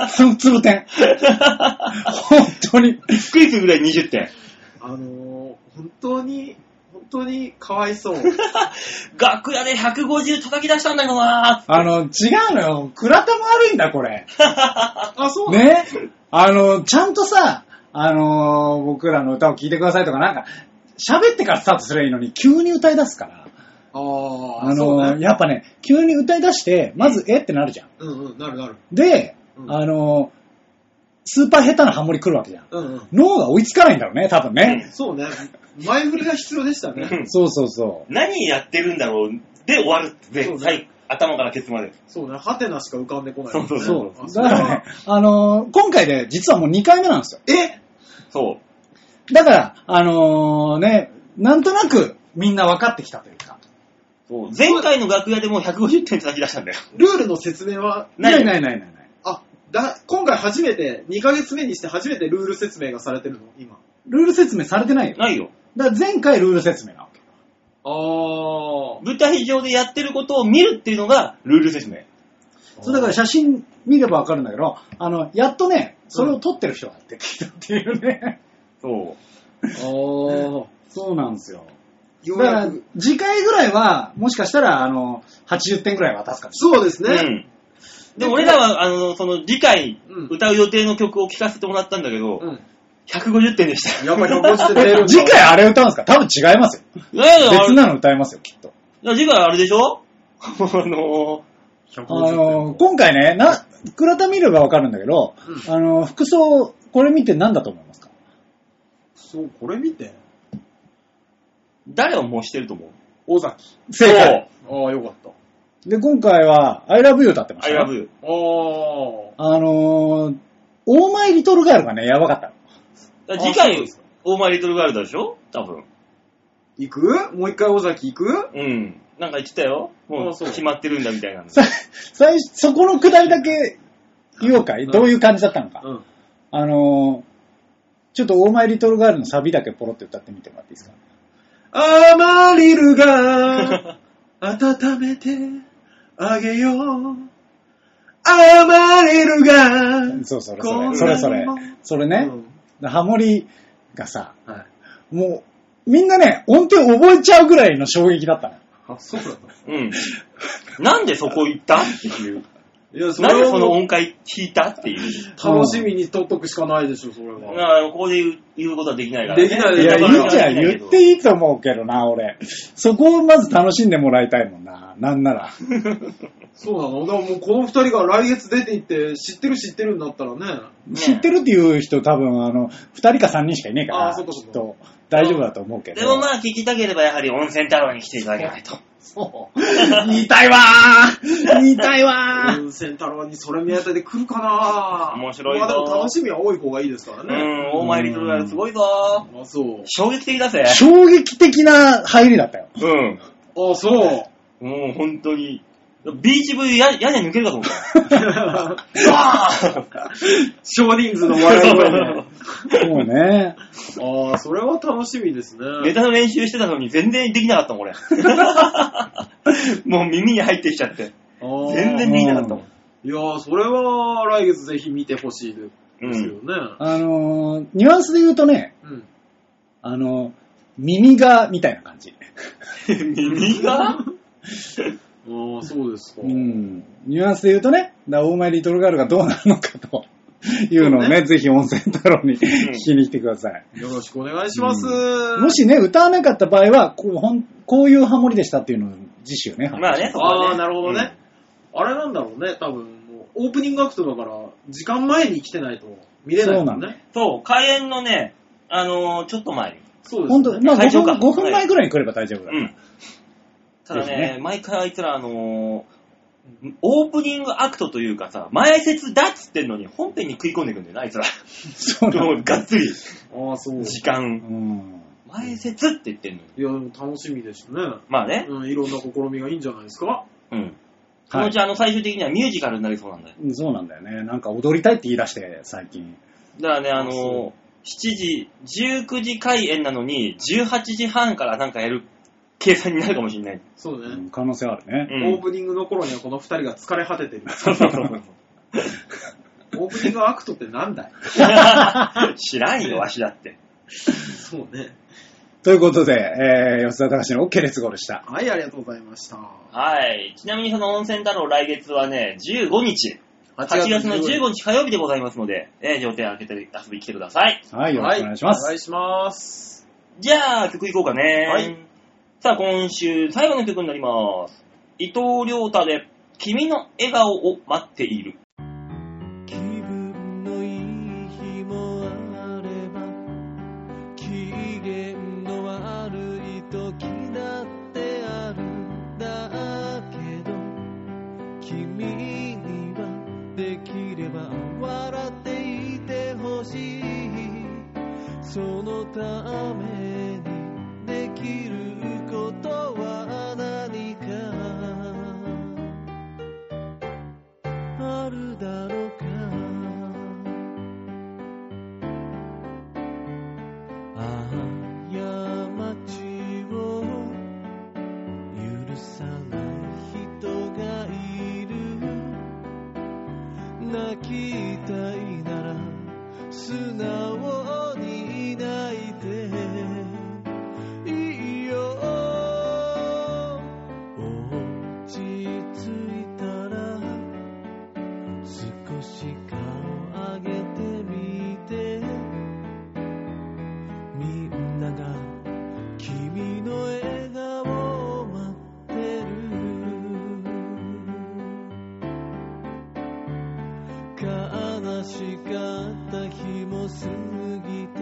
Speaker 1: つぶつぶ点。本当に。
Speaker 2: びっくりするぐらい20点。
Speaker 3: あのー、本当に、本当にかわい
Speaker 1: (laughs)
Speaker 3: そう。
Speaker 2: 楽屋で150叩き出したんだけどな
Speaker 1: あの、違うのよ。倉田も悪いんだ、これ。
Speaker 3: あ、そうなの
Speaker 1: ね。あの、ちゃんとさ、あの僕らの歌を聴いてくださいとか、なんか、喋ってからスタートすればいいのに、急に歌い出すから。
Speaker 3: ああ、
Speaker 1: あ
Speaker 3: そう
Speaker 1: の
Speaker 3: ね。
Speaker 1: やっぱね、急に歌い出して、まず、えってなるじゃん。
Speaker 3: うんうん、なるなる。
Speaker 1: で、
Speaker 3: うん
Speaker 1: あのスーパー下手なハモリ来るわけじゃん。
Speaker 3: うんうん。
Speaker 1: 脳が追いつかないんだろうね、多分ね。
Speaker 3: そうね。前振りが必要でしたね。
Speaker 1: そうそうそう。
Speaker 2: 何やってるんだろうで終わるって、
Speaker 3: そうね
Speaker 2: 最後頭からケツまで。
Speaker 3: そうね。ハテナしか浮かんでこないもんね。
Speaker 2: そう
Speaker 1: そ
Speaker 3: あ
Speaker 1: う。だからね、あの今回で実はもう2回目なんですよ。
Speaker 3: え
Speaker 2: そう。
Speaker 1: だから、あのね、なんとなくみんな分かってきたというか。
Speaker 2: そう前回の楽屋でもう150点叩き出したんだよ。
Speaker 3: ルールの説明は、
Speaker 1: ない
Speaker 2: い。
Speaker 1: ないないないない。
Speaker 3: あ、だ、今回初めて、2ヶ月目にして初めてルール説明がされてるの今。
Speaker 1: ルール説明されてないよ。
Speaker 2: ないよ。
Speaker 1: だから前回ルール説明なわけ。
Speaker 3: あ
Speaker 2: 舞台上でやってることを見るっていうのがルール説明。
Speaker 1: そうだから写真見れば分かるんだけど、あの、やっとね、それを撮ってる人が出てきたっていうね。
Speaker 2: そう。
Speaker 3: ああ。
Speaker 1: そうなんですよ。
Speaker 3: よう
Speaker 1: だか
Speaker 3: や
Speaker 1: ら
Speaker 3: く。、
Speaker 1: 次回ぐらいは、もしかしたら、あの、80点ぐらい渡すかもし
Speaker 3: そうですね。
Speaker 2: うん。で、俺らは、あの、その、次回
Speaker 3: うん、
Speaker 2: 歌う予定の曲を聴かせてもらったんだけど、
Speaker 3: うん。
Speaker 2: 150点でした。
Speaker 3: やっぱ150
Speaker 1: れない。
Speaker 3: 点
Speaker 1: え次回あれ歌うんですか多分違いますよ。
Speaker 2: だよ
Speaker 1: 別なの歌いますよ、きっと。
Speaker 2: いや次回あれでしょ (laughs) あの
Speaker 1: あの、今回ね、な、倉田見ればわかるんだけど、あの、服装、これ見て何だと思いますか
Speaker 3: そう、これ見て。
Speaker 2: 誰を模してると思う
Speaker 3: 尾崎。
Speaker 1: 正解。
Speaker 3: ああ、よかった。
Speaker 1: で、今回は、I love you 歌ってまし
Speaker 2: ア
Speaker 1: た
Speaker 2: イ
Speaker 1: よ。
Speaker 2: ラブ。
Speaker 3: ああ。
Speaker 1: あのー、オーマイリトルガールがね、やばかったの。 (laughs)
Speaker 2: だから次
Speaker 3: あそう
Speaker 2: 回
Speaker 3: ですか、
Speaker 2: オーマイリトルガールドでしょ多分。
Speaker 3: 行くもう一回尾崎行く
Speaker 2: うん。なんか言ってたよ。も
Speaker 3: あ
Speaker 2: う
Speaker 3: そう
Speaker 2: 決まってるんだみたいなの。
Speaker 1: さ最初、そこのくだりだけ言おうかい、どういう感じだったのか。
Speaker 3: うん。
Speaker 1: あのー、ちょっとオーマイリトルガールのサビだけポロって歌ってみてもらっていいですか
Speaker 3: アマリ
Speaker 2: (laughs)
Speaker 3: ルが温めてあげよう。アマリルが
Speaker 1: そう、それ
Speaker 3: こ
Speaker 1: そ
Speaker 3: んな
Speaker 1: れ。
Speaker 3: に
Speaker 1: それそれ
Speaker 3: も。
Speaker 1: それね、ハモリがさ、
Speaker 3: うんはい。
Speaker 1: もう、みんなね、音程覚えちゃうぐらいの衝撃だったの。
Speaker 3: あ、そうなんだ。
Speaker 2: うん。 (laughs) なんでそこ行ったっていう。
Speaker 3: いや、そ
Speaker 2: なん
Speaker 3: れ
Speaker 2: で
Speaker 3: は
Speaker 2: その
Speaker 3: もう
Speaker 2: 音階弾いたっていう。
Speaker 3: 楽しみに取っとくしかないでしょ、それ
Speaker 2: だか
Speaker 3: は。
Speaker 2: らここで言う言うことはできないから、ね。
Speaker 3: できない
Speaker 1: いや、い
Speaker 3: だ
Speaker 1: い
Speaker 3: から
Speaker 1: じゃん。言っていいと思うけどな、俺。そこをまず楽しんでもらいたいもんな。なんなら。
Speaker 3: そうなのだからもうこの二人が来月出て行って、知ってる知ってるになったらね。
Speaker 2: ね
Speaker 1: 知ってるっていう人多分、あの、二人か三人しかいねえから、
Speaker 3: あそっかそっ
Speaker 1: き
Speaker 3: か
Speaker 1: っと大丈夫だと思うけど。
Speaker 2: でもまあ聞きたければやはり温泉太郎に来ていただけないと。
Speaker 1: そう。言いたいわー言いたいわー
Speaker 3: 温泉太郎にそれ目当てで来るかな
Speaker 2: 面白いぞ
Speaker 3: まあでも楽しみは多い方がいいですか
Speaker 2: う
Speaker 3: らね。
Speaker 2: ん、大前リトルガールすごいぞ。
Speaker 3: あ、そう。
Speaker 2: 衝撃的だぜ。
Speaker 1: 衝撃的な入りだったよ。
Speaker 2: うん。
Speaker 3: あ、そう。
Speaker 2: もう本当に。ビーチ部や、やじゃ抜けるかと思った。わー
Speaker 3: 少人数の笑い声 (laughs) で。
Speaker 1: もうね。
Speaker 3: ああ、それは楽しみですね。
Speaker 2: ネタの練習してたのに全然できなかったもん、
Speaker 3: (laughs)
Speaker 2: 俺。もう耳に入ってきちゃって。
Speaker 3: あー
Speaker 2: 全然できなかったもん。
Speaker 3: いやー、それは来月ぜひ見てほしいで
Speaker 2: う
Speaker 3: す
Speaker 2: ん。
Speaker 3: よね。
Speaker 1: あのー、ニュアンスで言うとね、
Speaker 3: うん。
Speaker 1: あのー、耳が、みたいな感じ。
Speaker 2: 耳が
Speaker 3: ああ、そうですか。
Speaker 1: うん。ニュアンスで言うとね、だオーマイリトルガールがどうなるのかと (laughs) いうのをね、ぜひ温泉太郎に聞きに来てください。
Speaker 3: よろしくお願いします。
Speaker 1: もしね、歌わなかった場合は、こうほんこういうハモリでしたっていうのを次週ね。
Speaker 2: まあね、そこはね。
Speaker 3: ああ、なるほどね。あれなんだろうね、多分もう、オープニングアクトだから、時間前に来てないと見れないもん
Speaker 1: そうな
Speaker 3: ね。
Speaker 2: うん。そう、開演のね、あのー、ちょっと前に。
Speaker 3: そうです
Speaker 1: 本
Speaker 3: ね。
Speaker 1: 当まあ
Speaker 2: 会場
Speaker 1: 5,
Speaker 2: か
Speaker 1: 分5分前ぐらいに来れば大丈夫だ。
Speaker 2: うん。ただ
Speaker 1: ぜ
Speaker 2: ね
Speaker 1: ひ、ね
Speaker 2: 毎回あいつら、あのーオープニングアクトというかさ、前説だっつってんのに本編に食い込んでくんだよな、あい
Speaker 3: (laughs)
Speaker 2: つら。
Speaker 1: そうな
Speaker 2: も
Speaker 1: の
Speaker 2: うがっつり、
Speaker 3: ああ、そう。い
Speaker 2: 時
Speaker 1: う
Speaker 2: 間。
Speaker 1: ん。
Speaker 2: 前説って言ってんのに。
Speaker 3: や、でも楽しみですね。
Speaker 2: まあね、
Speaker 3: うん、いろんな試みがいいんじゃないですか。
Speaker 2: うん。そのうち、あの、最終的にはミュージカルになりそうなんだよ。
Speaker 1: うんそうなんだよね。なんか踊りたいって言い出して、最近。
Speaker 2: だからね、あの
Speaker 3: あ
Speaker 2: ー
Speaker 3: そ、
Speaker 2: 7時、19時開演なのに、18時半からなんかやる計算になるかもしれない。
Speaker 3: そうね。
Speaker 1: うん可能性はあるね。
Speaker 2: うん
Speaker 3: オ
Speaker 2: (laughs)
Speaker 3: ープニングの頃にはこの二人が疲れ果ててる。
Speaker 2: そうそうそう
Speaker 3: オープニングアクトってなんだい
Speaker 2: 知らんよ、わしだって。
Speaker 3: そうね。
Speaker 1: ということで、えー、吉田隆の OK 列ゴールした。
Speaker 3: はい、ありがとうございました。
Speaker 2: はい。ちなみにその温泉太郎来月はね、15日。8月の15日火曜日でございますので、えー、上天開けて遊びに来てください。
Speaker 1: はい、よろしくお願いします。
Speaker 3: お願いします。
Speaker 2: じゃあ、曲いこうかね。
Speaker 3: はい。
Speaker 2: さあ、今週最後の曲になります。伊藤良太で、君の笑顔を待っている。
Speaker 4: 気分のいい日もあれば機嫌の悪い時だってあるだけど君にはできれば笑っていてほしいそのためにできることは何かあるだろうかああ過ちを許さない人がいる泣きたいなら素直に泣いていいよ落ち着いたら少し顔上げてみてみんなが君の笑顔を待ってる悲しかった日も過ぎて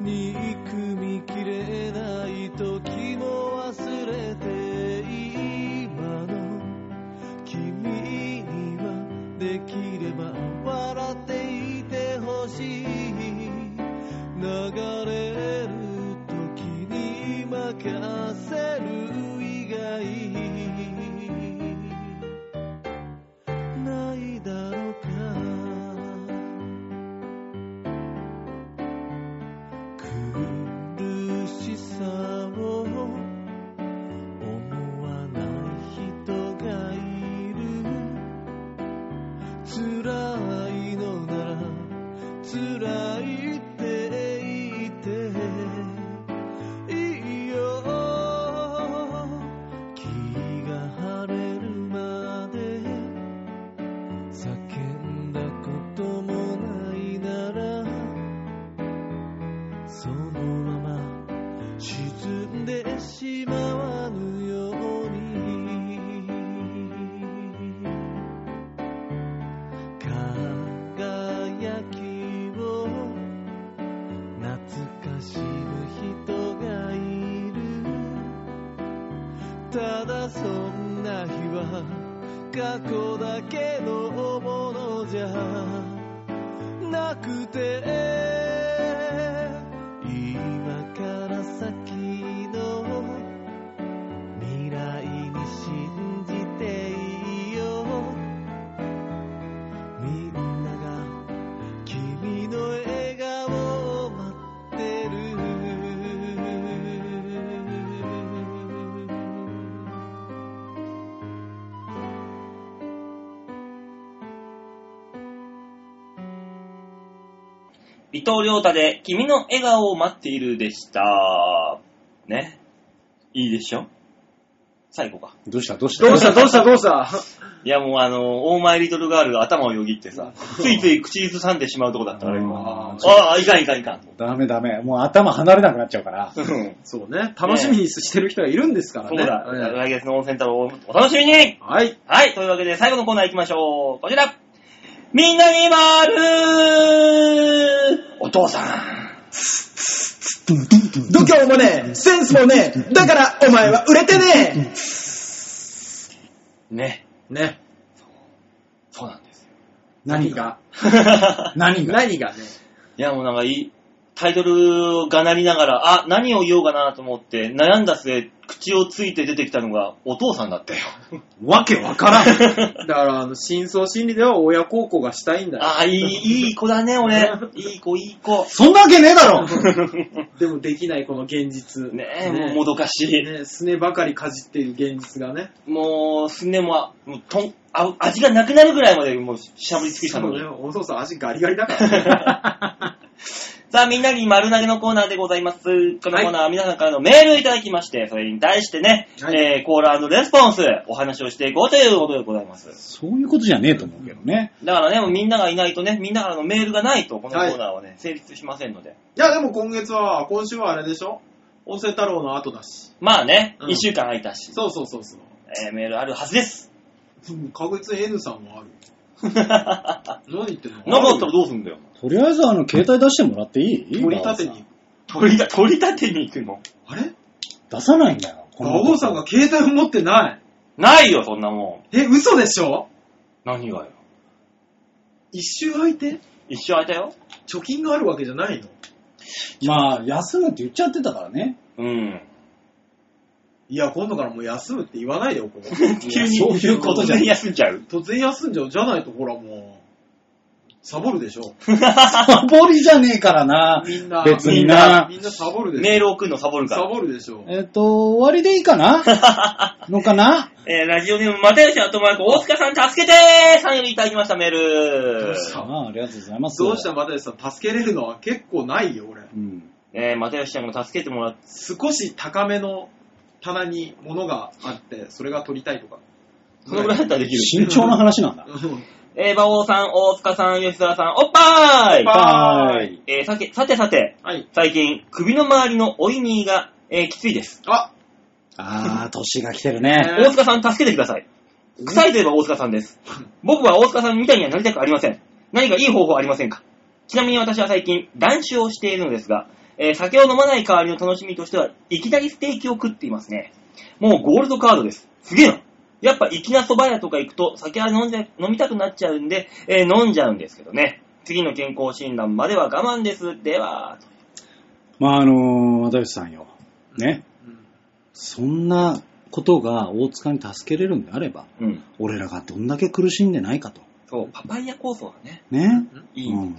Speaker 4: 憎みきれない時も忘れて今の君にはできれば笑っていてほしい流れる時に任せる以外ないだろうか苦しさを思わない人がいる辛いのなら辛いって言っていいよ気が晴れるまで叫んだこともないならそのまま沈んでしまわぬように輝きを懐かしむ人がいるただそんな日は過去だけのものじゃなくて今から先の未来に信じていいよみんなが君の笑顔を待ってる
Speaker 2: 伊藤良太で、君の笑顔を待っているでした。ね。いいでしょ最後か。
Speaker 1: どうしたどうした
Speaker 3: どう (laughs) したどうしたどうした
Speaker 2: いやもうあの、オーマイリトルガールが頭をよぎってさ、ついつい口ずさんでしまうとこだったから今。
Speaker 1: あー
Speaker 2: ああ、いかんいかんいかん。
Speaker 1: ダメダメ。もう頭離れなくなっちゃうから。
Speaker 3: そうね、楽しみにしてる人がいるんですから
Speaker 2: そう
Speaker 3: ね。
Speaker 2: だ、
Speaker 3: ええ
Speaker 2: 来月の温泉太郎をお楽しみに
Speaker 3: はい。
Speaker 2: はい、というわけで最後のコーナー行きましょう。こちらみんなにまるお父さん
Speaker 3: 度胸もねえ、センスもねえ、だからお前は売れてね
Speaker 2: ね、
Speaker 3: えね。
Speaker 2: そうなんですよ。 (laughs)
Speaker 3: 何が
Speaker 1: 何が
Speaker 3: 何がね。
Speaker 2: いやもうなんかいい、タイトルをがなりながら、あ、何を言おうかなと思って悩んだ末、口をついて出てきたのがお父さんだった (laughs) よ。
Speaker 1: わけわからん。
Speaker 3: だから、あの、真相心理では親孝行がしたいんだよ。
Speaker 2: あ、いい、いい子だね、俺。いい子、いい子。
Speaker 1: そんなわけねえ
Speaker 3: (laughs)
Speaker 1: だろ
Speaker 3: でもできないこの現実。
Speaker 2: ねえ、もうもどかしい。
Speaker 3: ねえ、 (laughs) すねばかりかじっている現実がね。
Speaker 2: もう、すねもあ、もうとんあ、味がなくなるぐらいまで、もう、しゃぶり尽くしたのに。
Speaker 3: (laughs) そうねお父さん足ガリガリだからね。
Speaker 2: さあ、みんなに丸投げのコーナーでございます。このコーナーは皆さんからのメールをいただきまして、それに対してね、
Speaker 3: はい
Speaker 2: えー、コールレスポンス、お話をしていこうということでございます。
Speaker 1: そういうことじゃねえと思うけどね。
Speaker 2: だからね、もうみんながいないとね、みんなからのメールがないと、このコーナーはね、成立しませんので。
Speaker 3: いや、でも今月は、今週はあれでしょ温泉太郎の後だし。
Speaker 2: まあね、一、週
Speaker 3: うん
Speaker 2: 間空いたし、
Speaker 3: そうそうそうそう。
Speaker 2: えー、メールあるはずです。
Speaker 3: うん確実に N さんもある。
Speaker 2: (laughs) なか
Speaker 3: 何言ってんの
Speaker 2: ったらどうすんだよ。
Speaker 1: とりあえずあの、携帯出してもらっていい
Speaker 3: 取り立てに。。
Speaker 2: 取りだ、取り立てに行くの
Speaker 3: あれ
Speaker 1: 出さないんだよ。
Speaker 3: 馬王さんが携帯を持ってない。
Speaker 2: ないよ、そんなもん。
Speaker 3: え、嘘でしょ
Speaker 2: 何がよ。
Speaker 3: 一周空いて
Speaker 2: 一生空いたよ。
Speaker 3: 貯金があるわけじゃないの
Speaker 1: まあ、休むって言っちゃってたからね。
Speaker 2: うん。
Speaker 3: いや、今度からもう休むって言わないでお (laughs) こう。
Speaker 2: 急に、
Speaker 1: そういうことじゃん
Speaker 2: 突然休んじゃう。
Speaker 3: 突然休んじゃうじゃないと、ほらもう、サボるでしょ
Speaker 1: サボりじゃねえからな。
Speaker 3: みんな、
Speaker 1: 別
Speaker 2: に
Speaker 3: みん
Speaker 1: な
Speaker 3: な、みんなサボるでしょ
Speaker 2: メール送るのサボるか
Speaker 3: サ
Speaker 2: ら。
Speaker 3: ボるでしょ
Speaker 1: えっ、と、終わりでいいかな
Speaker 3: (laughs)
Speaker 1: のかな
Speaker 2: えー、ラジオネーム、またよしあとま大塚さん助けてーさんよりいただきました、メー
Speaker 3: ど
Speaker 2: ル
Speaker 3: う。した
Speaker 1: ああ、ありがとうございます。
Speaker 3: どうした又吉さん、助けれるのは結構ないよ、俺。
Speaker 1: うん。
Speaker 2: えー、またよしちゃんも助けてもらって、
Speaker 3: 少し高めの棚に物があって、それが取りたいとか。
Speaker 2: そのぐらいだったらできる。
Speaker 1: 慎重な話なんだ。
Speaker 3: うん
Speaker 2: えー、馬王さん、大塚さん、吉沢さん、おっぱーい
Speaker 3: おっぱー
Speaker 1: い。
Speaker 2: えー、さて、さてさて、
Speaker 3: はい。
Speaker 2: 最近、首の周りのオイニーが、えー、きついです。
Speaker 3: あ、
Speaker 1: ああ、年が来てるね。
Speaker 3: えー
Speaker 2: 大塚さん、助けてください。臭いといえば大塚さんです。僕は大塚さんみたいにはなりたくありません。何かいい方法ありませんかちなみに私は最近、断酒をしているのですが、えー酒を飲まない代わりの楽しみとしては、いきなりステーキを食っていますね。もうゴールドカードです。すげえな。やっぱ、粋な蕎麦屋とか行くと、酒は飲んじゃ飲みたくなっちゃうんで、えー飲んじゃうんですけどね。次の健康診断までは我慢です。では、
Speaker 1: まあ、あのー、又吉さんよ。ね。
Speaker 3: うん
Speaker 1: そんなことが大塚に助けれるんであれば、
Speaker 2: うん。
Speaker 1: 俺らがどんだけ苦しんでないかと。
Speaker 2: そう、パパイヤ構想だね。
Speaker 1: ね。
Speaker 2: いい、
Speaker 1: うん。
Speaker 3: ん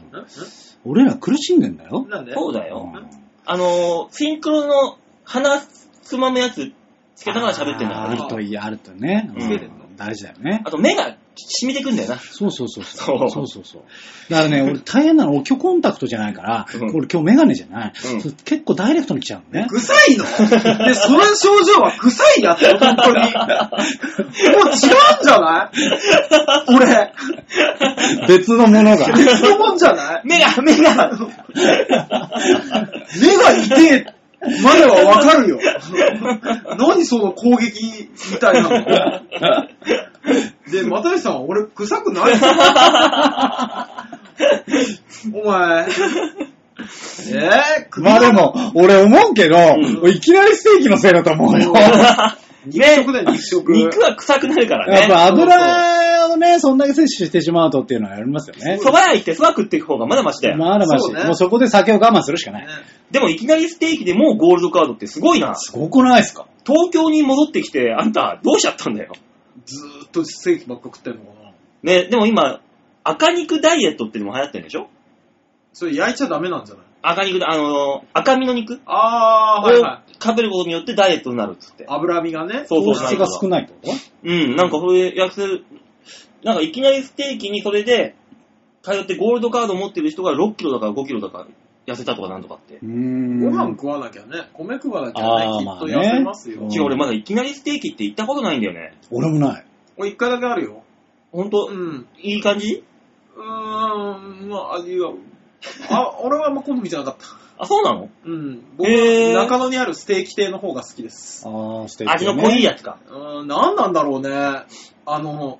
Speaker 1: 俺ら苦しんでんだよ
Speaker 3: ん。なんで
Speaker 2: そうだ
Speaker 1: う
Speaker 2: よ。
Speaker 1: ん
Speaker 2: あのー、シンクロの鼻つまむやつつけながら喋ってんだか
Speaker 1: あ
Speaker 2: ら
Speaker 1: ーあるといい、あるとね。
Speaker 2: つけて
Speaker 3: んの
Speaker 1: 大事だよね。
Speaker 2: あと目が染みてくんだよな。
Speaker 1: そうそうそう
Speaker 2: そ
Speaker 1: そうう。そうそうそう。だからね、俺大変なの、俺今日コンタクトじゃないから、
Speaker 2: うん
Speaker 1: 俺今日メガネじゃない、
Speaker 2: うん
Speaker 1: そう結構ダイレクトに来ちゃうのね。
Speaker 3: 臭いので、その症状は臭いやつよ、本当に。もう違うんじゃない俺、
Speaker 1: 別のものが。
Speaker 3: (laughs) 別のもんじゃない
Speaker 2: 目が、目が
Speaker 3: 目が痛えまではわかるよ。何その攻撃みたいなの。で、又吉さんは俺臭くないよお前。えー、
Speaker 1: (laughs) まあでも、俺思うけど、いきなりステーキのせいだと思
Speaker 2: (laughs)
Speaker 1: うよ。や
Speaker 3: 肉食だよ、肉食。
Speaker 2: (laughs) 肉は臭くなるから
Speaker 1: っ
Speaker 2: ね。
Speaker 1: ぱ油をね、そんだけ摂取してしまうとっていうのはありますよね
Speaker 2: 蕎。麦屋行って蕎麦食っていく方がまだマシだよ。
Speaker 1: まあまだまし、
Speaker 3: そうね
Speaker 1: もうそこで酒を我慢するしかない。
Speaker 2: でもいきなりステーキでもうゴールドカードってすごいな。
Speaker 1: すごくないですか
Speaker 2: 東京に戻ってきて、あんたどうしちゃったんだよ。
Speaker 3: ずーっとステーキばっか食ってんのかな
Speaker 2: ね、でも今、赤肉ダイエットっていうのも流行ってるでしょ
Speaker 3: それ焼いちゃダメなんじゃない
Speaker 2: 赤肉、あのー赤身の肉
Speaker 3: あー、はい
Speaker 2: を
Speaker 3: は
Speaker 2: 食べることによってダイエットになるっつって
Speaker 3: い。。脂身がね。
Speaker 2: そうそう
Speaker 1: 糖質が少ないってこと
Speaker 2: うん、なんかそういうやつ、なんかいきなりステーキにそれで、通ってゴールドカード持ってる人が6キロだから5キロだから痩せたとかなんとかって。
Speaker 1: うーん
Speaker 3: ご飯食わなきゃね、米食わなきゃね
Speaker 1: あ、ー
Speaker 3: きっと
Speaker 1: まあね
Speaker 3: 痩せますよ
Speaker 1: うん。
Speaker 2: 違う、俺まだいきなりステーキって行ったことないんだよね。
Speaker 1: 俺もない。
Speaker 3: 俺一回だけあるよ。
Speaker 2: ほんと、
Speaker 3: うん。
Speaker 2: いい感じ
Speaker 3: うーん、まあ、味は、あ、 (laughs) 俺はあんま好みじゃなかった。
Speaker 2: あ、そうなの
Speaker 3: うん。僕
Speaker 2: へー
Speaker 3: は中野にあるステーキ亭の方が好きです。
Speaker 1: ああ、ステーキ、ね。
Speaker 2: 味の濃いやつか。
Speaker 3: うーん、なんなんだろうね。あの、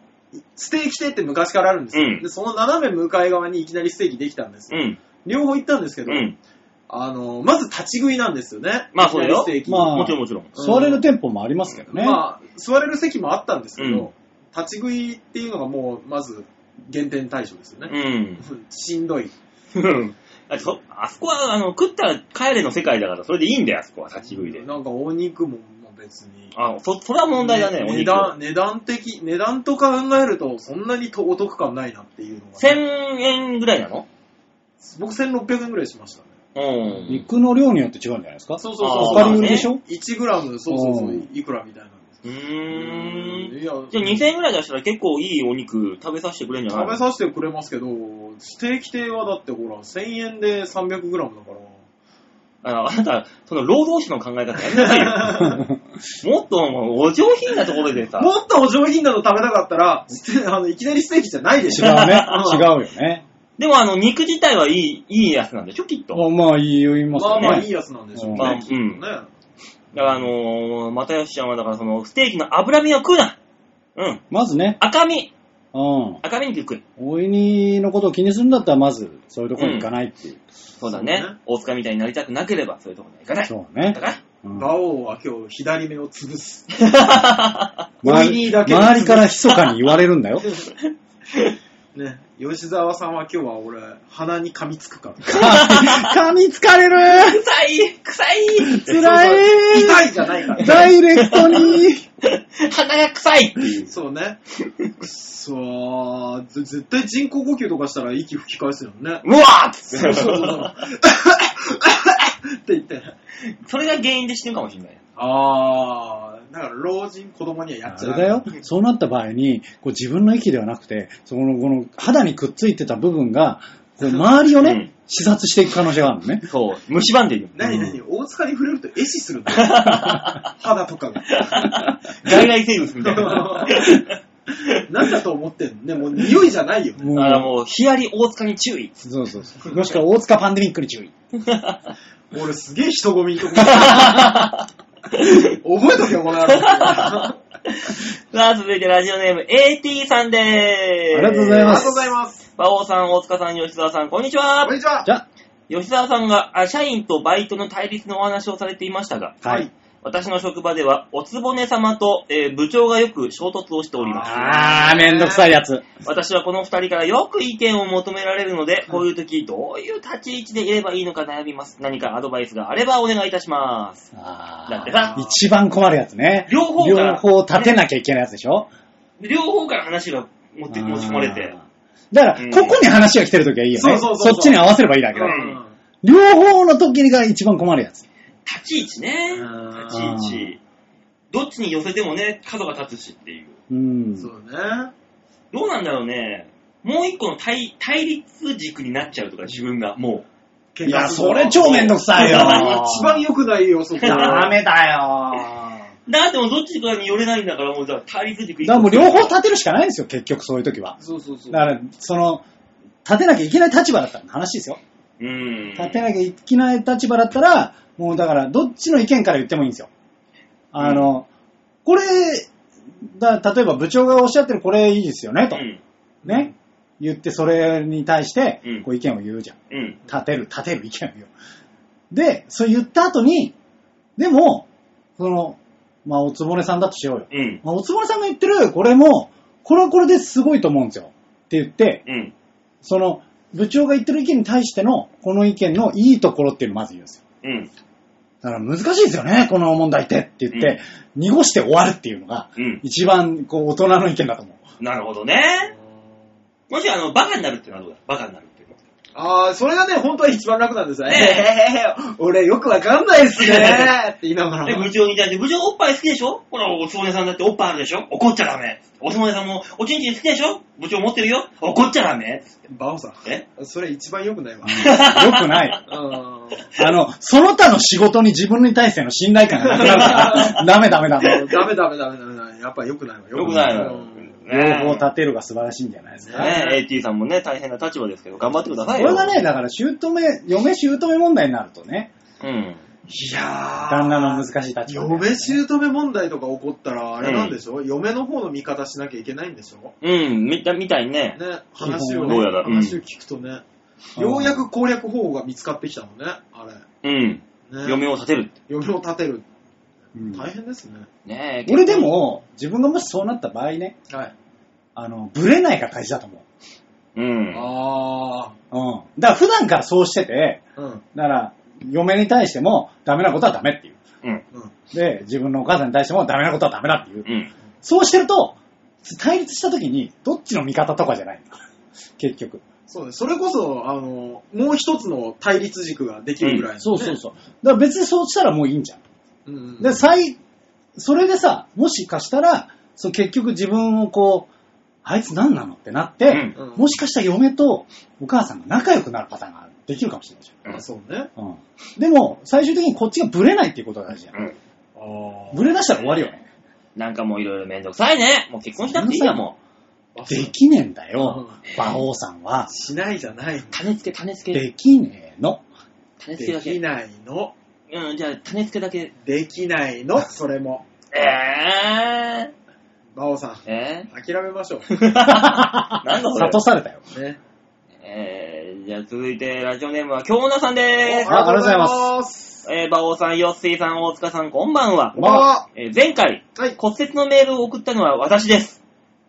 Speaker 3: ステーキ亭って昔からあるんですよ。
Speaker 2: うん
Speaker 3: で、その斜め向かい側にいきなりステーキできたんです
Speaker 2: う
Speaker 3: よ。
Speaker 2: ん。
Speaker 3: 両方行ったんですけ
Speaker 2: う
Speaker 3: ど、
Speaker 2: ん。
Speaker 3: あの、まず立ち食いなんですよね。
Speaker 2: まあそうだよ
Speaker 3: いきなりステーキ。
Speaker 1: まあ
Speaker 2: もちろんもちろん。
Speaker 1: 座れる店舗もありますけどね。
Speaker 3: まあ、座れる席もあったんですけ
Speaker 2: うん
Speaker 3: ど、立ち食いっていうのがもう、まず、減点対象ですよ
Speaker 2: う
Speaker 3: ね。
Speaker 2: ん。 (laughs)
Speaker 3: しんどい。
Speaker 2: あそあそこはあの食ったら帰れの世界だからそれでいいんだよ、あそこは立ち食いで。
Speaker 3: なんかお肉もまあ別に。
Speaker 2: あ、そ、それは問題だね、お
Speaker 3: 値
Speaker 2: 肉。
Speaker 3: 段、値段的、値段と考えると、そんなにとお得感ないなっていうのが、
Speaker 2: 1000円ぐらいなの
Speaker 3: 僕1600円ぐらいしましたね。
Speaker 2: うん。
Speaker 1: 肉の量によって違うんじゃないですか
Speaker 3: そう
Speaker 2: そうそう
Speaker 1: あーカリウムでしょ、
Speaker 3: 1グラム、そうそうそうう、
Speaker 1: ん
Speaker 3: いくらみたいなんです
Speaker 2: うーん。
Speaker 3: いや、
Speaker 2: じゃあ2000円ぐらい出したら結構いいお肉食べさせてくれんじゃない
Speaker 3: 食べさせてくれますけど、ステーキ亭はだってほら、1000円で 300g だから。
Speaker 2: あのあなた、その労働者の考え方やめなさい
Speaker 3: (laughs)
Speaker 2: よもっとお上品なところでさ、
Speaker 3: もっとお上品なの食べたかったら、ステあのいきなりステーキじゃないでし
Speaker 1: 違
Speaker 3: ょ。
Speaker 1: うね。 (laughs) 違うよね。
Speaker 2: でもあの、肉自体はいい、いいやつなんでしょ、きっと。
Speaker 1: あまあ、言います
Speaker 3: ま
Speaker 1: よ
Speaker 3: あ
Speaker 1: ね。
Speaker 3: まあいいやつなんでしょう
Speaker 2: まあ
Speaker 3: ね。きっとね
Speaker 2: だからあのー、又吉ちゃんはだからその、ステーキの脂身を食うなうん。
Speaker 1: まずね、
Speaker 2: 赤身
Speaker 1: うん。
Speaker 2: 赤身肉食う。
Speaker 1: おいにのことを気にするんだったら、まず、そういうとこに行かないっていう。
Speaker 2: そうだね
Speaker 3: そうね。
Speaker 2: 大塚みたいになりたくなければ、そういうとこには行かない。
Speaker 1: そうね
Speaker 2: だ。から、
Speaker 1: うん
Speaker 3: 馬王は今日左目を潰す。
Speaker 1: 周
Speaker 3: おいに
Speaker 1: り
Speaker 3: だけ
Speaker 1: 周りから密かに言われるんだよ。
Speaker 3: ね、吉沢さんは今日は俺、鼻に噛みつくから。
Speaker 1: 噛みつか
Speaker 2: (laughs)
Speaker 1: れる
Speaker 2: 臭い臭い
Speaker 1: 辛い
Speaker 3: 痛いじゃないから。
Speaker 1: ダイレクトに
Speaker 2: (laughs) 鼻が臭いっていう。
Speaker 3: そうね。くそー。ぜ絶対人工呼吸とかしたら息吹き返すよね。
Speaker 2: うわーっつ
Speaker 3: そうそうそ
Speaker 2: っ
Speaker 3: う。って言って。
Speaker 2: てそれが原因で死ぬかもしれない。
Speaker 3: あー。だから老人、子供にはやっ
Speaker 1: あ
Speaker 3: ちゃ
Speaker 1: れ
Speaker 3: う。
Speaker 1: だよ。そうなった場合に、こう自分の息ではなくて、そこの、この肌にくっついてた部分が、こう周りをね、
Speaker 2: うん
Speaker 1: 視察していく可能性があるのね。
Speaker 2: そう。蝕んでいる。
Speaker 3: なになに大塚に触れると壊死す
Speaker 1: (laughs)
Speaker 3: るんだよ肌とかが。 (laughs)
Speaker 2: 外来生物みたい
Speaker 1: (laughs)
Speaker 2: な。
Speaker 3: なんだと思ってんのね、もう匂いじゃないよね。
Speaker 1: も
Speaker 2: だからもう、ヒアリ大塚に注意。
Speaker 1: そうそうそう。もしくは大塚パンデミックに注意。
Speaker 3: 俺すげえ人混みのとこ覚えとけよ、この野郎。
Speaker 2: (laughs) さあ、続いてラジオネーム AT さんでーす。
Speaker 1: ありがとうござ
Speaker 3: あ
Speaker 1: い
Speaker 3: り
Speaker 1: ま
Speaker 3: が
Speaker 1: す
Speaker 3: とうございます。
Speaker 2: 馬王さん、大塚さん、吉沢さん、こんにちは
Speaker 3: こん。にちは
Speaker 1: じ。ゃ
Speaker 2: 吉沢さんがあ社員とバイトの対立のお話をされていましたが、
Speaker 1: あ、はい。。
Speaker 2: 私の職場では、おつぼね様と、えー部長がよく衝突をしております。
Speaker 1: あー、めんどくさいやつ。
Speaker 2: 私はこの二人からよく意見を求められるので、こういう時、どういう立ち位置でいればいいのか悩みます。何かアドバイスがあればお願いいたします。
Speaker 1: あ
Speaker 2: だって
Speaker 1: ー
Speaker 2: さ、
Speaker 1: 一番困るやつね。
Speaker 2: 両方から
Speaker 1: 両方立てなきゃいけないやつでしょ。
Speaker 2: 両方から話が持って持ち込まれて
Speaker 1: あー。。だから、
Speaker 2: うん
Speaker 1: ここに話が来てるときはいいよね。
Speaker 3: そうそうそうそう
Speaker 1: そっちに合わせればいいだけだ。
Speaker 2: うん
Speaker 1: 両方の時が一番困るやつ。
Speaker 2: 立ち位置ね。
Speaker 3: うん
Speaker 2: 立ち位置。どっちに寄せてもね、角が立つしっていう。
Speaker 1: うん。
Speaker 3: そうね。
Speaker 2: どうなんだろうね。もう一個の対対立軸になっちゃうとか、自分が。も
Speaker 1: いや、それ超めんどくさいよ。
Speaker 3: 一番良くないよ、そ (laughs) こ。
Speaker 1: ダメだよ。
Speaker 2: う。だってもうどっちかに寄れないんだから、もうじゃあ対立軸
Speaker 1: だからもう両方立てるしかないんですよ、結局そういう時は。
Speaker 3: そうそうそう。
Speaker 1: だから、その、立てなきゃいけない立場だったらの話ですよ。
Speaker 2: うん。
Speaker 1: 立てなきゃいけない立場だったら、もうだから、どっちの意見から言ってもいいんですよ。あの、これ、だ例えば部長がおっしゃってるこれいいですよね、と。
Speaker 2: うん。
Speaker 1: ね、言って、それに対して
Speaker 2: うん、
Speaker 1: こう意見を言うじゃん。
Speaker 2: うん。
Speaker 1: 立てる、立てる意見を言う。で、そう言った後に、でも、その、まあ、おつぼねさんだとしようよ。
Speaker 2: うん。
Speaker 1: まあ、おつぼねさんが言ってる、これも、これはこれですごいと思うんですよ。って言って、
Speaker 2: うん。
Speaker 1: その、部長が言ってる意見に対しての、この意見のいいところっていうのをまず言うんですよ。
Speaker 2: うん。
Speaker 1: だから難しいですよね、この問題ってって言って、濁して終わるっていうのが、
Speaker 2: うん。
Speaker 1: 一番、こう、大人の意見だと思う。 (laughs)
Speaker 2: なるほどね。もし、あの、バカになるってのはどうだバカになるっていうの。
Speaker 3: あー、それがね、本当は一番楽なんですよ。え
Speaker 2: ね
Speaker 3: えー、俺よくわかんないっすねーって言いなが
Speaker 2: で、
Speaker 3: ら。
Speaker 2: 部長に対して、部長おっぱい好きでしょほら、おつぼねさんだっておっぱいあるでしょ怒っちゃダメ。おつぼねさんも、おちんちん好きでしょ部長持ってるよ怒っちゃダメ。
Speaker 3: バオさ
Speaker 2: え
Speaker 3: ん、それ一番良くないわ。
Speaker 1: よくない。
Speaker 3: う
Speaker 1: あの、その他の仕事に自分に対しての信頼感がなくなるから、 (laughs) ダメダメダメ
Speaker 3: ん。ダメダメダメダメダメ。やっぱ良くないわ。
Speaker 2: よくない
Speaker 3: うん
Speaker 2: の。
Speaker 1: 両方
Speaker 2: ね
Speaker 1: 立てるが素晴らしいんじゃないですか。
Speaker 2: ね AT さんもね、大変な立場ですけど、頑張ってくだ
Speaker 1: こ
Speaker 2: さい
Speaker 1: れ
Speaker 2: よ。
Speaker 1: がね、だから、姑、嫁姑問題になるとね、
Speaker 2: うん。
Speaker 3: いやー。
Speaker 1: 旦那の難しい立場で。
Speaker 3: 嫁姑問題とか起こったら、あれなんでしょ、嫁の方の味方しなきゃいけないんでしょ
Speaker 2: うん、みたみたいね。
Speaker 3: ね、話を、
Speaker 2: どうやらうん
Speaker 3: 話を聞くとね、
Speaker 1: うん
Speaker 3: ようやく攻略方法が見つかってきたのね、あれ。
Speaker 2: うん。
Speaker 3: ね、
Speaker 2: 嫁を立てるって。
Speaker 3: 嫁を立てる。
Speaker 1: うん
Speaker 3: 大変ですね。
Speaker 2: ねえ
Speaker 1: 俺で、も、自分がもしそうなった場合ね、
Speaker 3: はい。
Speaker 1: あの、ブレないが大事だと思
Speaker 2: うん。
Speaker 3: あ
Speaker 1: う。うん。だから、普段からそうしてて、
Speaker 3: ー。うん。
Speaker 1: だから、嫁に対しても、ダメなことはダメっていう。
Speaker 2: うん。
Speaker 3: うん。
Speaker 1: で、自分のお母さんに対しても、ダメなことはダメだっていう。
Speaker 2: うん。
Speaker 1: そうしてると、対立した時に、どっちの味方とかじゃないの結局。
Speaker 3: そうね。それこそ、あの、もう一つの対立軸ができるぐらい、
Speaker 1: そうそうそう。だから別にそうしたらもういいんじゃん。
Speaker 3: う。うん、
Speaker 1: で、最、それでさ、もしかしたら、そう結局自分をこう、あいつ何なのってなって、
Speaker 2: うん
Speaker 3: うん
Speaker 1: もしかしたら嫁とお母さんが仲良くなるパターンができるかもしれないじ
Speaker 2: うん
Speaker 3: あそうね。
Speaker 1: ゃん。うん。でも、最終的にこっちがブレないっていうことが大事じゃん。
Speaker 2: うん。
Speaker 3: ああ
Speaker 1: ブレ出したら終わりよね。
Speaker 2: なんかもういろいろめんどくさいね。もう結婚しなくていいや、も。
Speaker 1: できねえんだよ
Speaker 3: う、
Speaker 1: 馬王さんは。
Speaker 3: しないじゃないう
Speaker 2: 種付け、種付け。
Speaker 1: できねえの。
Speaker 2: 種付け
Speaker 3: で
Speaker 2: だ
Speaker 3: き
Speaker 2: け。
Speaker 3: ないの。
Speaker 2: うん、じゃあ種付けだけ。
Speaker 3: できないの。それも。
Speaker 2: え
Speaker 3: 馬王さん
Speaker 2: ー、、え
Speaker 3: 諦めましょう。
Speaker 2: ー、なんだそれ
Speaker 1: 諭されたよ。
Speaker 3: ね。。
Speaker 2: えー、じゃあ続いて、ラジオネームは京女さんで
Speaker 1: あありがとうございます
Speaker 2: す。えー、馬王さん、ヨッシーさん、大塚さん、こんばんは。
Speaker 1: こんばんは
Speaker 2: えー前回、
Speaker 3: はい。
Speaker 2: 骨折のメールを送ったのは私です。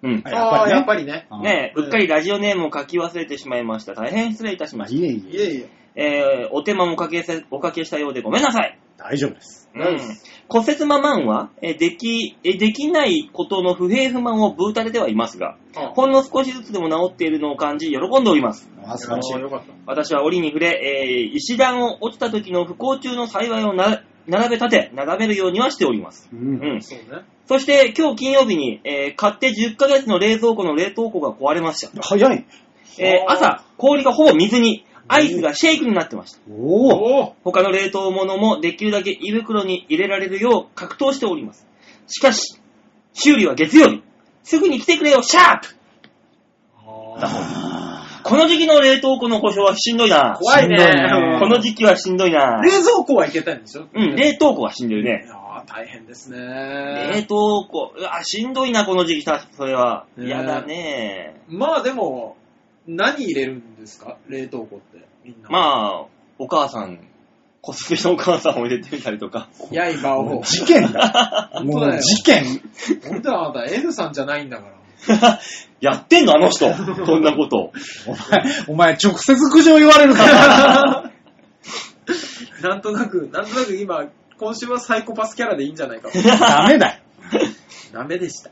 Speaker 2: うん。
Speaker 1: はい
Speaker 3: ああ、や
Speaker 1: や
Speaker 3: っ
Speaker 1: っ
Speaker 3: ぱ
Speaker 1: ぱ
Speaker 3: りね。
Speaker 1: うん
Speaker 2: ねえ、
Speaker 3: うん
Speaker 2: うっかりラジオネームを書き忘れてしまいました。大変失礼いたしまし
Speaker 1: いえい
Speaker 3: い
Speaker 1: え、
Speaker 3: えいえ。
Speaker 2: た。えー、お手間もおかけせおかけしたようでごめんなさい。
Speaker 1: 大丈夫です。
Speaker 2: う
Speaker 3: ナイ
Speaker 2: ん
Speaker 3: ス、
Speaker 2: 骨折ママンは、えーでき、えーできないことの不平不満をぶうたれてはいますが、ほんの少しずつでも治っているのを感じ、喜んでおります。
Speaker 1: あ、素晴らしい
Speaker 3: あー。よかった。
Speaker 2: 私は折に触れ、えー石段を落ちた時の不幸中の幸いをな並べ立て、並べるようにはしております。
Speaker 1: う。
Speaker 2: うんん。
Speaker 3: そうね。
Speaker 2: そして、今日金曜日に、えー買って10ヶ月の冷蔵庫の冷凍庫が壊れました。
Speaker 1: 早い。
Speaker 2: えー朝、氷がほぼ水に、アイスがシェイクになってました。
Speaker 1: おお。
Speaker 3: おお
Speaker 2: 他の冷凍物もできるだけ胃袋に入れられるよう格闘しております。しかし、修理は月曜日。すぐに来てくれよ、シャープこの時期の冷凍庫の故障はしんどいな。
Speaker 3: 怖いね
Speaker 1: しんどいね
Speaker 2: この時期はしんどいな。
Speaker 3: 冷蔵庫はいけたんでしょ
Speaker 2: うん、冷凍庫はしんどいね。
Speaker 3: ああ、大変ですね。
Speaker 2: 冷凍庫、うわ、しんどいな、この時期さ、それは。
Speaker 3: ね
Speaker 2: やだね。
Speaker 3: まあでも、何入れるんですか冷凍庫って。みんな。あ。
Speaker 2: まあ、お母さん、骨折のお母さんを入れてみたりとか。 (laughs)
Speaker 3: 刃を。
Speaker 1: (laughs) もう
Speaker 3: 本
Speaker 1: 事件だ。
Speaker 3: 本当
Speaker 1: も
Speaker 3: だよ
Speaker 1: う事件。 (laughs)
Speaker 3: 当はあなた N さんじゃないんだから。
Speaker 2: やってんのあの人。そんなこと。
Speaker 1: お前、お前直接苦情言われ
Speaker 3: (laughs)
Speaker 1: るから。
Speaker 3: なんとなく、なんとなく今、今週はサイコパスキャラでいいんじゃ
Speaker 1: (laughs)
Speaker 3: ないか。
Speaker 1: ダメだよ。
Speaker 3: ダメでした。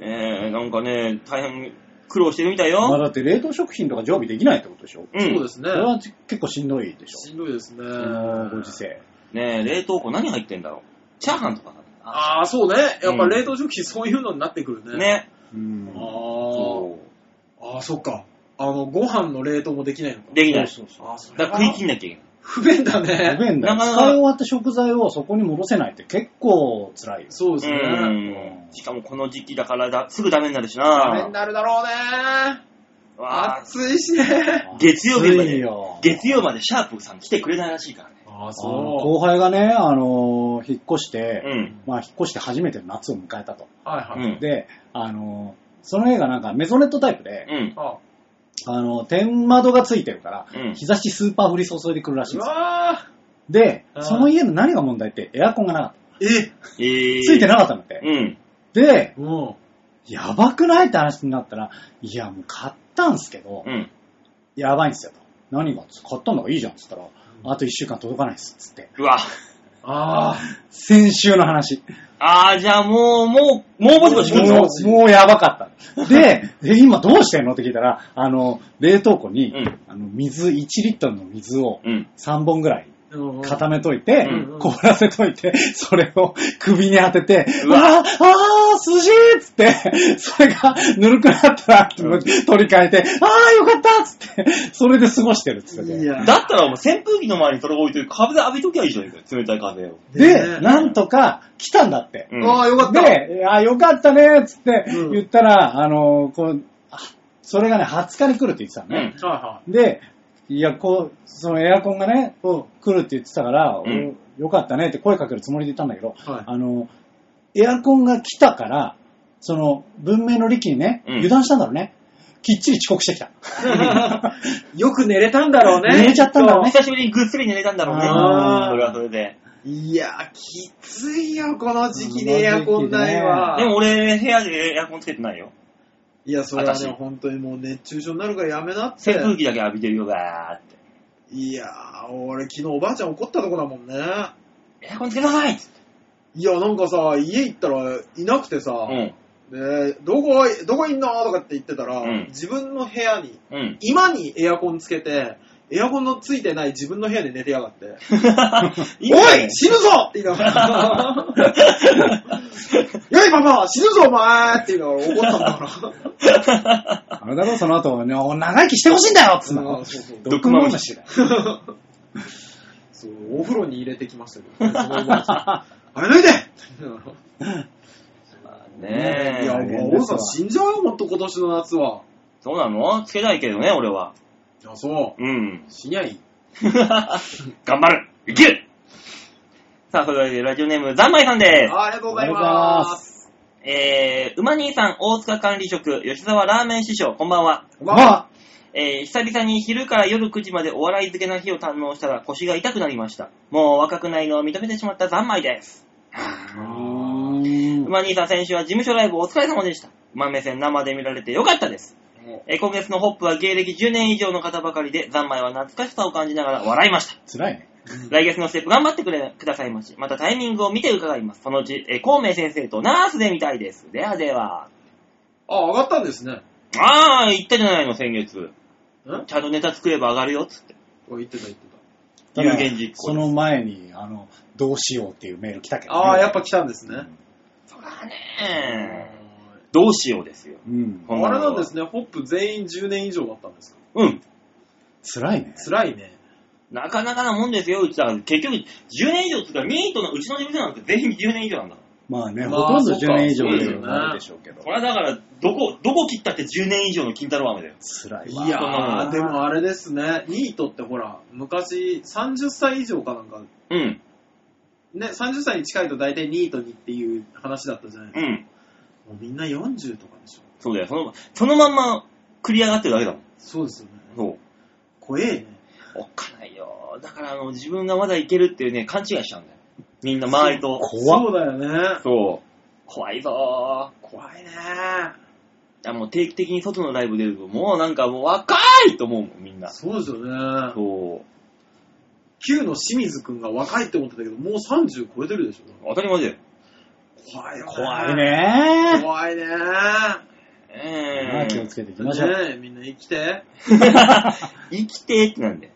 Speaker 2: えー、なんかね、大変苦労してるみたい
Speaker 1: まあ
Speaker 2: よ。
Speaker 1: だって冷凍食品とか常備できないってことでしょ。
Speaker 2: うん。
Speaker 3: そうですね
Speaker 1: そ。れは結構しんどいでし
Speaker 3: し
Speaker 1: ょ。
Speaker 3: んどいですね。
Speaker 1: このご時世。
Speaker 2: ねえ、冷凍庫何入ってんだろう。チャーハンとかかな
Speaker 3: ああ、そうね。やっぱ冷凍食品そういうのになってくるね。
Speaker 2: ね。
Speaker 1: うん
Speaker 3: あ。
Speaker 2: そ
Speaker 3: あ。ああ、そっか。あの、ご飯の冷凍もできないのか
Speaker 2: う。。できない。
Speaker 1: そうそうそう
Speaker 3: ああ、それ
Speaker 2: だ
Speaker 3: は
Speaker 2: から食い切んなきゃいけない。
Speaker 3: 不便だ
Speaker 1: 不
Speaker 3: ね。
Speaker 1: 便だよ。
Speaker 2: なかな
Speaker 1: 使
Speaker 2: か
Speaker 1: い終わった食材をそこに戻せないって結構辛いよ。
Speaker 3: そうですね。
Speaker 2: うん。しかもこの時期だからだ、すぐダメになるし
Speaker 3: ダメ
Speaker 2: な
Speaker 3: に。なるだろうね。
Speaker 2: わあ、
Speaker 3: 暑いしね。
Speaker 2: 月曜日ま
Speaker 1: 暑い
Speaker 2: で
Speaker 1: よ、
Speaker 2: 月曜までシャープさん来てくれないらしいからね。
Speaker 3: ああ、
Speaker 1: あの後輩がね、あのー引っ越して、
Speaker 2: うん。
Speaker 1: まあ引っ越して初めての夏を迎えたと。
Speaker 3: う。はいは
Speaker 2: う
Speaker 3: い。
Speaker 2: ん。
Speaker 1: で、あのーその絵がなんかメゾネットタイプで、
Speaker 2: うん。
Speaker 3: ああ
Speaker 1: あの、天窓がついてるから、
Speaker 2: うん
Speaker 1: 日差しスーパー降り注いでくるらしい
Speaker 3: う
Speaker 1: んですよ
Speaker 3: わー
Speaker 1: で
Speaker 3: う、ん
Speaker 1: その家の何が問題ってエアコンがなかっ
Speaker 3: え
Speaker 2: えー
Speaker 1: た。ついてなかったんだって。
Speaker 2: うん。
Speaker 1: で、
Speaker 3: うん。
Speaker 1: やばくないって話になったら、いや、もう買ったんすけど、
Speaker 2: うん。
Speaker 1: やばいんすよと。何が買ったんだからいいじゃんっつったら、あと1週間届かないっすっつって。
Speaker 2: うわ。
Speaker 3: ああ。
Speaker 1: 先週の話。
Speaker 2: あー、じゃあもう、もう、もうぼちぼち来る
Speaker 1: も
Speaker 2: の
Speaker 1: う、もうやばかった。で、え今どうしてんのって聞いたら、あの、冷凍庫に、
Speaker 2: うん
Speaker 1: あの水、1リットルの水を
Speaker 2: うん。
Speaker 1: 3本ぐらい
Speaker 3: うん
Speaker 1: 固めといて、
Speaker 2: うん
Speaker 1: 凍らせといて、 (laughs) それを首に当てて、
Speaker 2: う
Speaker 1: う
Speaker 2: わ
Speaker 1: わああー、筋っつって、 (laughs) それがぬるくなったら、取り替えて、ああ、よかったっつって、それで過ごしてるっつってて。
Speaker 3: や
Speaker 2: だったらお前扇風機の前にそれ置いといて風浴びときゃいいじゃん。冷たい風を。
Speaker 1: で、なんとか来たんだって。
Speaker 2: うん
Speaker 3: ああ、よかった。
Speaker 1: で、あーよかったねっつって
Speaker 3: うん
Speaker 1: 言ったら、あのーこう、あそれがね、20日に来るって言ってたの
Speaker 2: う
Speaker 1: ね。
Speaker 2: ん。
Speaker 3: はいは
Speaker 1: で、いや、こう、そのエアコンがね、こう来るって言ってたから、
Speaker 2: うん
Speaker 1: およかったねって声かけるつもりでいたんだけど、
Speaker 3: はい
Speaker 1: あの、エアコンが来たから、その、文明の利器にね、
Speaker 2: うん
Speaker 1: 油断したんだろうね。きっちり遅刻して
Speaker 2: (laughs)
Speaker 1: きた。
Speaker 3: (laughs) い。よく寝れたんだろう
Speaker 1: 寝れ
Speaker 3: ね
Speaker 1: ち。ゃったんだろうね。
Speaker 2: 久しぶりにぐっすり寝れたんだろうね。
Speaker 1: あー
Speaker 2: それはそれで。
Speaker 3: いやー、きついよ、この時期でエアコンない
Speaker 1: あ
Speaker 3: わ。
Speaker 2: でも俺、部屋でエアコンつけてないよ。
Speaker 3: いや、それは
Speaker 2: 私
Speaker 3: ね、本当にもう熱中症になるからやめなって
Speaker 2: 扇。風機だけ浴びてるよ、ガーって。
Speaker 3: いやー、俺昨日おばあちゃん怒ったとこだもんね。
Speaker 2: エアコンつけなさいっつって。
Speaker 3: いや、なんかさ、家行ったらいなくてさ、
Speaker 2: うん。
Speaker 3: で、どこ、どこいんのとかって言ってたら、
Speaker 2: うん
Speaker 3: (laughs) 自分の部屋に、
Speaker 2: うん。
Speaker 3: 今にエアコンつけて、エアコンのついてない自分の部屋で寝てやがって、
Speaker 2: いいね
Speaker 3: おい死ぬぞって言いながら、
Speaker 2: (laughs)
Speaker 3: (laughs) よいパパ死ぬぞお前って言いながら怒ったんだから。
Speaker 1: あれだろ、その後、ね、 (laughs) お長生きしてほしいんだよつうの。
Speaker 3: そうそう
Speaker 2: ど毒まむし
Speaker 1: しだよ。
Speaker 3: そうお風呂に入れてきましたけど、そのおばあちゃんあれ脱いで
Speaker 2: (laughs) ねえ。
Speaker 3: いや、
Speaker 1: 大変で
Speaker 3: も
Speaker 1: すわ
Speaker 3: う、さん死んじゃうよ、もっと今年の夏は。
Speaker 2: そうなのつけないけどね、俺は。
Speaker 3: いや、そう。
Speaker 2: うん。
Speaker 3: 死にゃいい。
Speaker 2: 頑張るいけるさあ、それではラジオネーム、ざんまいさんです。
Speaker 3: あありがとうございます。
Speaker 2: えー、馬兄さん、大塚管理職、吉沢ラーメン師匠、こんばんは。
Speaker 3: こんば
Speaker 1: ま
Speaker 3: んは
Speaker 1: あ、
Speaker 2: えー、久々に昼から夜9時までお笑い漬けな日を堪能したら腰が痛くなりました。もう若くないのを認めてしまった三昧です。馬兄さん、先週は事務所ライブお疲れ様でした。馬目線生で見られてよかったです。えー今月のホップは芸歴10年以上の方ばかりで、三昧は懐かしさを感じながら笑いました。
Speaker 1: 辛いね。
Speaker 2: 来月のステップ頑張ってくれくださいまし。またタイミングを見て伺います。そのうち、えー、孔明先生とナースで見たいです。ではでは。
Speaker 3: あ、上がったんですね。
Speaker 2: ああ、言ったじゃないの、先月。
Speaker 3: ん
Speaker 2: ちゃんとネタ作れば上がるよ、つって。
Speaker 3: お言ってた言って
Speaker 1: ただ
Speaker 2: 有言実行です
Speaker 1: その前に、あの、どうしようっていうメール来たけ
Speaker 3: た。
Speaker 1: ど、
Speaker 3: ああ、やっぱ来たんですね。
Speaker 2: えーどうしようですよ。
Speaker 1: うん。
Speaker 3: あれなんですね、ホップ全員10年以上だったんですか
Speaker 2: うん。
Speaker 1: 辛いね。
Speaker 3: 辛いね。
Speaker 2: なかなかなもんですよ、うちは。結局、10年以上っつうか、ミートのうちの事務所なんて全員10年以上なんだか
Speaker 1: まあね、
Speaker 3: まあ
Speaker 1: ほとんど
Speaker 3: そっか
Speaker 1: 10年以上
Speaker 2: そうです
Speaker 1: で
Speaker 2: よ
Speaker 3: ね
Speaker 1: なるでしょうけど
Speaker 2: ら。こ。れはだから、どこ、どこ切ったって10年以上の金太郎飴だよ。
Speaker 1: 辛いわ。
Speaker 3: いや
Speaker 2: そうな
Speaker 3: ー、
Speaker 2: の
Speaker 3: でもあれですね、ニートってほら、昔30歳以上かなんか、
Speaker 2: うん。
Speaker 3: ね、30歳に近いと大体ニートにっていう話だったじゃないで
Speaker 2: う
Speaker 3: すか。
Speaker 2: ん。
Speaker 3: もうみんな40とかでしょ。
Speaker 2: そうだよ。その、そのまんま、繰り上がってるだけだもん。
Speaker 3: そうですよね。
Speaker 2: そう。
Speaker 3: 怖えね。
Speaker 2: おっかないよ。だからあの、自分がまだいけるっていうね、勘違いしちゃうんだよ。みんな周りと。
Speaker 1: 怖っ
Speaker 3: そうだよね。
Speaker 2: そう。怖いぞー。
Speaker 3: 怖いね。
Speaker 2: いやもう定期的に外のライブ出ると、もうなんかもう若いと思うもん、みんな。そ
Speaker 3: そうですよね。
Speaker 2: う。
Speaker 3: Q の清水くんが若いって思ってたけど、もう30超えてるでしょ。
Speaker 2: 当たり前だよ。
Speaker 3: 怖いよね。
Speaker 1: 怖い。ね。
Speaker 3: 怖いね。
Speaker 1: まあ
Speaker 2: え
Speaker 1: 気を
Speaker 2: ー
Speaker 1: つけていきましょう。
Speaker 3: ねえみんな生きて。
Speaker 2: (laughs) 生きてーってなんで。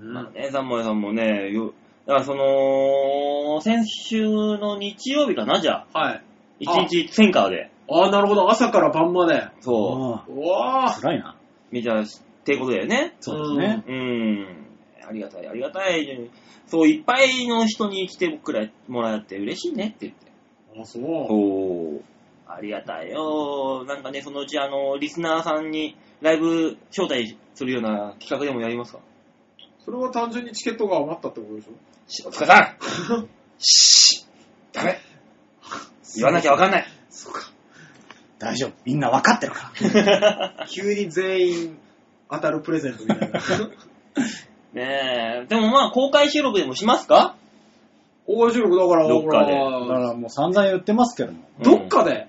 Speaker 3: うん
Speaker 2: まあね、三森さんもね、よだからその、先週の日曜日かな、じゃあ。
Speaker 3: はい。
Speaker 2: 一日センカーで。
Speaker 3: ああ、なるほど。朝から晩まで。
Speaker 2: そう。
Speaker 1: う
Speaker 3: うわ
Speaker 1: ん
Speaker 3: ー
Speaker 1: 辛いな。
Speaker 2: 見たってことだよね。
Speaker 1: そうですね。
Speaker 2: うん。ありがたい、ありがたい。そう、いっぱいの人に来て僕らもらって嬉しいねって言って。
Speaker 3: あ、そう。
Speaker 2: おありがたいよ。なんかね、そのうち、あの、リスナーさんにライブ招待するような企画でもやりますか
Speaker 3: それは単純にチケットが余ったってことでしょ
Speaker 2: しお疲れさん (laughs) しダメ言わなきゃわかんない
Speaker 3: そうか。
Speaker 1: 大丈夫。みんな分かってるから。
Speaker 3: 急に全員当たるプレゼントみた (laughs) いな。
Speaker 2: (laughs) ねえ、でもまあ、公開収録でもしますか
Speaker 3: 大収録だから、
Speaker 2: どっかで
Speaker 1: だ
Speaker 3: ほ
Speaker 1: かららもう散々言ってますけども。
Speaker 3: どっかで。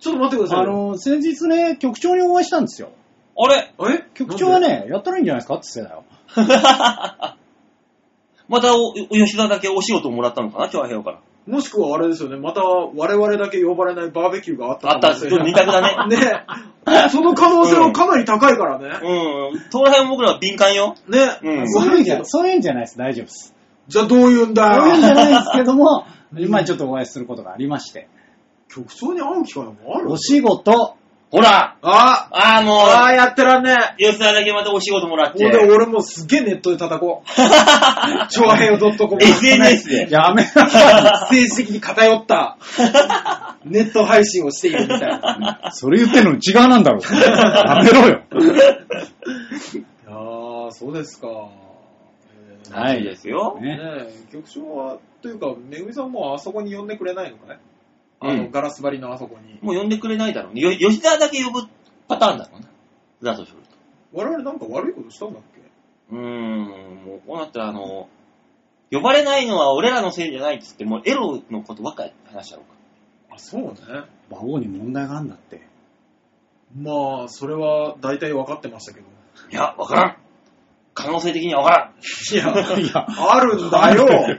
Speaker 3: ちょっと待ってください
Speaker 1: あ
Speaker 3: よ。
Speaker 1: の、先日ね、局長にお会いしたんですよ。
Speaker 2: あれ (laughs)
Speaker 3: え
Speaker 1: 局長はね、やったらいいんじゃないですかって言ってたよ。
Speaker 2: またお、お吉田だけお仕事もらったのかな、調和平和から。
Speaker 3: もしくはあれですよね、また我々だけ呼ばれないバーベキューがあった
Speaker 2: あった、
Speaker 3: 可能性が
Speaker 2: 二択だね。
Speaker 3: (laughs) ねその可能性はかなり高いからね。
Speaker 2: うん、その辺僕らは敏感よ。
Speaker 3: ね、
Speaker 2: うん
Speaker 1: そ
Speaker 3: そうういう
Speaker 1: い
Speaker 3: うんん
Speaker 1: じ
Speaker 3: じ
Speaker 1: ゃ
Speaker 3: ゃ、
Speaker 1: そういうんじゃないです。大丈夫です。
Speaker 3: じゃあどういうんだ
Speaker 1: そういうんじゃないですけ
Speaker 3: よ。
Speaker 1: ども、今ちょっとお会いすることがありまして。
Speaker 3: 局長に会う機会もある
Speaker 1: お仕事、
Speaker 2: ほら
Speaker 3: あ
Speaker 2: ああ、も
Speaker 3: ああ
Speaker 2: う、
Speaker 3: やってらんね
Speaker 2: 吉沢だけまたお仕事もらっ
Speaker 3: え。も
Speaker 2: て
Speaker 3: う。で俺もすっげえネットで
Speaker 2: (laughs)
Speaker 3: 叩こう。超平洋 .com。 (laughs)
Speaker 2: SNS で。
Speaker 1: やめな
Speaker 3: 政治的に偏
Speaker 2: (laughs)
Speaker 3: ったネット配信をしているみたいな。
Speaker 1: それ言ってんの内側なんだろう。やめろよ。
Speaker 3: いやー、そうですか。えー
Speaker 1: はい
Speaker 2: いいですよ。
Speaker 1: ね
Speaker 3: ねえ、局長は、というか、めぐみさんもあそこに呼んでくれないのかねあ
Speaker 2: う
Speaker 3: の、
Speaker 2: ん
Speaker 3: ガラス張りのあそこに。
Speaker 2: もう呼んでくれないだろうね。よ吉沢だけ呼ぶパターンだろうね。だとすると。
Speaker 3: 我々なんか悪いことしたんだっけ
Speaker 2: うーん、もうこうなったらあの、呼ばれないのは俺らのせいじゃないっつって、もうエロのことばっかり話しちゃおうか。
Speaker 3: あ、そうね。
Speaker 1: 馬王に問題があんだって。
Speaker 3: まあ、それは大体分かってましたけど。
Speaker 2: いや、わからん。可能性的にはわからん。
Speaker 3: いや、
Speaker 1: いや、
Speaker 3: あるんだよ。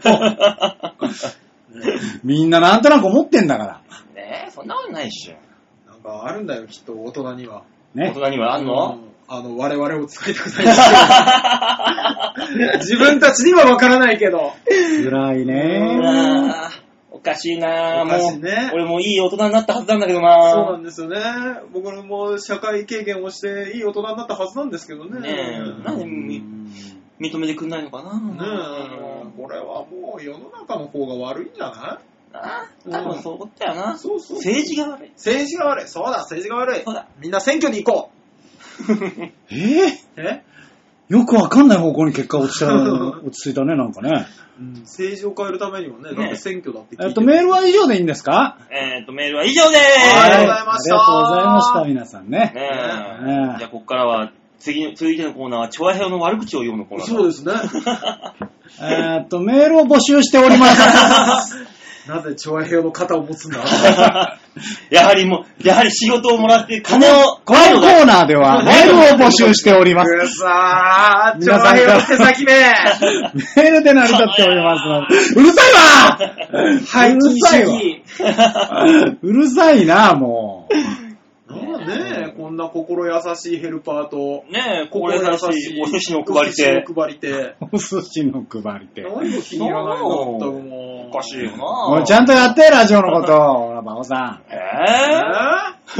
Speaker 1: みんななんとなく思ってんだから。
Speaker 2: ねえ、そんなことないっしょ。
Speaker 3: なんかあるんだよ、きっと、大人には。
Speaker 2: 大
Speaker 1: ね。
Speaker 2: 人にはあんの
Speaker 3: うんあの、我々を使いたくないですよ。自分たちにはわからないけど。
Speaker 1: 辛いうね
Speaker 2: わーおかしいなぁ、
Speaker 3: お
Speaker 2: も、
Speaker 3: かしいうね
Speaker 2: 俺もいい大人になったはずなんだけど
Speaker 3: そうな
Speaker 2: なん
Speaker 3: ですよね。僕も社会経験をしていい大人になったはずなんですけどね。
Speaker 2: ねえなんでみ認めてくんないのかな
Speaker 3: ねえこれはもう世の中の方が悪いんじゃな
Speaker 2: ああ、多分そういうことだよ
Speaker 3: い
Speaker 2: な。
Speaker 3: そうそう。
Speaker 2: 政治が悪い。 (laughs)
Speaker 3: 政治が悪い。そうだ、政治が悪い
Speaker 2: そう。だ。
Speaker 3: みんな選挙に行こ
Speaker 1: えー
Speaker 3: う。え、
Speaker 1: よくわかんない方向に結果落ちた、 (laughs) 落ち着いたね、なんかね。
Speaker 3: うん、政治を変えるためにはね、だって選挙だって聞いて
Speaker 1: えっと、メールは以上でいいんですか
Speaker 2: えっ、と、メールは以上でー
Speaker 3: ありがとうご
Speaker 2: す。
Speaker 3: ざいました
Speaker 1: はいありがとうございました、皆さんね。
Speaker 2: ね
Speaker 1: ね
Speaker 2: え。じゃあ、ここからは、次、続いてのコーナーは、チョアヘオの悪口を言うのコーナーだ
Speaker 3: そうですね。
Speaker 1: えっと、メールを募集しております。
Speaker 3: なぜ調和平和の肩を持つんだ
Speaker 2: (laughs) やはりもう、やはり仕事をもらって金を、
Speaker 1: (laughs) この
Speaker 2: 怖いの
Speaker 1: コ
Speaker 2: が
Speaker 1: ーナーではメールを募集しております。
Speaker 3: うさー、調和
Speaker 1: 皆さん
Speaker 3: 平和
Speaker 1: から
Speaker 3: の手先目
Speaker 1: メールで成り立っておりますの (laughs) で。うるさい
Speaker 3: 廃
Speaker 1: わう
Speaker 3: 棄
Speaker 1: るさい
Speaker 3: 主
Speaker 1: わ
Speaker 3: 義。
Speaker 1: うるさいな、もう。
Speaker 3: なんだね、こんな心優しいヘルパーと、
Speaker 2: (laughs) ねえ、心優しいお寿司の配り手。
Speaker 3: お寿司の配り手。
Speaker 1: お寿
Speaker 3: 何も気
Speaker 1: 司の配り手。
Speaker 3: に入らないんだったもう。
Speaker 2: おかしいよな
Speaker 1: おい、ちゃんとやって、ラジオのこと。ほら、バオさ
Speaker 2: え
Speaker 3: え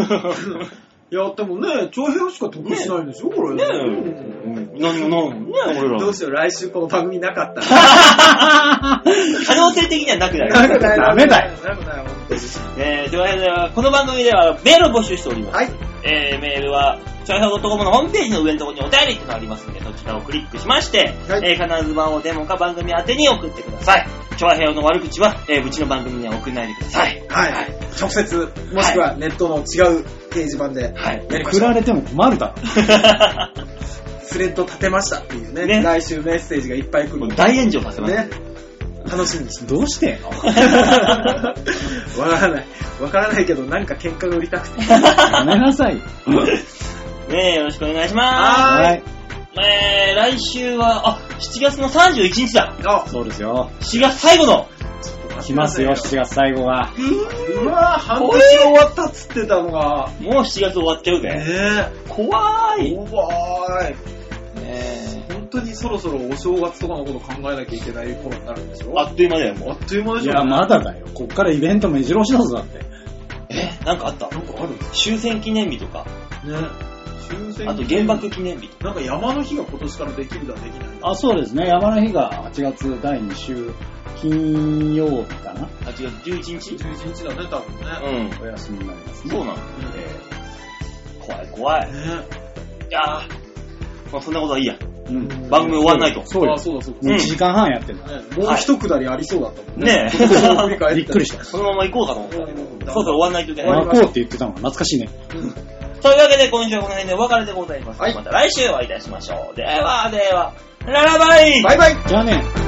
Speaker 2: え
Speaker 3: ーいや、でもね、長平しか得しないんでしょ、こ
Speaker 2: (laughs)
Speaker 3: れ。
Speaker 2: ねえ、
Speaker 3: うん
Speaker 2: 何もないもんね、俺ら。
Speaker 3: どうしよう、来週この番組なかった。
Speaker 2: 可能性的にはなくなる。
Speaker 1: なくなダメだ
Speaker 3: よ。ダメだよ、本当に
Speaker 2: えー、というわけでは、この番組ではメールを募集しております。
Speaker 3: はい。
Speaker 2: えー、メールは、ちょいひょう .com のホームページの上のところにお便りっていうのがありますので、そちらをクリックしまして、
Speaker 3: はい
Speaker 2: えー、必ず番をデモか番組宛てに送ってください。ちょいひょうの悪口は、えー、うちの番組には送らないでください。
Speaker 3: はい。直接、もしくはネットの違う掲示板で
Speaker 2: はい。
Speaker 3: やり
Speaker 1: ん。
Speaker 3: まし
Speaker 1: 振
Speaker 3: た
Speaker 1: られても困るだ
Speaker 3: スレッド立てましたっていうね、
Speaker 2: ね
Speaker 3: 来週メッセージがいっぱい来る
Speaker 2: も
Speaker 3: の
Speaker 2: う
Speaker 3: で、
Speaker 2: (laughs) 大炎上させます。
Speaker 3: ね、楽しみにして。
Speaker 1: ろ。どうしてよ
Speaker 3: わからない。わからないけど、なんか喧嘩が売りたくて。
Speaker 1: やめなさいよ。
Speaker 2: ねえ、よろしくお願いしま
Speaker 3: はーい
Speaker 1: はい。
Speaker 2: す。えー、来週は、あ、7月の31日だ。
Speaker 3: あ、
Speaker 1: そうですよ。
Speaker 2: 7月最後の。
Speaker 1: 来ますよ、7月最後は。
Speaker 3: うわぁ、半年終わったっつってたのが。
Speaker 2: もう7月終わっちゃうぜ。
Speaker 3: ね
Speaker 2: 怖
Speaker 3: え。
Speaker 2: い。ね
Speaker 3: うわーい。
Speaker 2: え
Speaker 3: 本当にそろそろお正月とかのこと考えなきゃいけない頃になるんでしょ
Speaker 2: あっという間だよ、
Speaker 3: あ
Speaker 2: もう
Speaker 3: っ。という間で
Speaker 1: い
Speaker 3: しょ
Speaker 1: や、まだだよ。こっからイベント目白押しだぞ、だって。
Speaker 2: え、なんかあった
Speaker 3: なんかある
Speaker 2: 終戦記念日とか、
Speaker 3: ね。終戦
Speaker 2: あと原爆記念日とか。
Speaker 3: なんか山の日が今年からできるだできないだ。
Speaker 1: あ、そうですね。山の日が8月第2週、金曜日かな。
Speaker 2: あ、違う、11日
Speaker 3: 11日だね、多分ね。
Speaker 2: うん。
Speaker 1: お休みになりますね。
Speaker 2: そうなの。
Speaker 1: え
Speaker 2: 怖い怖い。
Speaker 3: ね
Speaker 2: いやー、まあ、そんなことはいいや。
Speaker 1: ーうん。
Speaker 2: 番組終わんないと。
Speaker 1: そうよ
Speaker 3: あ、。そうだそうだ。
Speaker 1: もう1時間半やってんだ。
Speaker 3: ねもう一くだりありそうだったもん
Speaker 2: ねえ。
Speaker 3: 振り返
Speaker 1: びっくりした。
Speaker 2: そのまま行こうかと思った。
Speaker 3: た
Speaker 2: そうそう、終わんないといけない。
Speaker 1: 泣こうって言ってたのが懐かしいね。
Speaker 2: というわけで、今週はこの辺でお別れでございます。
Speaker 3: はい
Speaker 2: また来週お会いいたしましょう。では、では、ララバイ
Speaker 3: バイバイ
Speaker 1: じゃあね。